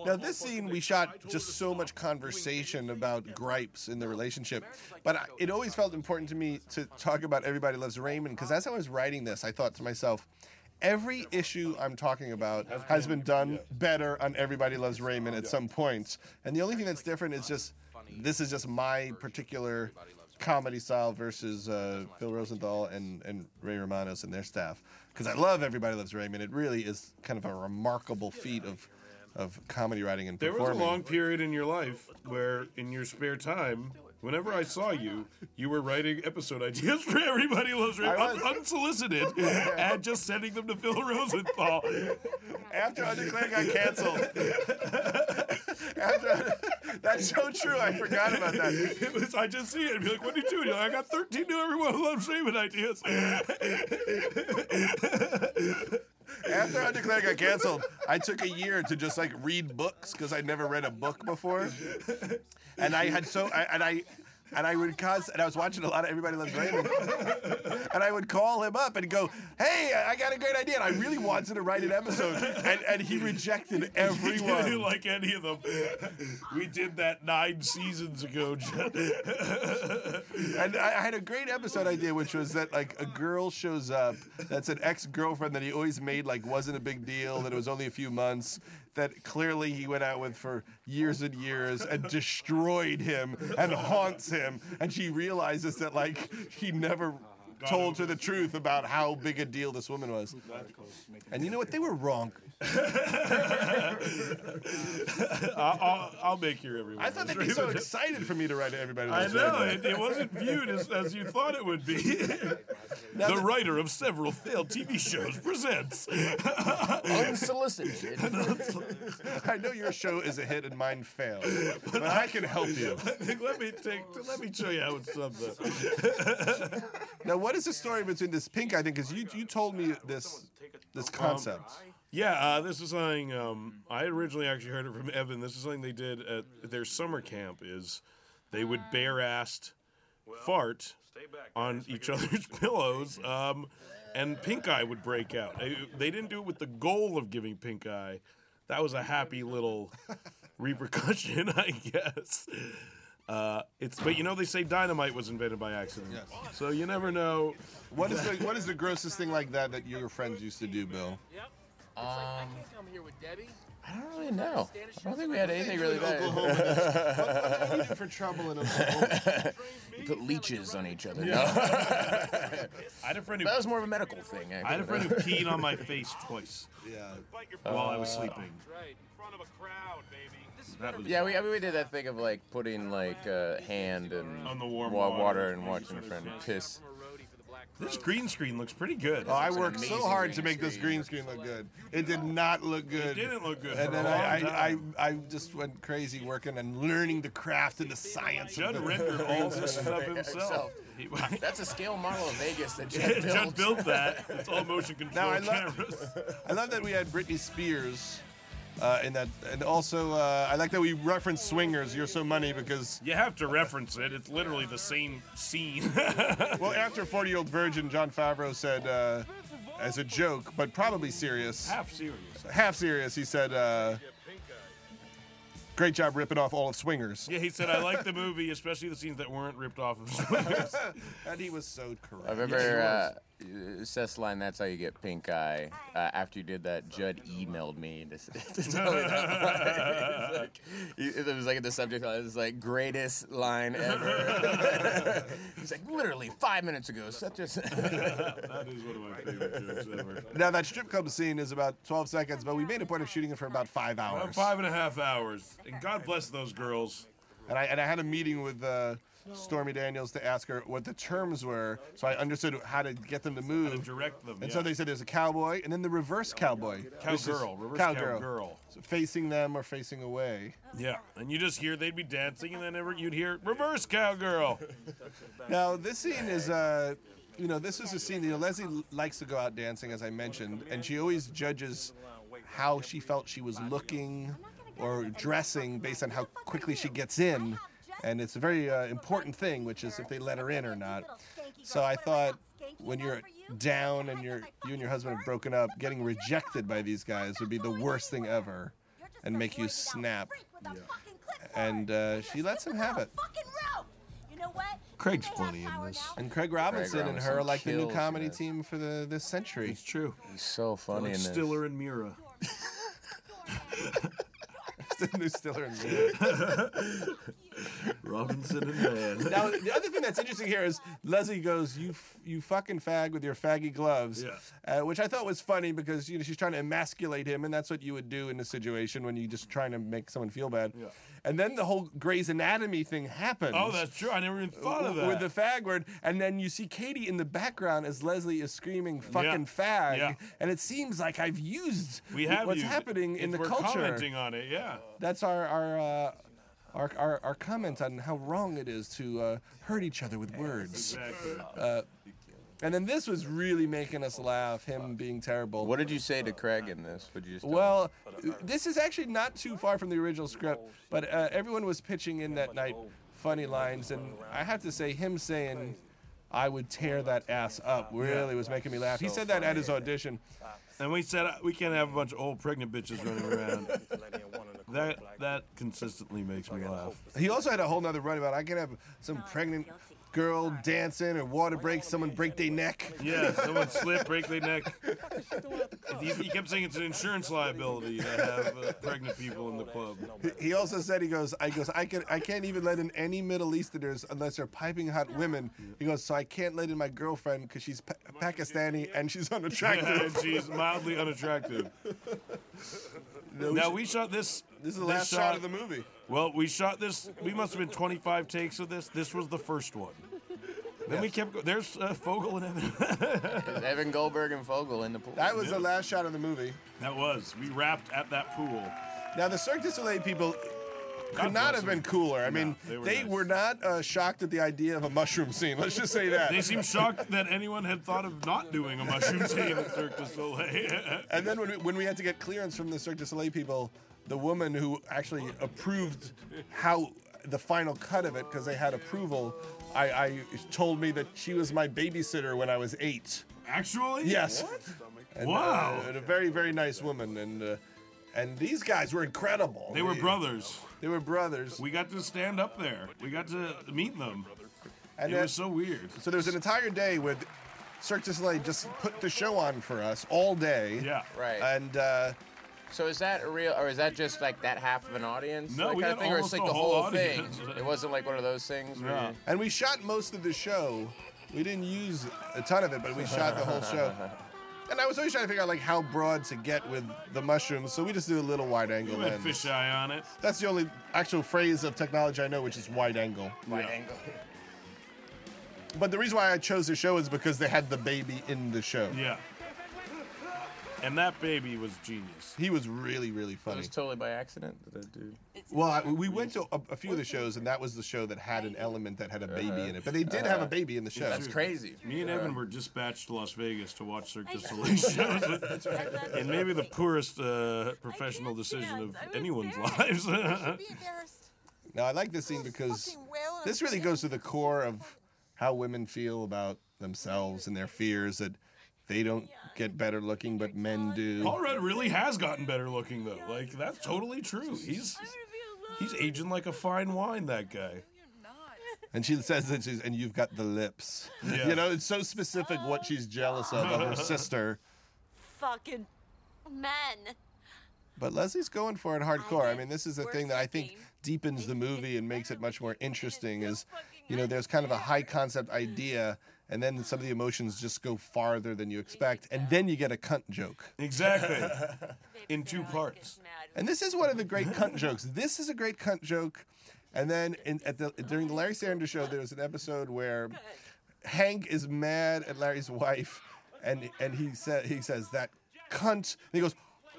Speaker 1: Now this scene, we shot just so much conversation about gripes in the relationship, but I, it always felt important to me to talk about Everybody Loves Raymond because as I was writing this, I thought to myself. Every issue I'm talking about has been done better on Everybody Loves Raymond at some point. And the only thing that's different is just this is just my particular comedy style versus uh, Phil Rosenthal and, and Ray Romanos and their staff. Because I love Everybody Loves Raymond. It really is kind of a remarkable feat of, of comedy writing and
Speaker 2: There was a
Speaker 1: performing.
Speaker 2: long period in your life where, in your spare time, whenever I saw you, you were writing episode ideas for Everybody Loves Ray,
Speaker 1: I was.
Speaker 2: unsolicited, and just sending them to Phil Rosenthal.
Speaker 1: After Underclan got canceled. After, that's so true. I forgot about that.
Speaker 2: It was, I just see it and be like, what are you doing? You're like, I got 13 new Everyone Loves Raymond ideas.
Speaker 1: After Underclan got canceled, I took a year to just like read books because I'd never read a book before, and I had so I, and I. And I would cause, and I was watching a lot of Everybody Loves Raymond, and I would call him up and go, "Hey, I got a great idea, and I really wanted to write an episode," and, and he rejected everyone.
Speaker 2: Didn't like any of them. We did that nine seasons ago. Jen.
Speaker 1: and I, I had a great episode idea, which was that like a girl shows up that's an ex-girlfriend that he always made like wasn't a big deal, that it was only a few months, that clearly he went out with for years and years and destroyed him and haunts him, and she realizes that like he never. Told her the truth about how big a deal this woman was. And you know what? They were wrong.
Speaker 2: I'll, I'll, I'll make your everyone.
Speaker 1: I thought they'd
Speaker 2: Loves
Speaker 1: be so
Speaker 2: Raymond.
Speaker 1: excited for me to write to everybody.
Speaker 2: I
Speaker 1: Loves
Speaker 2: know
Speaker 1: Raymond.
Speaker 2: it, it wasn't viewed as, as you thought it would be.
Speaker 1: Now
Speaker 2: the
Speaker 1: the-
Speaker 2: writer of several failed TV shows presents.
Speaker 8: Unsolicited.
Speaker 1: I know your show is a hit and mine failed, but I can help you.
Speaker 2: let me take. Let me show you how it's done. Though.
Speaker 1: Now, what is the story between this pink? I think because you you told me this this concept.
Speaker 2: Yeah, uh, this is something um, I originally actually heard it from Evan. This is something they did at their summer camp. Is they would bare-assed fart on each other's pillows, um, and pink eye would break out. Uh, They didn't do it with the goal of giving pink eye. That was a happy little repercussion, I guess. Uh, it's but you know they say dynamite was invented by accident, so you never know.
Speaker 1: What is the what is the grossest thing like that that your friends used to do, Bill?
Speaker 8: Um,
Speaker 10: come here with Debbie.
Speaker 8: I don't really know. I don't think we had anything really
Speaker 1: What- what
Speaker 8: bad.
Speaker 1: do you do for trouble in Oklahoma?
Speaker 8: You put leeches on each other.
Speaker 2: I had a friend who
Speaker 8: that was more of a medical thing.
Speaker 2: I had a friend who peed on my face twice.
Speaker 1: Yeah. Oh.
Speaker 2: While I was sleeping.
Speaker 7: Right. In front of a crowd, baby. This is
Speaker 2: That was
Speaker 8: Yeah, we, I mean, we did that thing of like putting like a hand and
Speaker 2: On the warm
Speaker 8: wa-
Speaker 2: water.
Speaker 8: and watching a friend piss.
Speaker 2: This green screen looks pretty good.
Speaker 1: Oh, I worked so hard to make this green screen look good. It did not look good.
Speaker 2: didn't look good
Speaker 1: And
Speaker 2: for
Speaker 1: then
Speaker 2: a long
Speaker 1: I, I, I, I just went crazy working and learning the craft and the science.
Speaker 2: Judd
Speaker 1: of the
Speaker 2: rendered
Speaker 1: green
Speaker 2: all this
Speaker 1: screen.
Speaker 2: stuff himself.
Speaker 8: That's a scale model of Vegas that
Speaker 2: Yeah,
Speaker 8: Judd built.
Speaker 2: Judd built that. It's all motion
Speaker 1: Now
Speaker 2: control
Speaker 1: I
Speaker 2: cameras.
Speaker 1: love, I love that we had Britney Spears. Uh, in that, and also, uh, I like that we reference swingers. You're so money because
Speaker 2: you have to reference it. It's literally the same scene.
Speaker 1: well, after 40 year old virgin, John Favreau said, uh, as a joke, but probably serious,
Speaker 2: Half serious.
Speaker 1: half serious, he said, uh, "Great job ripping off all of swingers."
Speaker 2: Yeah, he said, I like the movie, especially the scenes that weren't ripped off of Swingers.
Speaker 1: and he was so correct.
Speaker 8: I remember uh, Seth's line, that's how you get pink eye. Uh, after you did that, Judd emailed me to, s- to tell me that line. It's like- it was like the subject line, it was like greatest line ever. He's like, literally five minutes ago, Seth just.
Speaker 2: that is one of my favorite jokes ever.
Speaker 1: Now that strip club scene is about 12 seconds, but we made a point of shooting it for about five
Speaker 2: About
Speaker 1: hours.
Speaker 2: five and a half hours. And God bless those girls.
Speaker 1: And I and I had a meeting with uh, Stormy Daniels to ask her what the terms were, so I understood how to get them to move.
Speaker 2: direct them,
Speaker 1: And
Speaker 2: yeah.
Speaker 1: so they said there's a cowboy and then the reverse cowboy. which is
Speaker 2: Cowgirl, reverse cowgirl.
Speaker 1: So facing them or facing away.
Speaker 2: Yeah, and you just hear they'd be dancing, and then ever you'd hear reverse cowgirl.
Speaker 1: Now this scene is uh you know, this is a scene, you know, Leslie l- likes to go out dancing, as I mentioned, and she always judges how she felt she was looking or dressing based on how quickly she gets in. And it's a very uh, important thing, which is if they let her in or not. So I thought when you're down and you're, you and your husband have broken up, getting rejected by these guys would be the worst thing ever and make you snap. And uh, she lets him have it.
Speaker 14: Craig's funny in this.
Speaker 1: And Craig Robinson and her are
Speaker 14: Robinson
Speaker 1: like the new
Speaker 14: kills in
Speaker 1: comedy
Speaker 14: this.
Speaker 1: team for the this century. It's
Speaker 2: true.
Speaker 8: He's so funny in this.
Speaker 2: Stiller and Mira.
Speaker 1: the new Stiller and Mira.
Speaker 14: Robinson and Man.
Speaker 1: now the other thing that's interesting here is Leslie goes, "You f- you fucking fag with your faggy gloves," uh, which I thought was funny because you know she's trying to emasculate him, and that's what you would do in a situation when you're just trying to make someone feel bad. And then the whole Grey's Anatomy thing happens.
Speaker 2: Oh, that's true. I never even thought of that.
Speaker 1: With the fag word, and then you see Katie in the background as Leslie is screaming "fucking fag,"
Speaker 2: Yeah.
Speaker 1: and it seems like I've used
Speaker 2: we have
Speaker 1: what's
Speaker 2: used it.
Speaker 1: happening in
Speaker 2: It's-
Speaker 1: the
Speaker 2: we're
Speaker 1: culture.
Speaker 2: commenting on it. Yeah.
Speaker 1: That's our our, uh, our our our comment on how wrong it is to uh, hurt each other with words.
Speaker 2: Exactly.
Speaker 1: Uh, and then this was really making us laugh. Him being terrible.
Speaker 8: What did you say to Craig in this? Would you just
Speaker 1: Well, this is actually not too far from the original script, but uh, everyone was pitching in that night funny lines, and I have to say, him saying, "I would tear that ass up," really was making me laugh. He said that at his audition.
Speaker 2: And we said uh, we can't have a bunch of old pregnant bitches running around. that that consistently makes me laugh.
Speaker 1: He also had a whole nother run about I can have some pregnant girl dancing or water break, someone break their neck.
Speaker 2: Yeah, someone slip, break their neck. He, he kept saying it's an insurance liability to have uh, pregnant people in the club.
Speaker 1: He also said he goes I goes I can I can't even let in any Middle Easterners unless they're piping hot women. He goes so I can't let in my girlfriend because she's pa- Pakistani and she's
Speaker 2: and
Speaker 1: unattractive.
Speaker 2: she's mildly unattractive.
Speaker 1: No, we
Speaker 2: now
Speaker 1: should-
Speaker 2: we shot this.
Speaker 1: This is the last shot of the movie.
Speaker 2: Well, we shot this. We must have been 25 takes of this. This was the first one. Then we kept. Go- There's uh, Fogel and Evan.
Speaker 8: Evan Goldberg and Fogel in the pool.
Speaker 1: That was the last shot of the movie.
Speaker 2: That was. We wrapped at that pool.
Speaker 1: Now the Cirque du Soleil people could
Speaker 2: God
Speaker 1: not
Speaker 2: bless
Speaker 1: have
Speaker 2: them.
Speaker 1: been cooler. I
Speaker 2: No,
Speaker 1: mean,
Speaker 2: they
Speaker 1: they
Speaker 2: were
Speaker 1: were,
Speaker 2: nice.
Speaker 1: not uh, shocked at the idea of a mushroom scene. Let's just say that
Speaker 2: They seemed shocked that anyone had thought of not doing a mushroom scene at Cirque du Soleil.
Speaker 1: and then when we, when we had to get clearance from the Cirque du Soleil people, the woman who actually approved how the final cut of it because they had approval, I, I told me that she was my babysitter when I was eight.
Speaker 2: Actually,
Speaker 1: yes.
Speaker 2: What?
Speaker 1: And,
Speaker 2: Wow.
Speaker 1: uh, and a very very nice woman, and uh, and these guys were incredible.
Speaker 2: They were brothers.
Speaker 1: They were brothers.
Speaker 2: We got to stand up there. We got to meet them.
Speaker 1: And
Speaker 2: it
Speaker 1: that-
Speaker 2: was so weird.
Speaker 1: So there was an entire day with Cirque du Soleil just put the show on for us all day.
Speaker 2: Yeah.
Speaker 8: Right.
Speaker 1: And uh,
Speaker 8: So is that a real, or is that just like that half of an audience?
Speaker 1: No,
Speaker 8: like
Speaker 1: we
Speaker 8: kind
Speaker 1: got
Speaker 8: of thing, or
Speaker 1: almost
Speaker 8: it's like
Speaker 1: the
Speaker 8: the
Speaker 1: whole
Speaker 8: whole thing.
Speaker 1: audience.
Speaker 8: It wasn't like one of those things. where you-
Speaker 1: And we shot most of the show. We didn't use a ton of it, but we shot the whole show. And I was always trying to figure out like how broad to get with the mushrooms, so we just do a little wide angle
Speaker 2: You had
Speaker 1: lens.
Speaker 2: fisheye on it.
Speaker 1: That's the only actual phrase of technology I know, which is wide angle.
Speaker 2: Wide angle.
Speaker 1: But the reason why I chose the show is because they had the baby in the show.
Speaker 2: Yeah. And that baby was genius.
Speaker 1: He was really, really
Speaker 8: It
Speaker 1: funny.
Speaker 8: was totally by accident that that dude.
Speaker 1: Well, I, we went to a, a few of the shows, and that was the show that had an element that had a baby in it. But they did have a baby in the show.
Speaker 2: Me and Evan were dispatched to Las Vegas to watch Cirque du Soleil shows, and maybe the poorest uh, professional decision of anyone's lives.
Speaker 1: Now I like this scene because this really goes to the core of how women feel about themselves and their fears that they don't get better looking, but men do.
Speaker 2: Paul Rudd really has gotten better looking though. Like that's totally true. He's he's aging like a fine wine. That guy.
Speaker 1: And she says that she's, and you've got the lips.
Speaker 2: Yeah.
Speaker 1: You know, it's so specific what she's jealous of of her sister.
Speaker 6: Fucking men.
Speaker 1: But Leslie's going for it hardcore. I mean, this is the thing that I think deepens the movie and makes it much more interesting is, you know, there's kind of a high concept idea and then some of the emotions just go farther than you expect and then you get a cunt joke.
Speaker 2: Exactly. In two parts.
Speaker 1: And this is one of the great cunt jokes. This is a great cunt joke. And then in, at the, during the Larry Sanders show, there was an episode where Hank is mad at Larry's wife, and and he said he says that cunt. And he goes,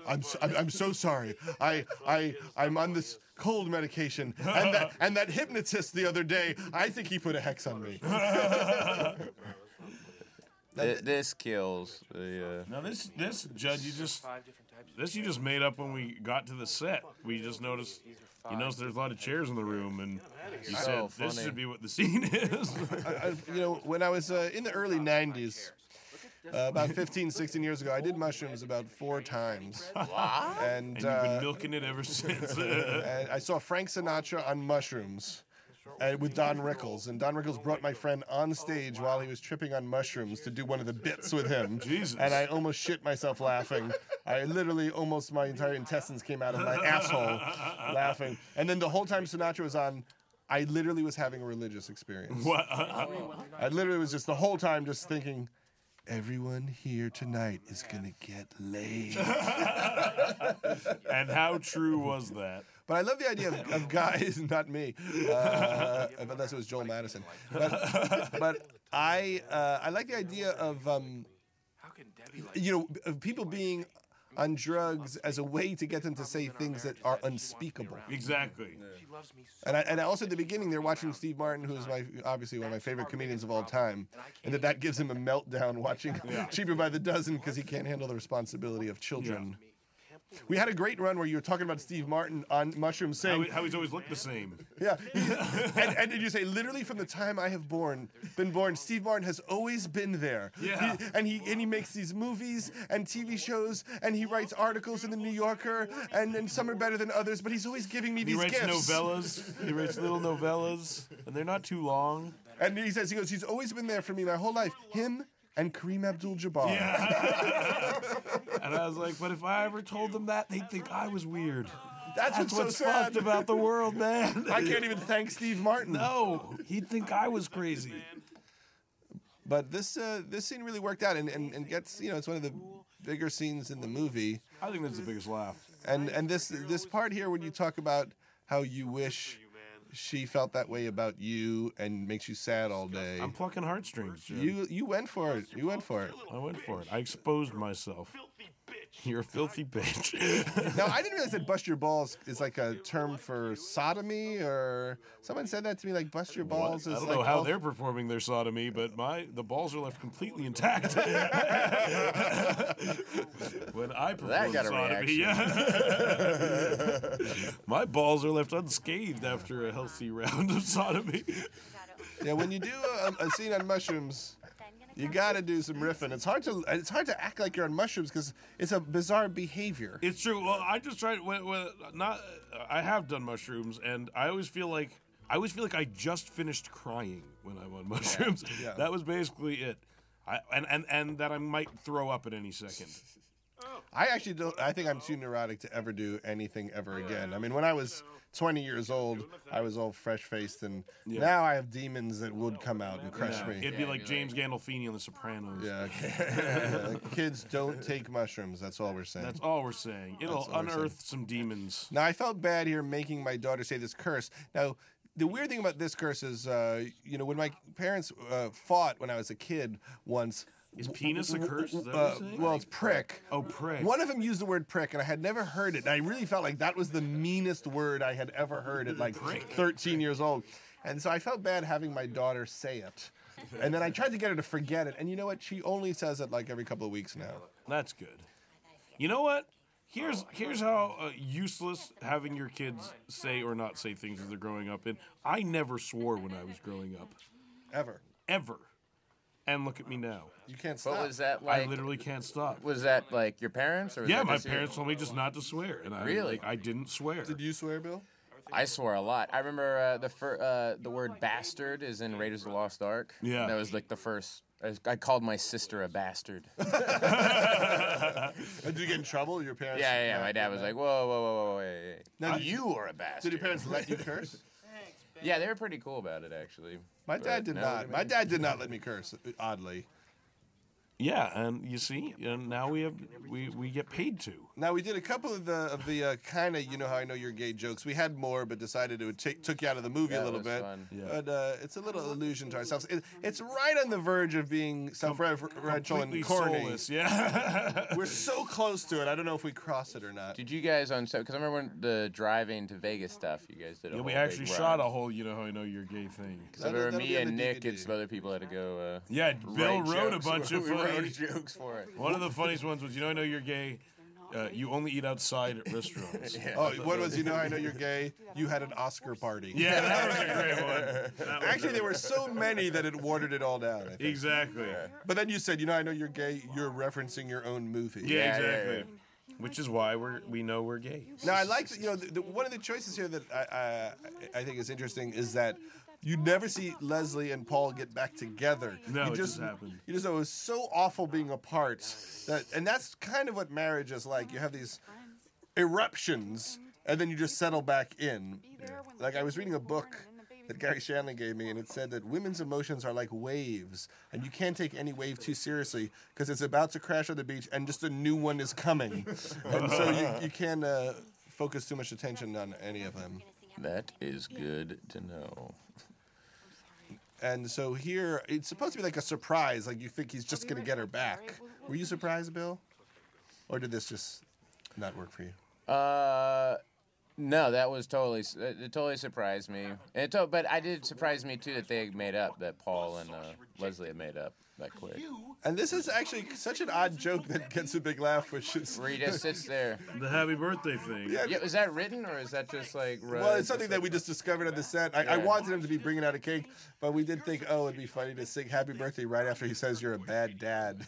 Speaker 1: I'm so, I'm, I'm so sorry. I I I'm on this cold medication, and that and that hypnotist the other day. I think he put a hex on me.
Speaker 8: Th- this kills the. Uh,
Speaker 2: Now this this Judd you just this you just made up when we got to the set. We just noticed you noticed there's a lot of chairs in the room, and you said
Speaker 8: So
Speaker 2: this
Speaker 8: funny.
Speaker 2: should be what the scene is.
Speaker 1: I, I- Uh, you know, when I was uh, in the early 90s, uh, about 15, 16 years ago, I did mushrooms about four times. And,
Speaker 2: And you've
Speaker 1: uh,
Speaker 2: been milking it ever since.
Speaker 1: and I saw Frank Sinatra on mushrooms. uh, with Don Rickles, and Don Rickles brought my friend on stage while he was tripping on mushrooms to do one of the bits with him.
Speaker 2: Jesus.
Speaker 1: And I almost shit myself laughing. I literally almost my entire intestines came out of my asshole laughing. And then the whole time Sinatra was on, I literally was having a religious experience.
Speaker 2: What?
Speaker 1: I literally was just the whole time just thinking, everyone here tonight is gonna get laid.
Speaker 2: and how true was that?
Speaker 1: But I love the idea of, of guys, not me, uh, unless it was Joel Madison. But, but I, uh, I like the idea of, um, you know, of people being on drugs as a way to get them to say things that are unspeakable.
Speaker 2: Exactly.
Speaker 1: And, I, and also at the beginning, they're watching Steve Martin, who is my obviously one of my favorite comedians of all time, and that that gives him a meltdown watching Cheaper by the Dozen because he can't handle the responsibility of children. We had a great run where you were talking about Steve Martin on Mushroom
Speaker 2: How,
Speaker 1: saying,
Speaker 2: he- how he's always looked the same.
Speaker 1: yeah. and, and did you say literally from the time I have born, been born, Steve Martin has always been there.
Speaker 2: Yeah.
Speaker 1: He- and he and he makes these movies and TV shows and he writes articles in the New Yorker and, and some are better than others, but he's always giving me
Speaker 2: He
Speaker 1: these
Speaker 2: writes
Speaker 1: gifts.
Speaker 2: novellas. He writes little novellas, and they're not too long.
Speaker 1: And he says he goes, he's always been there for me my whole life. Him and Kareem Abdul-Jabbar.
Speaker 2: And I was like, but if I ever told them that, they'd think I was weird.
Speaker 1: That's,
Speaker 2: That's
Speaker 1: what's,
Speaker 2: what's
Speaker 1: so sad
Speaker 2: fucked about the world, man.
Speaker 1: I can't even thank Steve Martin.
Speaker 2: No, he'd think I was crazy.
Speaker 1: But this uh, this scene really worked out and, and, and gets you know it's one of the bigger scenes in the movie.
Speaker 2: I think that's the biggest laugh.
Speaker 1: And and this this part here when you talk about how you wish she felt that way about you and makes you sad all day.
Speaker 2: I'm plucking heartstrings. Jim.
Speaker 1: You you went for it. You went for it.
Speaker 2: I went for it. I exposed myself. You're a filthy bitch.
Speaker 1: Now I didn't realize that bust your balls is like a term for sodomy or someone said that to me like bust your balls
Speaker 2: I
Speaker 1: is
Speaker 2: don't
Speaker 1: like
Speaker 2: know how
Speaker 1: all-
Speaker 2: they're performing their sodomy, but my the balls are left completely intact. when I perform
Speaker 8: That got a
Speaker 2: sodomy, yeah. my balls are left unscathed after a healthy round of sodomy.
Speaker 1: Yeah, when you do a, a scene on mushrooms, you gotta do some riffing. It's hard to it's hard to act like you're on mushrooms because it's a bizarre behavior.
Speaker 2: It's true. Well, I just tried. Well, well, not. I have done mushrooms, and I always feel like I always feel like I just finished crying when I'm on mushrooms.
Speaker 1: yeah.
Speaker 2: That was basically it. I, and, and and that I might throw up at any second.
Speaker 1: I actually don't. I think I'm too neurotic to ever do anything ever again. I mean, when I was 20 years old, I was all fresh faced, and
Speaker 2: Yeah.
Speaker 1: now I have demons that would come out and crush
Speaker 2: Yeah.
Speaker 1: me.
Speaker 2: It'd be like James Gandolfini on The Sopranos.
Speaker 1: Yeah. Like, kids, don't take mushrooms. That's all we're saying.
Speaker 2: That's all we're saying. It'll
Speaker 1: That's all we're saying.
Speaker 2: unearth some demons.
Speaker 1: Now I felt bad here making my daughter say this curse. Now the weird thing about this curse is, uh, you know, when my parents uh, fought when I was a kid once.
Speaker 2: Is penis a curse? Is that what
Speaker 1: uh,
Speaker 2: you're saying?
Speaker 1: well, it's prick.
Speaker 2: Oh, prick.
Speaker 1: One of them used the word prick, and I had never heard it. And I really felt like that was the meanest word I had ever heard at like 13 years old. And so I felt bad having my daughter say it. And then I tried to get her to forget it. And you know what? She only says it like every couple of weeks now.
Speaker 2: That's good. You know what? Here's here's how uh, useless having your kids say or not say things as they're growing up. And I never swore when I was growing up,
Speaker 1: ever,
Speaker 2: ever. And look at me now.
Speaker 1: You can't
Speaker 8: But was that
Speaker 2: I
Speaker 8: like?
Speaker 2: literally can't stop.
Speaker 8: Was that like your parents or? Was
Speaker 2: yeah,
Speaker 8: that
Speaker 2: my
Speaker 8: just you?
Speaker 2: parents told me just not to swear, and I
Speaker 8: Really?
Speaker 2: like, I didn't swear. Did
Speaker 1: you swear, Bill?
Speaker 8: I swore a lot. I remember uh, the fir- uh, the word bastard is in Raiders of the Lost Ark.
Speaker 2: Yeah.
Speaker 8: that was like the first. I, I called my sister a bastard.
Speaker 1: Did Uh, you get in trouble? Your
Speaker 8: Yeah,
Speaker 1: parents?
Speaker 8: yeah. yeah. My dad was like, "Whoa, whoa, whoa, whoa, wait, wait, wait.
Speaker 1: Now, did-
Speaker 8: you are a bastard."
Speaker 1: Did your parents let you curse?
Speaker 8: yeah, they were pretty cool about it actually.
Speaker 1: My
Speaker 8: But
Speaker 1: dad did
Speaker 8: no,
Speaker 1: not.
Speaker 8: they
Speaker 1: My
Speaker 8: made-
Speaker 1: dad did not let me curse. Oddly.
Speaker 2: Yeah, and you see, and now we have we, we get paid to.
Speaker 1: Now we did a couple of the of the uh, kind of you know how I know you're gay jokes. We had more, but decided it would take took you out of the movie
Speaker 8: That
Speaker 1: a little
Speaker 8: was
Speaker 1: bit.
Speaker 8: fun. Yeah.
Speaker 1: But uh, it's a little allusion to ourselves. It, it's right on the verge of being self-referential
Speaker 2: completely
Speaker 1: and corny.
Speaker 2: soulless, yeah.
Speaker 1: We're so close to it. I don't know if we cross it or not.
Speaker 8: Did you guys on set? Because I remember when the driving to Vegas stuff, you guys did. A
Speaker 2: Yeah, we
Speaker 8: whole
Speaker 2: actually
Speaker 8: big
Speaker 2: shot
Speaker 8: run.
Speaker 2: a whole you know how I know you're gay thing.
Speaker 8: Because I remember me and Nick and some other people had to go. Uh,
Speaker 2: Yeah, Bill
Speaker 8: write
Speaker 2: wrote a
Speaker 8: jokes.
Speaker 2: bunch of
Speaker 8: We wrote
Speaker 2: funny
Speaker 8: jokes for it.
Speaker 2: One of the funniest ones was, you know, I know you're gay. Uh, you only eat outside at restaurants.
Speaker 1: Oh, what was you know how I know you're gay? You had an Oscar party.
Speaker 2: Yeah, that was a great one. That was
Speaker 1: Actually,
Speaker 2: a-
Speaker 1: there were so many that it watered it all down. I think.
Speaker 2: Exactly.
Speaker 1: But then you said, you know, I know you're gay. You're referencing your own movie.
Speaker 2: Yeah, exactly. Which is why we're we know we're gay.
Speaker 1: Now I like that. You know, the, the, one of the choices here that I, I I think is interesting is that you never see Leslie and Paul get back together.
Speaker 2: No,
Speaker 1: you
Speaker 2: it just happened.
Speaker 1: You just know it was so awful being apart that, and that's kind of what marriage is like. You have these eruptions, and then you just settle back in. Like I was reading a book. That Gary Shanley gave me, and it said that women's emotions are like waves, and you can't take any wave too seriously because it's about to crash on the beach, and just a new one is coming. and so you, you can't uh, focus too much attention on any of them.
Speaker 8: That is good to know.
Speaker 1: And so here, it's supposed to be like a surprise. Like you think he's just going to get her back. Were you surprised, Bill? Or did this just not work for you?
Speaker 8: Uh, no, that was totally su- it, it totally surprised me. And it to- but I did surprise me too that they had made up that Paul and uh, Leslie had made up that quick.
Speaker 1: And this is actually such an odd joke that gets a big laugh, which is.
Speaker 8: Where he just sits there.
Speaker 2: The happy birthday thing.
Speaker 8: Yeah, is that written or is that just like?
Speaker 1: Well, it's something that we just discovered on the set. I, I
Speaker 8: Yeah.
Speaker 1: wanted him to be bringing out a cake, but we did think, oh, it'd be funny to sing "Happy Birthday" right after he says you're a bad dad.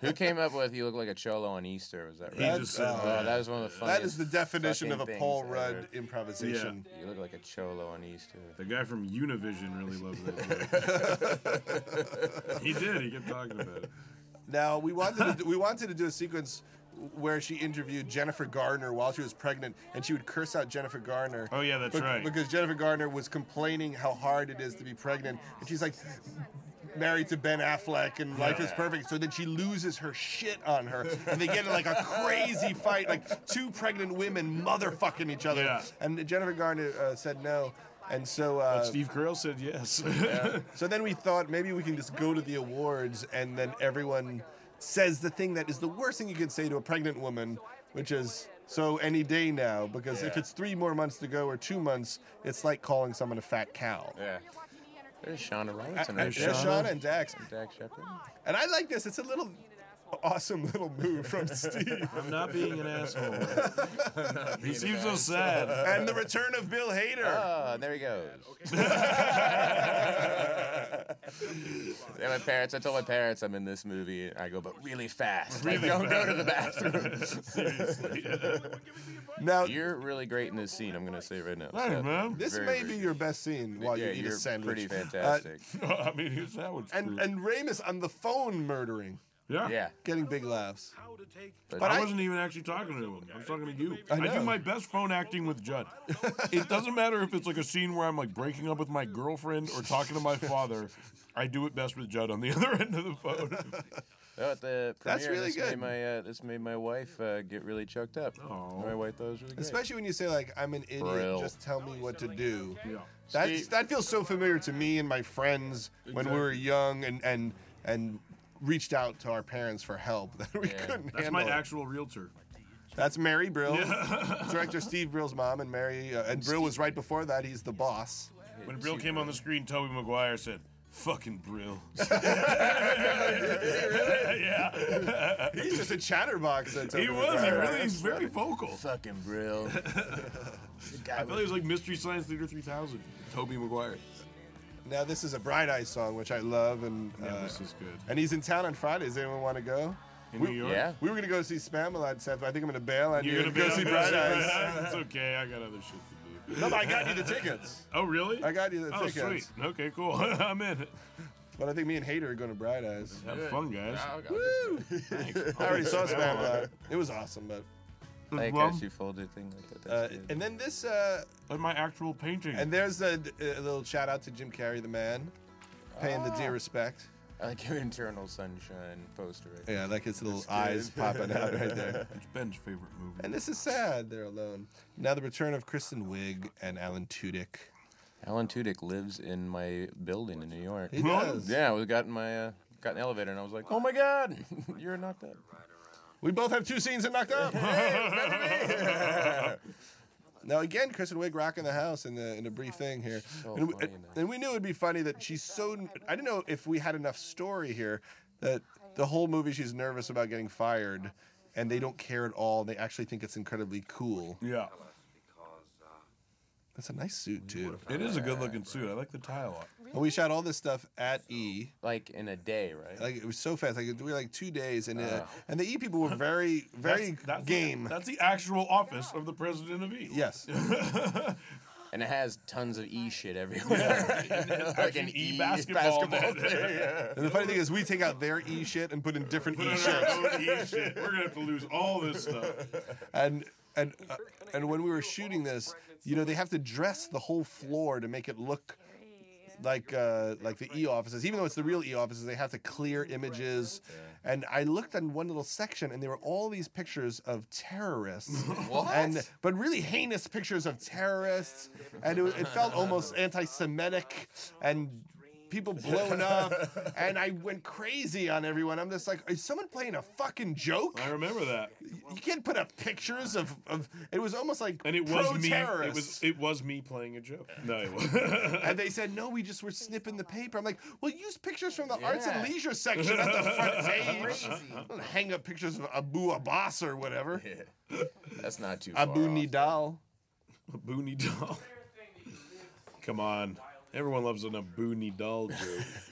Speaker 8: Who came up with "You look like a cholo on Easter"? Was that
Speaker 1: He
Speaker 8: right?
Speaker 1: just said
Speaker 8: oh,
Speaker 1: that.
Speaker 8: that was one of the funniest.
Speaker 1: That is the definition
Speaker 8: fucking
Speaker 1: of a
Speaker 8: things
Speaker 1: Paul
Speaker 8: I
Speaker 1: Rudd
Speaker 8: heard.
Speaker 1: improvisation.
Speaker 8: You look like a cholo on Easter.
Speaker 2: The guy from Univision really loved that. joke. he did. He kept talking about it.
Speaker 1: Now we wanted to do, we wanted to do a sequence where she interviewed Jennifer Garner while she was pregnant, and she would curse out Jennifer Garner.
Speaker 2: Oh, yeah, that's right.
Speaker 1: Because Jennifer Garner was complaining how hard it is to be pregnant, and she's like married to Ben Affleck, and life is
Speaker 2: Yeah.
Speaker 1: perfect. So then she loses her shit on her, and they get in like a crazy fight, like two pregnant women motherfucking each other.
Speaker 2: Yeah.
Speaker 1: And Jennifer Garner uh, said no. And so uh,
Speaker 2: But Steve Carell said yes.
Speaker 1: yeah. So then we thought maybe we can just go to the awards and then everyone says the thing that is the worst thing you could say to a pregnant woman, which is so any day now because if
Speaker 8: Yeah.
Speaker 1: it's 3 more months to go or 2 months, it's like calling someone a fat cow.
Speaker 8: Yeah. There's Shauna
Speaker 1: Uh,
Speaker 8: Robinson.
Speaker 1: uh,
Speaker 8: right there.
Speaker 1: There's Shauna and Dax.
Speaker 8: And Dax Shepard.
Speaker 1: And I like this. It's a little awesome little move from Steve.
Speaker 2: I'm not being an asshole. He seems so sad.
Speaker 1: And the return of Bill Hader.
Speaker 8: Oh, there he goes. yeah, my parents. I told my parents I'm in this movie. I go, but really fast. Like,
Speaker 2: Really
Speaker 8: don't go
Speaker 2: fast.
Speaker 8: to the bathroom.
Speaker 2: Seriously.
Speaker 1: Now-
Speaker 8: you're really great in this scene. I'm gonna say it right now.
Speaker 2: Hey, man.
Speaker 1: This
Speaker 8: Very,
Speaker 1: may
Speaker 8: very
Speaker 1: be your best scene while
Speaker 8: Yeah,
Speaker 1: you eat
Speaker 8: you're
Speaker 1: a sandwich.
Speaker 8: pretty
Speaker 1: Uh,
Speaker 8: fantastic.
Speaker 2: I mean, that would.
Speaker 1: and and Ramus on the phone murdering.
Speaker 2: Yeah.
Speaker 8: Yeah.
Speaker 1: Getting big laughs.
Speaker 2: But,
Speaker 1: But
Speaker 2: I,
Speaker 1: I-
Speaker 2: wasn't even actually talking to him. I was talking to you.
Speaker 1: I
Speaker 2: I, do
Speaker 1: know.
Speaker 2: my best phone acting with Judd. it doesn't matter if it's like a scene where I'm like breaking up with my girlfriend or talking to my father. I do it best with Judd on the other end of the phone.
Speaker 8: Oh, at the premiere,
Speaker 1: That's really
Speaker 8: this
Speaker 1: good.
Speaker 8: Made my, uh, this made my wife uh, get really choked up. Oh. My wife thought it was really great.
Speaker 1: Especially when you say like I'm an idiot,
Speaker 8: Brill.
Speaker 1: just tell me what to do.
Speaker 8: See-
Speaker 1: That's, that feels so familiar to me and my friends when we were young and and and reached out to our parents for help that we couldn't
Speaker 2: That's
Speaker 1: handle.
Speaker 2: my
Speaker 1: it.
Speaker 2: actual realtor.
Speaker 1: That's Mary Brill,
Speaker 2: Yeah.
Speaker 1: director Steve Brill's mom, and Mary uh, and Brill was right before that. He's the boss.
Speaker 2: When Brill came on the screen, Toby Maguire said, "Fucking Brill."
Speaker 1: yeah, he's just a chatterbox. That's
Speaker 2: He
Speaker 1: over
Speaker 2: was. He
Speaker 1: there.
Speaker 2: really is very vocal.
Speaker 8: Fucking Brill.
Speaker 2: I thought he was like Mystery Science Theater 3000. Toby Maguire.
Speaker 1: Now this is a Bright Eyes song, which I love, and
Speaker 2: Yeah,
Speaker 1: uh,
Speaker 2: this is good.
Speaker 1: And he's in town on Friday. Does anyone want to go?
Speaker 2: In
Speaker 1: we,
Speaker 2: New York?
Speaker 8: Yeah.
Speaker 1: We were gonna go see Spamalot, Seth. But I think I'm gonna bail on you and
Speaker 2: be
Speaker 1: go
Speaker 2: on
Speaker 1: see
Speaker 2: the-
Speaker 1: Bright Eyes.
Speaker 2: It's okay. I got other shit to do.
Speaker 1: No, but I got you the tickets.
Speaker 2: Oh, really?
Speaker 1: I got you the
Speaker 2: Oh,
Speaker 1: tickets.
Speaker 2: sweet. Okay, cool. I'm in.
Speaker 1: But I think me and Hater are going to Bright Eyes.
Speaker 2: Have fun, guys.
Speaker 1: Woo! I already saw Spamalot. It was awesome, but.
Speaker 8: I
Speaker 1: Well-
Speaker 8: guess you folded thing like that.
Speaker 1: Uh,
Speaker 8: That's good.
Speaker 1: and then this. Uh,
Speaker 2: my actual painting.
Speaker 1: And there's a, a little shout out to Jim Carrey, the man, paying the
Speaker 8: Ah.
Speaker 1: due respect.
Speaker 8: I like your internal sunshine poster. Right
Speaker 1: Yeah,
Speaker 8: there.
Speaker 1: like his little
Speaker 8: That's
Speaker 1: eyes
Speaker 8: good.
Speaker 1: popping out right there.
Speaker 2: It's Ben's favorite movie.
Speaker 1: And this is sad. They're alone. Now the return of Kristen Wiig and Alan Tudyk.
Speaker 8: Alan Tudyk lives in my building in New York.
Speaker 1: He does.
Speaker 8: Yeah, we got in my uh, got in the elevator and I was like, oh my god, you're knocked up.
Speaker 1: We both have two scenes in Knocked Up. now again, Kristen Wiig rocking the house in the in a brief thing here, and, we, and we knew it'd be funny that she's so. I didn't know if we had enough story here that the whole movie she's nervous about getting fired, and they don't care at all. They actually think it's incredibly cool.
Speaker 2: Yeah.
Speaker 1: That's a nice suit too.
Speaker 2: It is a good looking suit. I like the tie a lot.
Speaker 1: And we shot all this stuff at E.
Speaker 8: Like in a day, right?
Speaker 1: Like it was so fast. Like we were like two days, and uh,
Speaker 8: Ah.
Speaker 1: and the E people were very very
Speaker 2: That's- that's the-
Speaker 1: game.
Speaker 2: that's the actual office of the president of E.
Speaker 1: Yes.
Speaker 8: And it has tons of e shit everywhere. like an e
Speaker 2: e-basketball
Speaker 8: basketball,
Speaker 2: net.
Speaker 8: thing. yeah.
Speaker 1: And the funny thing is, we take out their E shit and put in different E shirts.
Speaker 2: Our own E shit. We're gonna have to lose all this stuff.
Speaker 1: and and uh, and when we were shooting this, you know, they have to dress the whole floor to make it look like uh, like the E offices. Even though it's the real E offices, they have to clear images. And I looked on one little section, and there were all these pictures of terrorists, and but really heinous pictures of terrorists, and it, wa- it felt almost anti-Semitic and. People blown up, and I went crazy on everyone. I'm just like, is someone playing a fucking joke?
Speaker 2: I remember that.
Speaker 1: You can't put up pictures of, of it was almost like
Speaker 2: And it was
Speaker 1: pro
Speaker 2: me. It was
Speaker 1: terrorists.
Speaker 2: it was me playing a joke. No, it was.
Speaker 1: and they said no, we just were snipping the paper. I'm like, well, use pictures from the arts and leisure section at the front page. Don't hang up pictures of Abu Abbas or whatever.
Speaker 8: That's not too far.
Speaker 1: Abu
Speaker 8: off.
Speaker 1: Nidal.
Speaker 2: A boony doll. Come on. Everyone loves an aboony doll joke.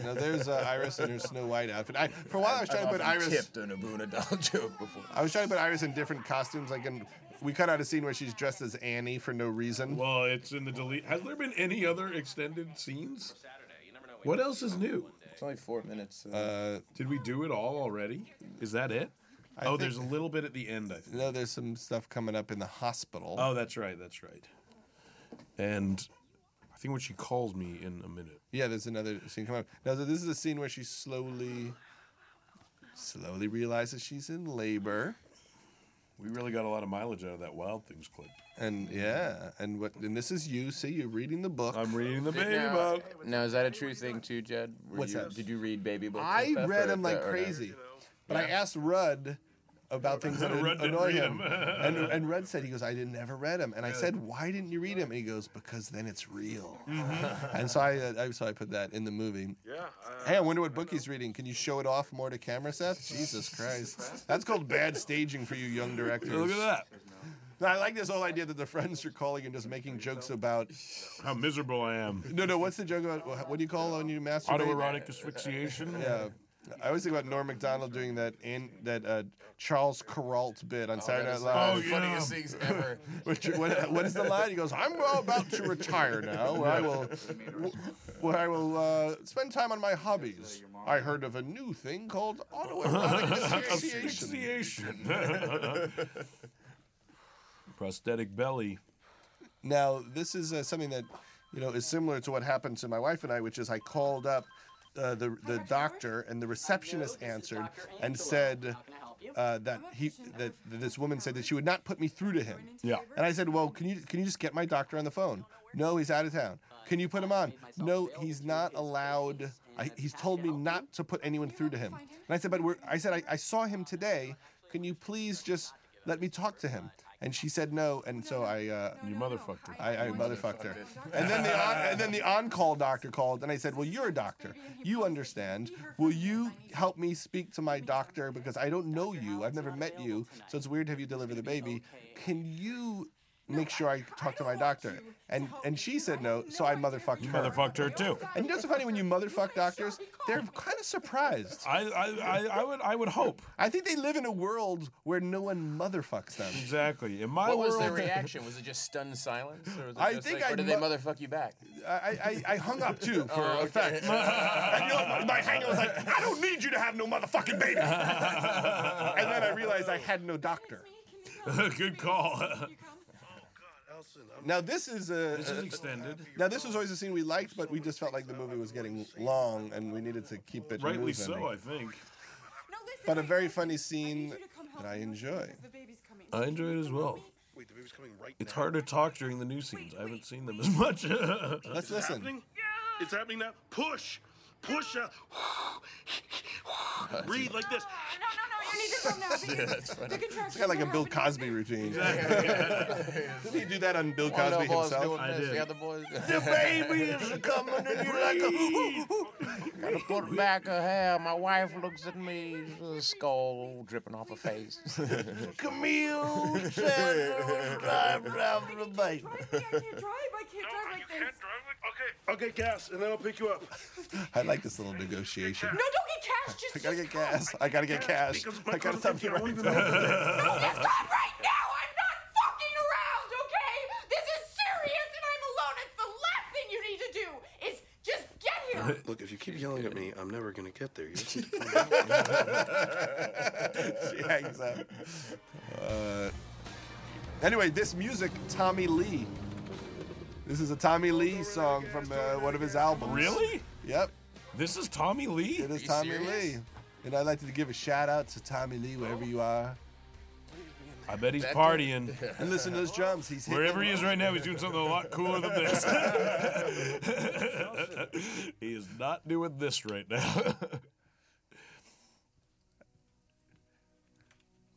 Speaker 1: Now there's uh, Iris in her Snow White outfit. I, for a while, I was trying
Speaker 8: I've
Speaker 1: to put
Speaker 8: often
Speaker 1: Iris.
Speaker 8: tipped an Abu Nidal joke before.
Speaker 1: I was trying to put Iris in different costumes. Like, in, we cut out a scene where she's dressed as Annie for no reason.
Speaker 2: Well, it's in the delete. Has there been any other extended scenes? What else is new?
Speaker 8: It's only four minutes. Uh,
Speaker 1: Uh,
Speaker 2: Did we do it all already? Is that it?
Speaker 1: I
Speaker 2: oh,
Speaker 1: think-
Speaker 2: there's a little bit at the end. I think.
Speaker 1: no, there's some stuff coming up in the hospital.
Speaker 2: Oh, that's right. That's right. And I think when she calls me in a minute.
Speaker 1: Yeah, there's another scene coming up. Now, so this is a scene where she slowly, slowly realizes she's in labor,
Speaker 2: We really got a lot of mileage out of that Wild Things clip.
Speaker 1: and yeah, and what? And this is you. See, you're reading the book.
Speaker 2: I'm reading the
Speaker 8: Did-
Speaker 2: baby
Speaker 8: now-
Speaker 2: book.
Speaker 8: Now, is that a true thing too, Jed? Were
Speaker 1: What's
Speaker 8: you,
Speaker 1: that?
Speaker 8: Did you read Baby Book?
Speaker 1: I read him like crazy, but I asked Rudd about things that
Speaker 2: Rudd didn't
Speaker 1: annoy
Speaker 2: read
Speaker 1: him,
Speaker 2: him.
Speaker 1: and, and Rudd said he goes, "I didn't ever read him," and I said, "Why didn't you read him?" And he goes, "Because then it's real."
Speaker 2: Mm-hmm.
Speaker 1: and so I, uh, I, so I put that in the movie.
Speaker 7: Yeah.
Speaker 1: Hey, I wonder what book he's reading. Can you show it off more to camera, Seth? Jesus Christ. That's called bad staging for you young directors.
Speaker 2: Look at that.
Speaker 1: Now, I like this whole idea that the friends are calling and just making jokes about.
Speaker 2: How miserable I am.
Speaker 1: No, no, what's the joke about? What do you call it when you masturbate?
Speaker 2: Autoerotic asphyxiation.
Speaker 1: Yeah. I always think about Norm Macdonald doing that in that uh, Charles Carrault bit
Speaker 2: Oh,
Speaker 1: on Saturday Night
Speaker 8: that is
Speaker 1: Live.
Speaker 8: the funniest
Speaker 1: Oh,
Speaker 8: things ever.
Speaker 1: Which, what, what is the line? He goes, "I'm all about to retire now, where I will, where I will uh, spend time on my hobbies. I heard of a new thing called autoerotic asphyxiation."
Speaker 14: Prosthetic belly.
Speaker 1: Now, this is uh, something that, you know, is similar to what happened to my wife and I, which is I called up uh, the the doctor, and the receptionist answered and said uh, that he that, that this woman said that she would not put me through to him.
Speaker 2: Yeah.
Speaker 1: And I said, well, can you can you just get my doctor on the phone? No, he's out of town. Can you put him on? No, he's not allowed. I, he's told me not to put anyone through to him. And I said, but we're, I said I, I saw him today. Can you please just let me talk to him? And she said no, and so I. Uh, you motherfucked her. I, I motherfucked her. And then the on, and then the on-call doctor called, and I said, "Well, you're a doctor. You understand. Will you help me speak to my doctor because I don't know you. I've never met you, so it's weird to have you deliver the baby. Can you?" Make sure I talk to my doctor, and and she said no, so I motherfucked her.
Speaker 2: Motherfucked her too.
Speaker 1: And you know what's so funny when you motherfuck doctors, they're kind of surprised.
Speaker 2: I, I, I, I would I would hope.
Speaker 1: I think they live in a world where no one motherfucks them.
Speaker 2: Exactly. In my
Speaker 8: what was
Speaker 2: world,
Speaker 8: their reaction? Was it just stunned silence? Or was it
Speaker 1: I
Speaker 8: just
Speaker 1: think
Speaker 8: like,
Speaker 1: I
Speaker 8: or did they
Speaker 1: mu-
Speaker 8: motherfuck you back?
Speaker 1: I, I, I hung up too for
Speaker 8: Oh, okay.
Speaker 1: effect. and you know, my, my hangover was like, I don't need you to have no motherfucking baby. and then I realized I had no doctor.
Speaker 2: Good call.
Speaker 7: Oh,
Speaker 1: Now this is a
Speaker 2: This is extended.
Speaker 1: Now this was always a scene we liked, but we just felt like the movie was getting long and we needed to keep it.
Speaker 2: Rightly
Speaker 1: moving.
Speaker 2: so, I think.
Speaker 1: But a very funny scene that I enjoy.
Speaker 14: I enjoy it as well.
Speaker 7: Wait, the baby's coming right
Speaker 14: It's hard to talk during the new scenes. I haven't seen them as much.
Speaker 7: Is it Happening? It's happening now. Push. Push out. Breathe like this.
Speaker 12: Ah, No, no, no, you need to go now. because The
Speaker 1: It's kind of like a Bill Cosby routine. Didn't he do that on
Speaker 8: Oh,
Speaker 1: Bill Cosby himself?
Speaker 8: is coming and you're like, gotta put back her hair. My wife looks at me, a skull dripping off her face.
Speaker 12: Camille
Speaker 8: said it was time to have
Speaker 12: the bait. I can't drive. I can't drive like this.
Speaker 7: Okay, gas, and then I'll pick you up.
Speaker 1: I like this little negotiation.
Speaker 12: No, don't get cash. Just
Speaker 1: I gotta get gas. I gotta get cash. I gotta stop you right
Speaker 12: No,
Speaker 1: now.
Speaker 12: just stop right now. I'm not fucking around, okay? This is serious, and I'm alone. It's the last thing you need to do is just get here.
Speaker 7: Look, if you keep yelling at me, I'm never gonna get there.
Speaker 1: she hangs up. Uh, anyway, this music, Tommy Lee. This is a Tommy Lee song from uh, one of his albums.
Speaker 2: Really?
Speaker 1: Yep.
Speaker 2: This is Tommy Lee.
Speaker 1: It is
Speaker 2: you
Speaker 1: Tommy
Speaker 2: serious?
Speaker 1: Lee. And I'd like to give a shout out to Tommy Lee, wherever you are.
Speaker 2: I bet he's partying.
Speaker 1: And listen to those drums. He's hitting
Speaker 2: Wherever
Speaker 1: them
Speaker 2: he is
Speaker 1: up.
Speaker 2: right now, he's doing something a lot cooler than this. he is not doing this right now.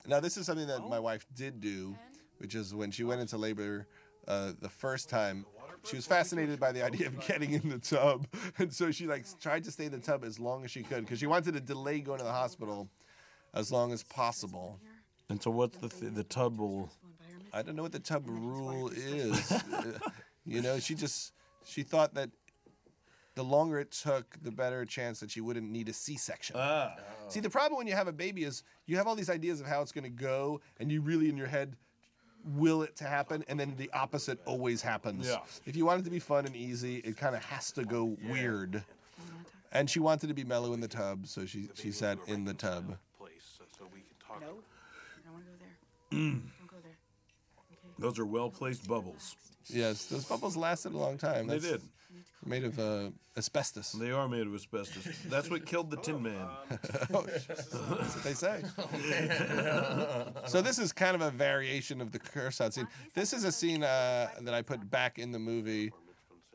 Speaker 1: Now, this is something that my wife did do, which is when she went into labor uh, the first time. She was fascinated by the idea of getting in the tub, and so she like tried to stay in the tub as long as she could because she wanted to delay going to the hospital as long as possible.
Speaker 14: And so, what's the th- the tub will?
Speaker 1: I don't know what the tub rule is. Uh, you know, she just she thought that the longer it took, the better chance that she wouldn't need a C-section.
Speaker 2: Ah.
Speaker 1: See, the problem when you have a baby is you have all these ideas of how it's going to go, and you really in your head will it to happen, and then the opposite always happens.
Speaker 2: Yeah.
Speaker 1: If you want it to be fun and easy, it kind of has to go weird. And she wanted to be mellow in the tub, so she she sat in the tub.
Speaker 7: No.
Speaker 14: Mm.
Speaker 2: Those are well placed bubbles.
Speaker 1: Yes, those bubbles lasted a long time.
Speaker 2: They
Speaker 1: That's
Speaker 2: did.
Speaker 1: Made of uh, asbestos.
Speaker 2: They are made of asbestos. That's what killed the Tin Man.
Speaker 1: Oh, that's what they say.
Speaker 2: Oh,
Speaker 1: so this is kind of a variation of the curse out scene. This is a scene uh, that I put back in the movie.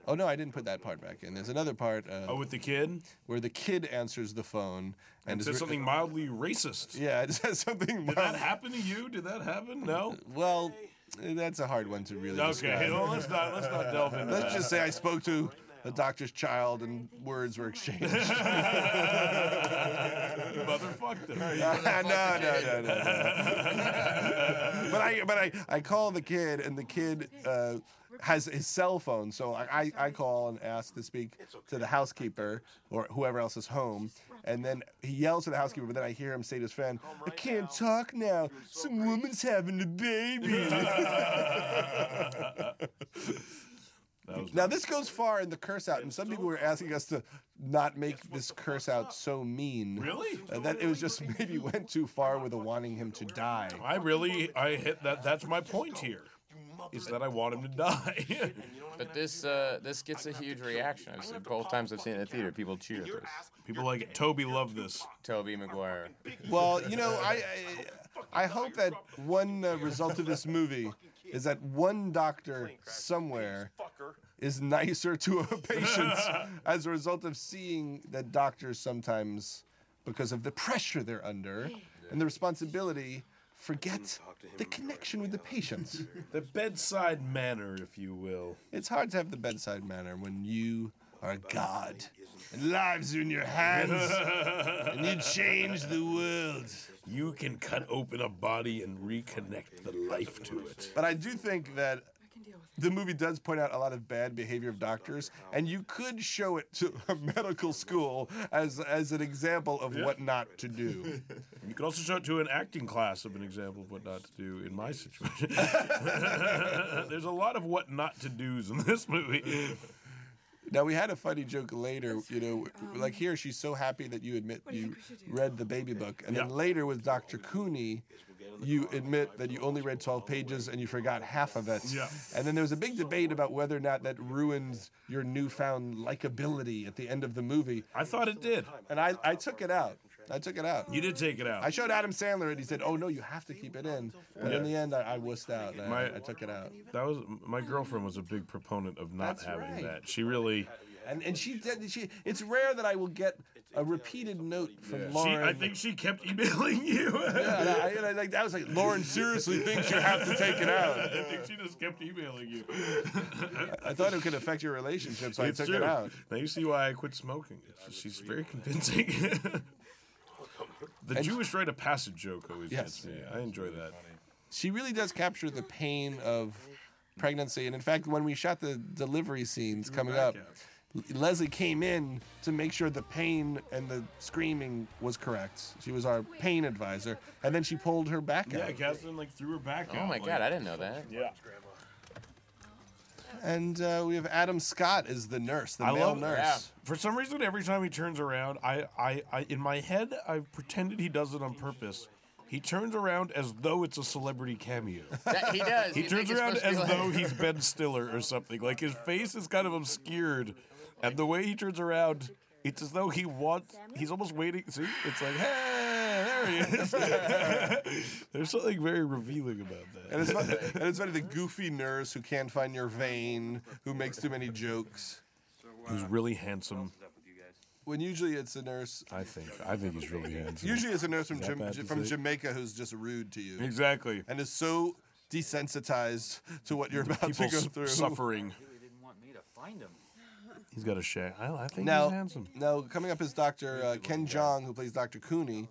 Speaker 1: Oh no, I didn't put that part back in. There's another part. Uh,
Speaker 2: Oh, with the kid?
Speaker 1: where the kid answers the phone and
Speaker 2: And
Speaker 1: is
Speaker 2: said
Speaker 1: re-
Speaker 2: something mildly racist.
Speaker 1: Yeah, it says something.
Speaker 2: Did that happen to you? Did that happen? No?
Speaker 1: Well, that's a hard one to really.
Speaker 2: Okay,
Speaker 1: describe.
Speaker 2: well, let's not, let's not delve into
Speaker 1: Let's
Speaker 2: that.
Speaker 1: just say I spoke to the doctor's child and words were exchanged.
Speaker 2: You motherfucked him.
Speaker 1: no, no, no, no, no. but I, but I, I call the kid, and the kid uh, has his cell phone. So I, I, I call and ask to speak to the housekeeper or whoever else is home. And then he yells to the housekeeper, but then I hear him say to his friend, I can't talk now. Some woman's having a baby. Now this goes far in the curse out, and some people were asking us to not make this curse out so mean.
Speaker 2: Really?
Speaker 1: Uh, that it was just maybe went too far with a wanting him to die.
Speaker 2: I really, I hit that. That's my point here, is that I want him to die.
Speaker 8: But this uh, this gets a huge reaction. I've seen both times I've seen it in the theater. People cheer at this.
Speaker 2: People like it. Toby loved this.
Speaker 8: Toby Maguire.
Speaker 1: Well, you know, I I, I hope that one uh, result of this movie is that one doctor somewhere is nicer to a patient as a result of seeing that doctors sometimes, because of the pressure they're under and the responsibility, forget the connection with the patients.
Speaker 2: the bedside manner, if you will.
Speaker 1: It's hard to have the bedside manner when you are God and lives are in your hands and you change the world.
Speaker 2: You can cut open a body and reconnect the life to it.
Speaker 1: But I do think that the movie does point out a lot of bad behavior of doctors, and you could show it to a medical school as as an example of
Speaker 2: Yeah.
Speaker 1: what not to do.
Speaker 2: You could also show it to an acting class of an example of what not to do in my situation. There's a lot of what not to do's in this movie.
Speaker 1: Now we had a funny joke later, you know, like here she's so happy that you admit Um, you read the baby book, and then later with Dr. Cooney, you admit that you only read 12 pages and you forgot half of it.
Speaker 2: Yeah.
Speaker 1: And then there was a big debate about whether or not that ruins your newfound likability at the end of the movie.
Speaker 2: I thought it did,
Speaker 1: and I, I took it out. I took it out.
Speaker 2: You did take it out.
Speaker 1: I showed Adam Sandler, and he said, "Oh no, you have to keep it in." But in
Speaker 2: Yeah.
Speaker 1: the end, I, I wussed out. And I-
Speaker 2: My-
Speaker 1: I took it out.
Speaker 2: That was my girlfriend was a big proponent of not
Speaker 1: That's
Speaker 2: having
Speaker 1: right.
Speaker 2: that. She really
Speaker 1: And and she did. She. It's rare that I will get a repeated note from
Speaker 2: she,
Speaker 1: Lauren.
Speaker 2: I think she kept emailing you.
Speaker 1: Yeah, and I, and I, like that was like Lauren seriously thinks you have to take it out.
Speaker 2: I think she just kept emailing you.
Speaker 1: I thought it could affect your relationship, so I
Speaker 2: It's
Speaker 1: took it
Speaker 2: true.
Speaker 1: out.
Speaker 2: Now you see why I quit smoking. It's just- she's very convincing. the
Speaker 1: And-
Speaker 2: Jewish rite of passage joke always
Speaker 1: Yes.
Speaker 2: gets me. I enjoy that.
Speaker 1: She really does capture the pain of pregnancy, and in fact, when we shot the delivery scenes coming up, Leslie came in to make sure the pain and the screaming was correct. She was our pain advisor, and then she pulled her back
Speaker 2: Yeah,
Speaker 1: out.
Speaker 2: Catherine like threw her back
Speaker 8: Oh
Speaker 2: out.
Speaker 8: my
Speaker 2: like-
Speaker 8: God, I didn't know that.
Speaker 2: Yeah.
Speaker 1: And uh, we have Adam Scott as the nurse, the male nurse.
Speaker 2: For some reason, every time he turns around, I, I, I, in my head, I've pretended he does it on purpose. He turns around as though it's a celebrity cameo.
Speaker 8: That- he does.
Speaker 2: He
Speaker 8: You think
Speaker 2: turns
Speaker 8: it's
Speaker 2: around
Speaker 8: supposed to be
Speaker 2: as
Speaker 8: like-
Speaker 2: though he's Ben Stiller or something. Like his face is kind of obscured, and the way he turns around, it's as though he wants. He's almost waiting. See, it's like, hey, there he is. There's something very revealing about that.
Speaker 1: And it's, funny, and it's funny the goofy nurse who can't find your vein, who makes too many jokes.
Speaker 7: Hmm.
Speaker 2: He's really handsome.
Speaker 1: When usually it's a nurse.
Speaker 2: I think. I think he's really handsome.
Speaker 1: Usually it's a nurse from
Speaker 2: Is that
Speaker 1: Jam-
Speaker 2: bad to
Speaker 1: from
Speaker 2: say?
Speaker 1: Jamaica who's just rude to you.
Speaker 2: Exactly.
Speaker 1: And is so desensitized to what you're about to
Speaker 2: People
Speaker 1: go
Speaker 2: s-
Speaker 1: through.
Speaker 2: suffering.
Speaker 15: didn't want me to find him.
Speaker 2: He's got a shag. I, I think he's
Speaker 1: Now,
Speaker 2: handsome.
Speaker 1: now coming up is Dr. Uh, Ken Jong, who plays Dr. Cooney,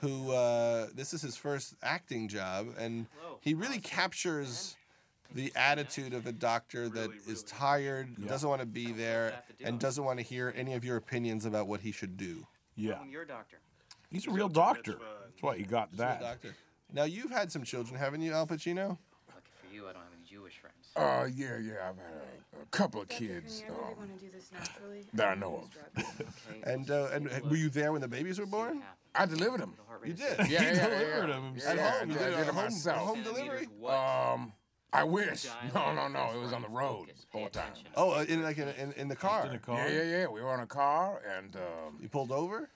Speaker 1: who uh, this is his first acting job, and he really captures the attitude of a doctor that is tired, doesn't want to be there, and doesn't want to hear any of your opinions about what he should do.
Speaker 2: Yeah.
Speaker 15: I'm your doctor.
Speaker 2: He's a real doctor. That's why he got
Speaker 1: He's a
Speaker 2: that.
Speaker 1: Doctor. Now you've had some children, haven't you, Al Pacino?
Speaker 15: Lucky for you, I don't have any Jewish friends.
Speaker 4: Uh, yeah, yeah, I've had a, a couple of kids um, that I know of.
Speaker 1: And uh, and were you there when the babies were born?
Speaker 4: I delivered them.
Speaker 1: You did.
Speaker 4: Yeah, yeah, yeah,
Speaker 1: delivered
Speaker 4: yeah.
Speaker 1: them
Speaker 4: Yeah, yeah,
Speaker 1: himself. At home. You
Speaker 4: I
Speaker 1: did,
Speaker 4: did uh,
Speaker 1: a
Speaker 4: it
Speaker 1: home,
Speaker 4: myself.
Speaker 1: home delivery. Uh,
Speaker 4: Um, I wish. No, no, no. It was on the road both times.
Speaker 1: Oh, uh, in like in, in, in the car.
Speaker 4: Yeah, yeah, yeah. We were on a car and um,
Speaker 1: you pulled over.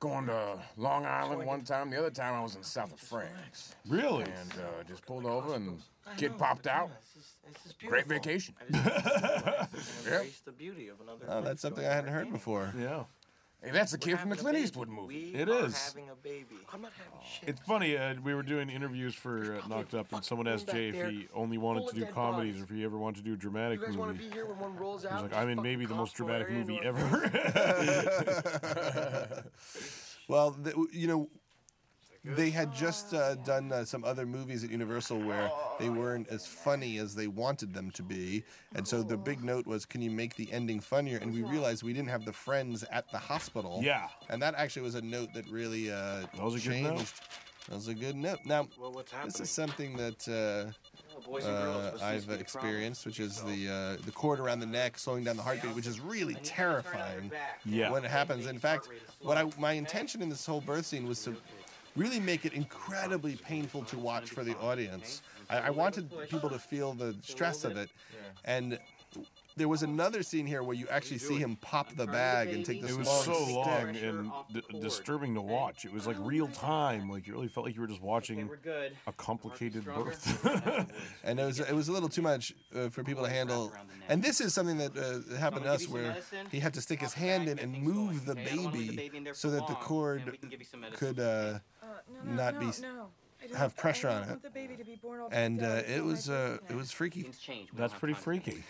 Speaker 4: Going to Long Island one time. The other time I was in South of France.
Speaker 2: Really?
Speaker 4: And uh, just pulled over and kid popped out. Great vacation.
Speaker 5: Embrace the beauty of another.
Speaker 1: Oh, that's something I hadn't heard before.
Speaker 2: Yeah.
Speaker 4: Hey, that's a kid from the Clint Eastwood movie.
Speaker 2: It is.
Speaker 5: Having a baby. Oh. I'm not having shit.
Speaker 2: It's funny. Uh, we were doing interviews for uh, Knocked Up, and someone asked Jay if he only wanted to do comedies or if he ever wanted to do a dramatic
Speaker 5: You guys want to
Speaker 2: movie.
Speaker 5: be here when one rolls out?
Speaker 2: He's like,
Speaker 5: Just
Speaker 2: I'm in
Speaker 5: fucking
Speaker 2: maybe the most
Speaker 5: cops roll right
Speaker 2: dramatic
Speaker 5: into
Speaker 2: movie
Speaker 5: our
Speaker 2: ever.
Speaker 1: well, the, you know, they had just uh, done uh, some other movies at Universal where they weren't as funny as they wanted them to be, and so the big note was, "Can you make the ending funnier?" And we realized we didn't have the friends at the hospital.
Speaker 16: Yeah.
Speaker 1: and that actually was a note that really uh,
Speaker 16: was a good
Speaker 1: changed.
Speaker 16: note.
Speaker 1: That was a good note. Now,
Speaker 5: Well, what's
Speaker 1: this
Speaker 5: happening?
Speaker 1: is something that. Uh,
Speaker 5: Oh, boys and girls,
Speaker 1: uh,
Speaker 5: this Oh. seems to
Speaker 1: I've
Speaker 5: be the
Speaker 1: experienced, which is the uh, the cord around the neck slowing down the heartbeat, which is really terrifying
Speaker 2: Yeah.
Speaker 1: when it happens. In fact, what I my intention in this whole birth scene was to really make it incredibly painful to watch for the audience. I, I wanted people to feel the stress of it, and. There was another scene here where you actually see him pop the bag and take this
Speaker 2: it was
Speaker 1: long
Speaker 2: so
Speaker 1: stick.
Speaker 2: long and d- disturbing to watch. It was like real time. Like you really felt like you were just watching a complicated birth.
Speaker 1: and it was it was a little too much uh, for people to handle. And this is something that uh, happened to us where he had to stick his hand in and move the baby so that the cord could uh, not be have pressure on it. And uh, it was uh, it was freaky.
Speaker 2: That's pretty freaky.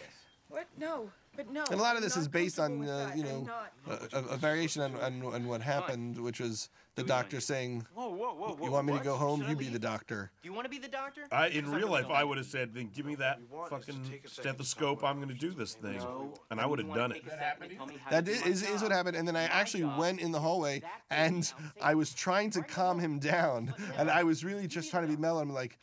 Speaker 9: What? No, but no.
Speaker 1: And a lot of this
Speaker 9: not
Speaker 1: is based on uh,
Speaker 9: comfortable with that.
Speaker 1: you
Speaker 9: I'm
Speaker 1: know
Speaker 9: not.
Speaker 1: a, a- a variation on, on, on what happened, which was the doctor saying,
Speaker 5: Whoa, whoa, whoa, whoa.
Speaker 1: "You want me to
Speaker 5: what?
Speaker 1: go home?
Speaker 5: Should I
Speaker 1: You be
Speaker 5: leave?
Speaker 1: the doctor."
Speaker 5: Do you want to be the doctor?
Speaker 2: I in
Speaker 5: Because I'm
Speaker 2: real
Speaker 5: gonna
Speaker 2: life
Speaker 5: go.
Speaker 2: I would have said, "Then give me that fucking stethoscope. I'm going to do this thing," and I would have done it.
Speaker 1: That is, is, is what happened. And then I actually went in the hallway and I was trying to calm him down. And I was really just trying to be mellow. I'm like,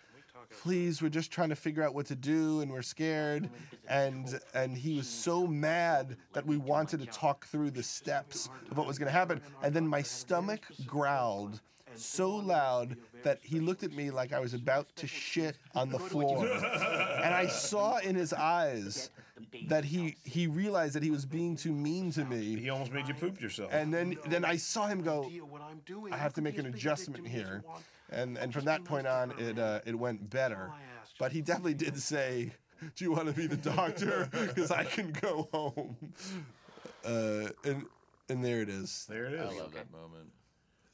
Speaker 1: please, we're just trying to figure out what to do and we're scared. And and he was so mad that we wanted to talk through the steps of what was going to happen. And then my stomach growled so loud that he looked at me like I was about to shit on the floor. And I saw in his eyes that he he realized that he was being too mean to me. He
Speaker 2: almost made you poop yourself.
Speaker 1: And then then I saw him go.
Speaker 5: doing.
Speaker 1: I have to make an adjustment here, and and from that point on, it uh, it went better. But he definitely did say, "Do you want to be the doctor? Because I can go home." Uh, and and there it is.
Speaker 2: There it is.
Speaker 8: that moment.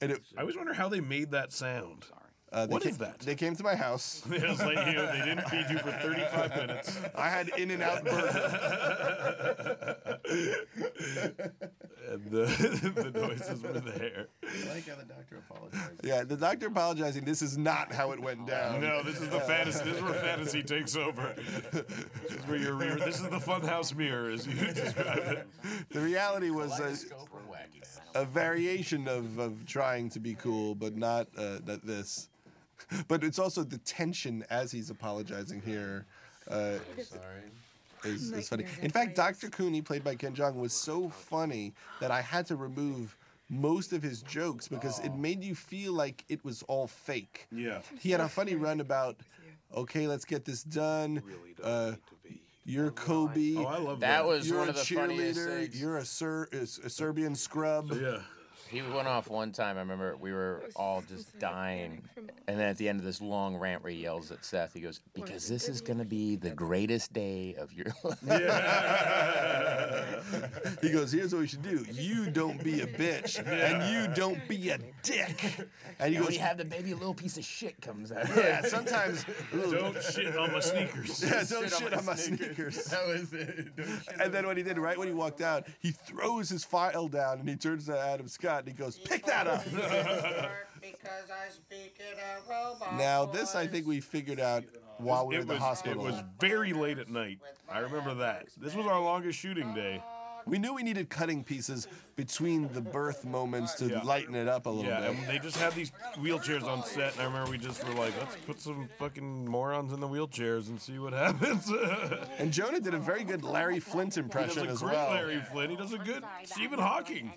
Speaker 1: And it,
Speaker 2: I always wonder how they made that sound.
Speaker 1: uh, they
Speaker 2: What
Speaker 1: came,
Speaker 2: is that?
Speaker 1: They came to my house.
Speaker 2: It was like, you know, they didn't feed you for 35 minutes.
Speaker 1: I had in and out
Speaker 2: And the, the noises were there.
Speaker 17: I like how the doctor apologized.
Speaker 1: Yeah, the doctor apologizing. This is not how it went down.
Speaker 2: No, this is the fantasy. This is where fantasy takes over. This is where your rear. This is the funhouse mirror, as you describe it.
Speaker 1: The reality was uh, a, a variation of, of trying to be cool, but not uh, not this. But it's also the tension as he's apologizing here. Uh, Is, is funny. In fact, Dr. Cooney, played by Ken Jeong, was so funny that I had to remove most of his jokes because it made you feel like it was all fake.
Speaker 16: Yeah.
Speaker 1: He had a funny run about, okay, let's get this done. Uh, you're Kobe.
Speaker 2: Oh, I love
Speaker 8: That that. was
Speaker 1: You're
Speaker 8: one
Speaker 1: a
Speaker 8: of the funniest
Speaker 1: cheerleader.
Speaker 8: things.
Speaker 1: You're a, Ser- a S- a Serbian scrub.
Speaker 2: Yeah.
Speaker 8: He went off one time. I remember we were all just dying, and then at the end of this long rant where he yells at Seth, he goes, "Because this is gonna be the greatest day of your life."
Speaker 1: He goes, here's what we should do. You don't be a bitch, and you don't be a dick. And he
Speaker 8: And
Speaker 1: goes,
Speaker 8: we have the baby little piece of shit comes out.
Speaker 1: yeah, sometimes.
Speaker 2: Don't shit on my sneakers.
Speaker 1: Yeah, don't shit on my sneakers.
Speaker 8: That was it. Don't shit
Speaker 1: And then what he did, right when he walked out, he throws his file down and he turns to Adam Scott and he goes, pick that up.
Speaker 18: because I speak in a robot.
Speaker 1: now, this I think we figured out while we were
Speaker 2: it
Speaker 1: in the
Speaker 2: was,
Speaker 1: hospital.
Speaker 2: It was very late at night. I remember that. This was our longest shooting day.
Speaker 1: we knew we needed cutting pieces between the birth moments to
Speaker 2: Yeah.
Speaker 1: lighten it up a little
Speaker 2: Yeah,
Speaker 1: bit.
Speaker 2: and they just had these wheelchairs on set, and I remember we just were like, let's put some fucking morons in the wheelchairs and see what happens.
Speaker 1: And Jonah did a very good Larry Flint impression
Speaker 2: he does
Speaker 1: as
Speaker 2: a great
Speaker 1: well.
Speaker 2: Larry Flynn. He does a good Stephen Hawking.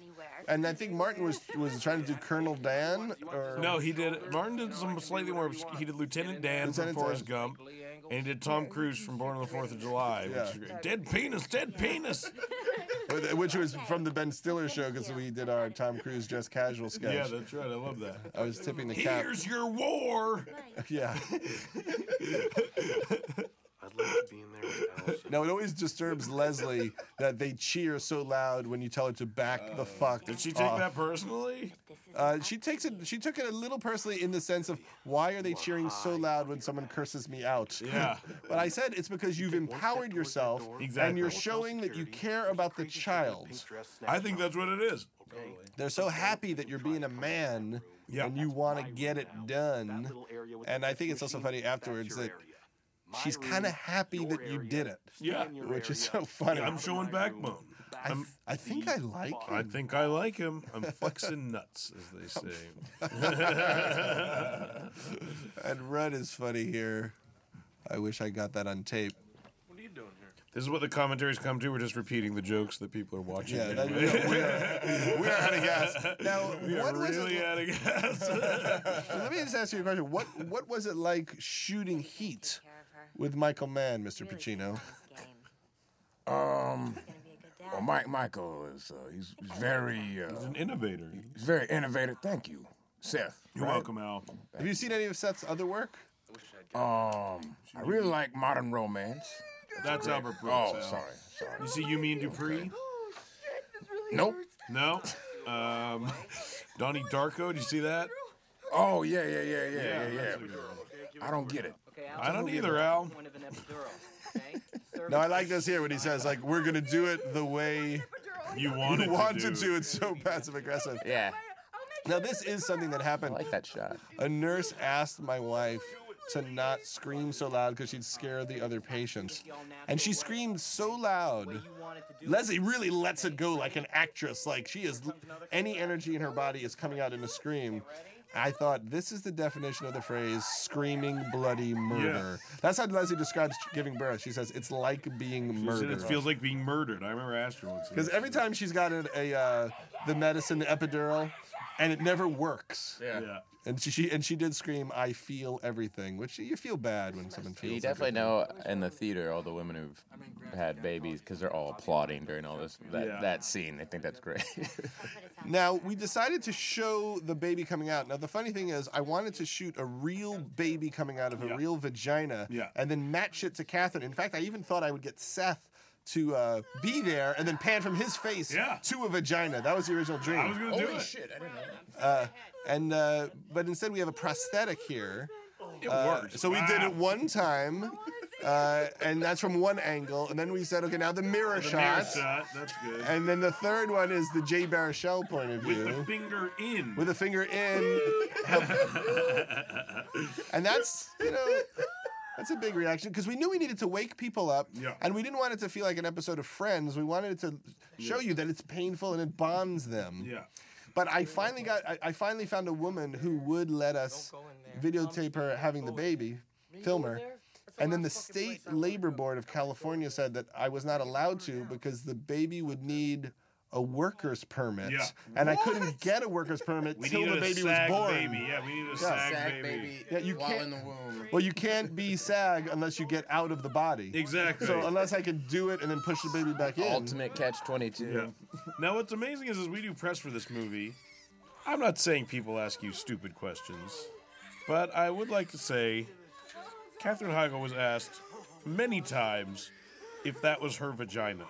Speaker 1: And I think Martin was was trying to do Colonel Dan or
Speaker 2: No, he did. Martin did some slightly more. obscure- He did Lieutenant Dan from
Speaker 1: Lieutenant
Speaker 2: Forrest
Speaker 1: Dan.
Speaker 2: Gump, and he did Tom Cruise from Born on the Fourth of July. Which is
Speaker 1: Yeah.
Speaker 2: great. Dead penis, dead penis.
Speaker 1: Wh- which was from the Ben Stiller show because we did our Tom Cruise dress casual sketch.
Speaker 2: Yeah, that's right. I love that.
Speaker 1: I was tipping Uh, the cap.
Speaker 2: Here's your war.
Speaker 1: Yeah.
Speaker 5: I'd like to be in there with Allison.
Speaker 1: Now it always disturbs Leslie that they cheer so loud when you tell her to back
Speaker 5: Uh,
Speaker 1: the fuck.
Speaker 2: Did she take
Speaker 1: off.
Speaker 2: that personally?
Speaker 1: Uh, she takes it. She took it a little personally in the sense of why are they cheering so loud when someone curses me out?
Speaker 2: Yeah.
Speaker 1: but I said it's because you've empowered yourself and
Speaker 2: Exactly.
Speaker 1: you're showing that you care about the child.
Speaker 2: I think that's what it is.
Speaker 7: okay?
Speaker 1: They're so happy that you're being a man and you want to get it done. And I think it's also funny afterwards that she's kind of happy that you did it.
Speaker 2: Yeah.
Speaker 1: Which is so funny.
Speaker 2: Yeah, I'm showing backbone.
Speaker 1: I,
Speaker 2: I'm-
Speaker 1: I think I like him.
Speaker 2: I think I like him. I'm flexing nuts, as they say.
Speaker 1: and Rudd is funny here. I wish I got that on tape.
Speaker 7: What are you doing here?
Speaker 2: this is what the commentaries come to. We're just repeating the jokes that people are watching.
Speaker 1: Yeah, that,
Speaker 2: anyway.
Speaker 1: we're, we're out of gas. Now,
Speaker 2: We are
Speaker 1: what was
Speaker 2: really
Speaker 1: it?
Speaker 2: out of gas.
Speaker 1: Let me just ask you a question. What what was it like shooting Heat with Michael Mann, Mr. Pacino?
Speaker 4: Um, well, Mike Michael is uh, he's he's very uh, he's
Speaker 2: an innovator.
Speaker 4: He's very innovative. Thank you, Seth.
Speaker 2: You're
Speaker 4: right?
Speaker 2: welcome, Al.
Speaker 1: Have you seen any of Seth's other work?
Speaker 4: Um, I really like Modern Romance.
Speaker 2: That's
Speaker 4: Great.
Speaker 2: Albert Brooks.
Speaker 4: Oh,
Speaker 2: Al.
Speaker 4: sorry, sorry.
Speaker 2: You see, you mean Dupree?
Speaker 9: Oh,
Speaker 4: Nope.
Speaker 2: No. Um, Donnie Darko. Did you see that?
Speaker 4: Oh yeah, yeah, yeah, yeah, yeah, yeah.
Speaker 2: that's a good one.
Speaker 4: I don't get it.
Speaker 2: I don't either, Al.
Speaker 1: No, I like this here when he says like we're gonna do it the way
Speaker 2: You wanted to
Speaker 1: want
Speaker 2: do.
Speaker 1: It's so passive aggressive.
Speaker 8: Yeah.
Speaker 1: Now this is something that happened.
Speaker 8: I like that shot.
Speaker 1: A nurse asked my wife to not scream so loud because she'd scare the other patients, and she screamed so loud. Leslie really lets it go like an actress. Like she is, any energy in her body is coming out in a scream. I thought this is the definition of the phrase "screaming bloody murder." That's how Leslie describes giving birth. She says it's like being
Speaker 2: She said
Speaker 1: murdered.
Speaker 2: it feels like being murdered. I remember asking her once.
Speaker 1: Because every time she's got a, a uh, the medicine, the epidural, and it never works.
Speaker 2: Yeah.
Speaker 1: And she, she and she did scream, "I feel everything," which you feel bad when someone feels.
Speaker 8: You definitely
Speaker 1: everything.
Speaker 8: know in the theater all the women who've had babies because they're all applauding during all this that,
Speaker 1: Yeah.
Speaker 8: that scene. They think that's great.
Speaker 1: Now we decided to show the baby coming out. Now the funny thing is, I wanted to shoot a real baby coming out of a real vagina, and then match it to Catherine. In fact, I even thought I would get Seth. To uh, be there and then pan from his face to a vagina. That was the original dream.
Speaker 2: I was gonna do
Speaker 4: Holy
Speaker 2: it.
Speaker 4: shit! I didn't know. that.
Speaker 1: Uh, and uh, but instead we have a prosthetic here.
Speaker 2: It
Speaker 1: Uh,
Speaker 2: works.
Speaker 1: So we did it one time, uh, and that's from one angle. And then we said, okay, now the mirror
Speaker 2: The mirror
Speaker 1: shots.
Speaker 2: shot. That's good.
Speaker 1: And then the third one is the Jay Baruchel point of
Speaker 2: With the
Speaker 1: view,
Speaker 2: finger in.
Speaker 1: with a finger in, and that's you know. That's a big reaction because we knew we needed to wake people up, and we didn't want it to feel like an episode of Friends. We wanted it to show you that it's painful and it bonds them.
Speaker 2: Yeah.
Speaker 1: But I finally got I, I finally found a woman who would let us videotape her having the baby, film her. And then the state labor board of California said that I was not allowed to because the baby would need a worker's permit,
Speaker 2: Yeah.
Speaker 1: and I couldn't get a worker's permit
Speaker 2: We
Speaker 1: till
Speaker 2: needed
Speaker 1: the
Speaker 2: a
Speaker 1: baby
Speaker 2: sag
Speaker 1: was born.
Speaker 2: baby. Yeah, we needed a sag Sag baby. baby
Speaker 1: Yeah, you
Speaker 2: while
Speaker 1: can't,
Speaker 2: in the
Speaker 1: womb. Well, you can't be sag unless you get out of the body.
Speaker 2: Exactly.
Speaker 1: So um, unless I could do it and then push the baby back in.
Speaker 8: Ultimate catch 22.
Speaker 2: Now, what's amazing is, is we do press for this movie. I'm not saying people ask you stupid questions, but I would like to say Katherine Heigl was asked many times if that was her vagina.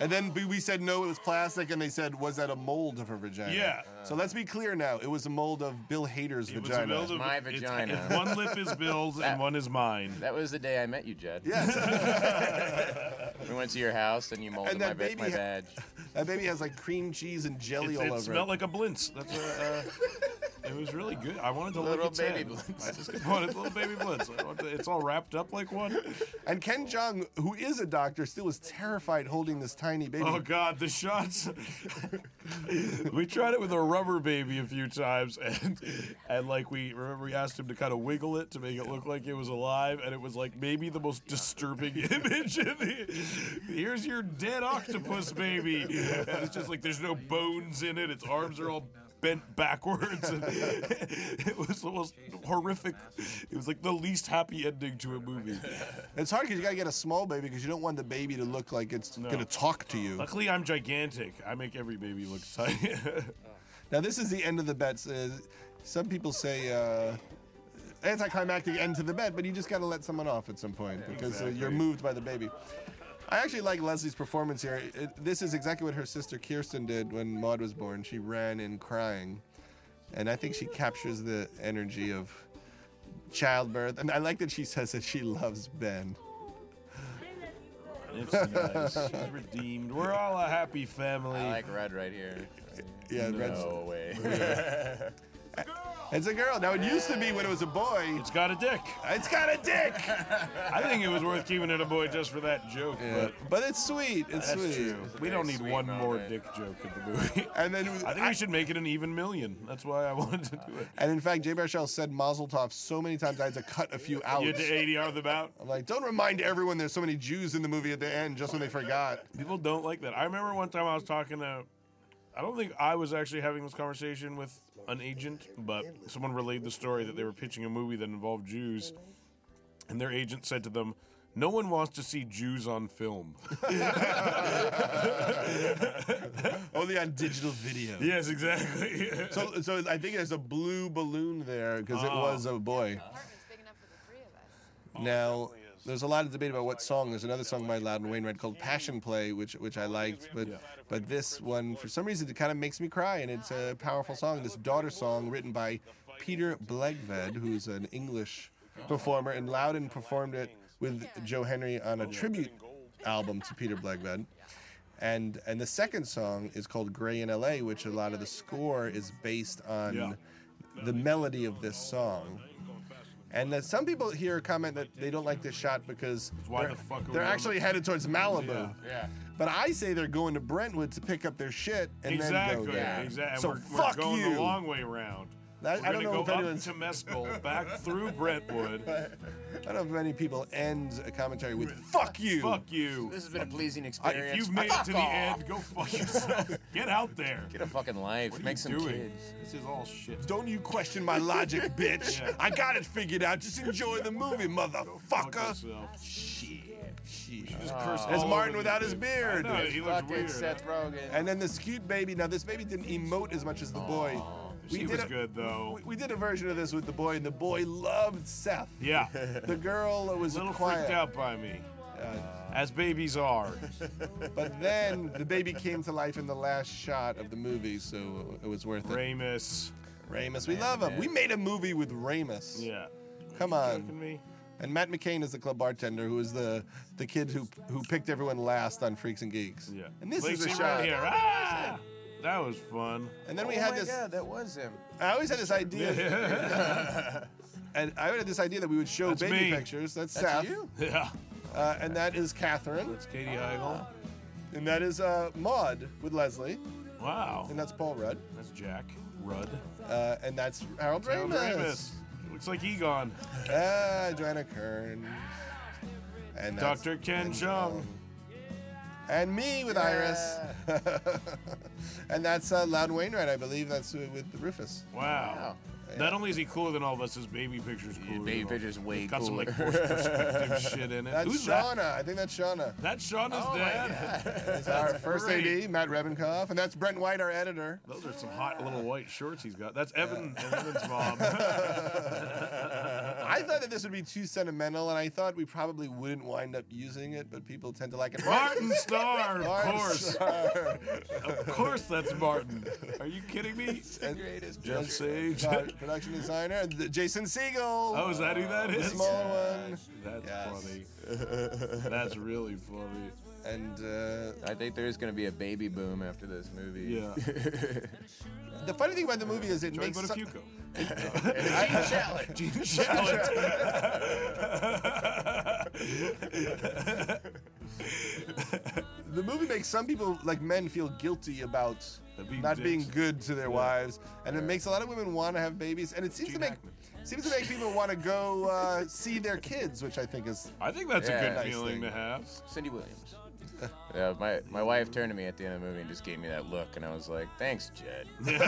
Speaker 1: And then we- we said no, it was plastic, and they said, was that a mold of her vagina?
Speaker 2: Yeah.
Speaker 1: So let's be clear now. It was a mold of Bill Hader's
Speaker 2: It was a
Speaker 1: vagina.
Speaker 2: build of- it's- it's- one lip is Bill's
Speaker 8: That-
Speaker 2: and one is mine.
Speaker 8: That was the day I met you, Jed.
Speaker 1: Yes.
Speaker 8: we went to your house and you molded
Speaker 1: And
Speaker 8: my,
Speaker 1: that
Speaker 8: ba- my
Speaker 1: baby ha-
Speaker 8: badge.
Speaker 1: that baby has like cream cheese and jelly
Speaker 2: It,
Speaker 1: all
Speaker 2: it
Speaker 1: over
Speaker 2: smelled like a blintz. That's what, uh, it was really good. I wanted to
Speaker 8: Little
Speaker 2: lick its
Speaker 8: baby
Speaker 2: head.
Speaker 8: blintz.
Speaker 2: I just wanted little baby blintz. I want the- It's all wrapped up like one.
Speaker 1: And Ken Jong, who is a doctor, still was terrified holding this tiny baby.
Speaker 2: Oh God, the shots! we tried it with a rubber baby a few times, and and like we remember we asked him to kind of wiggle it to make it look like it was alive, and it was like maybe the most disturbing image. In the, here's your dead octopus baby, and it's just like there's no bones in it. Its arms are all bent backwards. And it was the most horrific. It was like the least happy ending to a movie.
Speaker 1: It's hard because you gotta get a small baby because you don't want the baby to look like it's gonna talk to you.
Speaker 2: Luckily, I'm gigantic. I make every baby look tiny.
Speaker 1: Now this is the end of the bets. Uh, some people say uh, anticlimactic end to the bet, but you just got to let someone off at some point because uh, you're
Speaker 2: exactly.
Speaker 1: moved by the baby. I actually like Leslie's performance here. It, this is exactly what her sister Kirsten did when Maud was born. She ran in crying, and I think she captures the energy of childbirth. And I like that she says that she loves Ben.
Speaker 2: It's nice. She's redeemed. We're all a happy family.
Speaker 8: I like red right here.
Speaker 1: Yeah,
Speaker 8: no
Speaker 1: red's-
Speaker 8: way.
Speaker 1: It's a girl. Now it used to be when it was a boy. It's got a dick. It's got a dick.
Speaker 2: I think it was worth keeping it a boy just for that joke.
Speaker 1: Yeah.
Speaker 2: But
Speaker 1: But it's sweet. It's
Speaker 2: That's
Speaker 1: sweet.
Speaker 2: true. We don't need one more dick joke in the movie.
Speaker 1: And then
Speaker 2: I think we should make it an even million. That's why I wanted to do it.
Speaker 1: And in fact, Jay Baruchel said Mazel Tov so many times I had to cut a few out.
Speaker 2: You had to ADR them out.
Speaker 1: I'm like, don't remind everyone there's so many Jews in the movie at the end just when they forgot.
Speaker 2: People don't like that. I remember one time I was talking to. I don't think I was actually having this conversation with an agent, but someone relayed the story that they were pitching a movie that involved Jews, and their agent said to them, "No one wants to see Jews on film."
Speaker 1: Only on digital video.
Speaker 2: Yes, exactly.
Speaker 1: so, so I think there's a blue balloon there because it
Speaker 2: Oh.
Speaker 1: was a boy. Now, there's a lot of debate about what song. There's another song by Loudon Wainwright called "Passion Play," which which I liked, but but this one for some reason it kind of makes me cry, and it's a powerful song. This daughter song written by Peter Blegved, who's an English performer, and Loudon performed it with Joe Henry on a tribute album to Peter Blegved. And and the second song is called "Gray in L.A.," which a lot of the score is based on
Speaker 2: Yeah.
Speaker 1: the melody of this song. And that some people here comment that they don't like this shot because
Speaker 2: why
Speaker 1: they're,
Speaker 2: the fuck are we
Speaker 1: they're
Speaker 2: on the-
Speaker 1: actually headed towards Malibu.
Speaker 2: Yeah.
Speaker 1: But I say they're going to Brentwood to pick up their shit and
Speaker 2: exactly.
Speaker 1: then go there.
Speaker 2: Exactly.
Speaker 1: So
Speaker 2: we're,
Speaker 1: fuck
Speaker 2: we're going
Speaker 1: you.
Speaker 2: the long way round.
Speaker 1: That-
Speaker 2: we're
Speaker 1: I don't
Speaker 2: gonna
Speaker 1: know
Speaker 2: go
Speaker 1: if
Speaker 2: up
Speaker 1: anyone's-
Speaker 2: to Mescal, back through Brentwood.
Speaker 1: I don't know if many people end a commentary with "fuck you."
Speaker 2: Fuck you.
Speaker 8: This has been a pleasing
Speaker 1: I-
Speaker 8: experience.
Speaker 2: If you've made it to the
Speaker 8: Fuck
Speaker 2: end, go fuck yourself. Get out there.
Speaker 8: Get a fucking life. Make some kids.
Speaker 2: This is all shit.
Speaker 1: Don't you question my logic, bitch. I got it figured out. Just enjoy the movie, motherfucker. Shit. Shit.
Speaker 2: just curse
Speaker 1: That's
Speaker 2: all
Speaker 1: Martin
Speaker 2: over
Speaker 1: without
Speaker 2: the
Speaker 1: his
Speaker 2: place. I
Speaker 1: beard.
Speaker 2: know, Oh, he looks Fucking weird. Seth
Speaker 8: Rogen.
Speaker 1: And then this cute baby. Now, this baby didn't emote as much as the boy.
Speaker 2: She was
Speaker 1: a,
Speaker 2: good, though.
Speaker 1: We, we did a version of this with the boy, and the boy loved Seth.
Speaker 2: Yeah.
Speaker 1: The girl was
Speaker 2: a little
Speaker 1: quiet. Uh,
Speaker 2: freaked out by me. As babies are.
Speaker 1: But then the baby came to life in the last shot of the movie, so it was worth it.
Speaker 2: Ramus.
Speaker 1: Ramus, we love him. We made a movie with Ramus.
Speaker 2: Yeah.
Speaker 1: Come on.
Speaker 2: Fucking me.
Speaker 1: And Matt McCain is the club bartender, who is the the kid who who picked everyone last on Freaks and Geeks. Yeah. And this
Speaker 2: Like,
Speaker 1: is a
Speaker 2: see
Speaker 1: shot.
Speaker 2: right here. Ah! That was fun.
Speaker 1: And then we
Speaker 8: Oh
Speaker 1: had
Speaker 8: my
Speaker 1: this.
Speaker 8: God, that was him.
Speaker 1: I always had this idea. and I always had this idea that we would show
Speaker 2: That's
Speaker 1: baby
Speaker 2: me.
Speaker 1: pictures. That's,
Speaker 2: That's
Speaker 1: Seth.
Speaker 2: you? Yeah.
Speaker 1: Uh, and that is Catherine. That's
Speaker 2: Katie Heigl.
Speaker 1: And that is uh, Maud with Leslie.
Speaker 2: Wow.
Speaker 1: And that's Paul Rudd.
Speaker 2: That's Jack Rudd.
Speaker 1: Uh, and that's Harold
Speaker 2: Harold
Speaker 1: Ramis.
Speaker 2: Ramis. Looks like Egon.
Speaker 1: Ah, Joanna Kern. And that's
Speaker 2: Dr. Ken Chung.
Speaker 1: And me with Iris. and that's uh, Loudon Wainwright, I believe. That's uh, with Rufus.
Speaker 2: Wow. Not only is he cooler than all of us, his baby picture's cooler.
Speaker 8: baby
Speaker 2: than all-
Speaker 8: picture's way
Speaker 2: It's got some like
Speaker 8: cooler.
Speaker 2: forced perspective shit in it.
Speaker 1: That's Oh,
Speaker 2: Who's
Speaker 1: Shauna.
Speaker 2: that?
Speaker 1: I think that's Shauna.
Speaker 2: That's Shauna's dad.
Speaker 1: That's our first
Speaker 2: great.
Speaker 1: AD, Matt Rebenkoff. And that's Brent White, our editor.
Speaker 2: Those are some hot little white shorts he's got. That's Evan and Evan's mom.
Speaker 1: I thought that this would be too sentimental, and I thought we probably wouldn't wind up using it, but people tend to like it.
Speaker 2: Martin Starr, of
Speaker 1: Martin
Speaker 2: course.
Speaker 1: Starr.
Speaker 2: of course that's Martin. Are you kidding me?
Speaker 1: And
Speaker 2: Jeff Sage.
Speaker 1: Pro- production designer, and the- Jason Siegel.
Speaker 2: Oh, is that who that
Speaker 1: The
Speaker 2: is?
Speaker 1: small one.
Speaker 2: That's funny.
Speaker 8: That's
Speaker 2: really funny.
Speaker 1: And uh,
Speaker 8: I think there's gonna be a baby boom after this movie.
Speaker 2: Yeah.
Speaker 1: The funny thing about the movie is it
Speaker 2: Joey
Speaker 1: makes. so-
Speaker 2: Buttafuoco.
Speaker 1: Gene the movie makes some people, like men, feel guilty about not being good to their wives, and it makes a lot of women want to have babies, and it seems to make seems to make people want to go uh, see their kids, which I think is.
Speaker 2: I think that's
Speaker 8: Yeah.
Speaker 2: a good
Speaker 8: Nice
Speaker 2: feeling
Speaker 8: thing.
Speaker 2: to have.
Speaker 8: Cindy Williams. Yeah, my, my wife turned to me at the end of the movie and just gave me that look, and I was like, "Thanks, Jed."
Speaker 2: you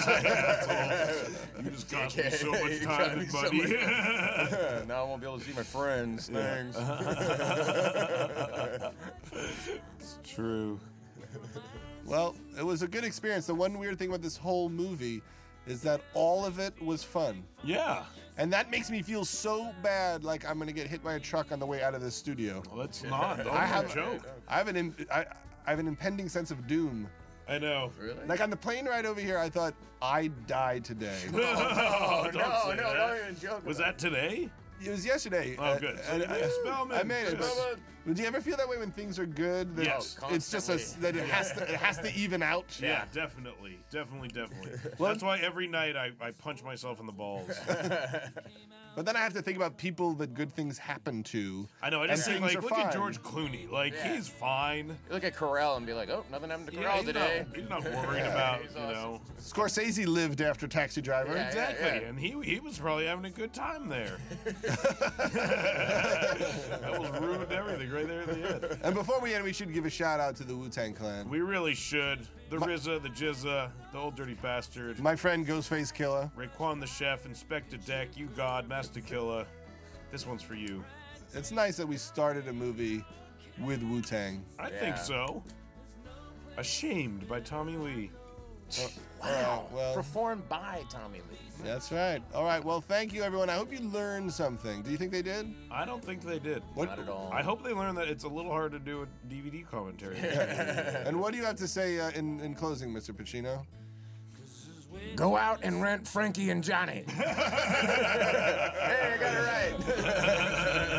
Speaker 2: just cost me so much
Speaker 8: You
Speaker 2: time
Speaker 8: cost me
Speaker 2: and money.
Speaker 8: so much- now I won't be able to see my friends. Thanks.
Speaker 2: it's true.
Speaker 1: Well, it was a good experience. The one weird thing about this whole movie is that all of it was fun.
Speaker 2: Yeah.
Speaker 1: And that makes me feel so bad, like I'm gonna get hit by a truck on the way out of the studio.
Speaker 2: Let's not. Don't
Speaker 1: I have
Speaker 2: joke.
Speaker 1: I have an im- I, I have an impending sense of doom.
Speaker 2: I know.
Speaker 1: Like on the plane ride over here, I thought I'd die today.
Speaker 2: No, no,
Speaker 8: no,
Speaker 2: say
Speaker 8: no,
Speaker 2: that.
Speaker 8: don't even joke
Speaker 2: Was
Speaker 8: about
Speaker 2: that today?
Speaker 1: It was yesterday.
Speaker 2: Oh,
Speaker 1: Uh,
Speaker 2: good. So
Speaker 1: and
Speaker 2: you
Speaker 1: I,
Speaker 2: made Spellman.
Speaker 1: I made it.
Speaker 2: Good.
Speaker 1: Would you ever feel that way when things are good? That
Speaker 2: Yes.
Speaker 1: it's- It's just a, s- that it has to it has to even out.
Speaker 2: Yeah, definitely, definitely, definitely.
Speaker 1: Well-
Speaker 2: That's why every night I, I punch myself in the balls.
Speaker 1: But then I have to think about people that good things happen to.
Speaker 2: I know. I
Speaker 1: and
Speaker 2: just think
Speaker 1: things
Speaker 2: like
Speaker 1: are
Speaker 2: look
Speaker 1: fine.
Speaker 2: at George Clooney. Like
Speaker 1: Yeah.
Speaker 2: he's fine. You
Speaker 8: look at Corell and be like, oh, nothing happened to
Speaker 2: Yeah,
Speaker 8: Corell
Speaker 2: he's
Speaker 8: today.
Speaker 2: not- he's not worried about, you know.
Speaker 1: Scorsese lived after Taxi Driver.
Speaker 2: exactly, and he he was probably having a good time there. that was ruined everything right there at the end.
Speaker 1: And before we end, we should give a shout out to the Wu Tang Clan.
Speaker 2: We really should. The RZA, the Jizza, the old dirty bastard,
Speaker 1: My friend Ghostface Killer.
Speaker 2: Raekwon the chef, Inspector Deck, you God, Master Killer. This one's for you.
Speaker 1: It's nice that we started a movie with Wu Tang.
Speaker 2: I think so. Ashamed by Tommy Lee.
Speaker 1: wow. well,
Speaker 8: Performed by Tommy Lee.
Speaker 1: that's right. All right. Well, thank you, everyone. I hope you learned something. Do you think they did?
Speaker 2: I don't think they did.
Speaker 1: What- Not at all.
Speaker 2: I hope they learned that it's a little hard to do a DVD commentary.
Speaker 1: and what do you have to say uh, in, in closing, Mr. Pacino?
Speaker 4: Go out and rent Frankie and Johnny.
Speaker 8: hey, I got it right.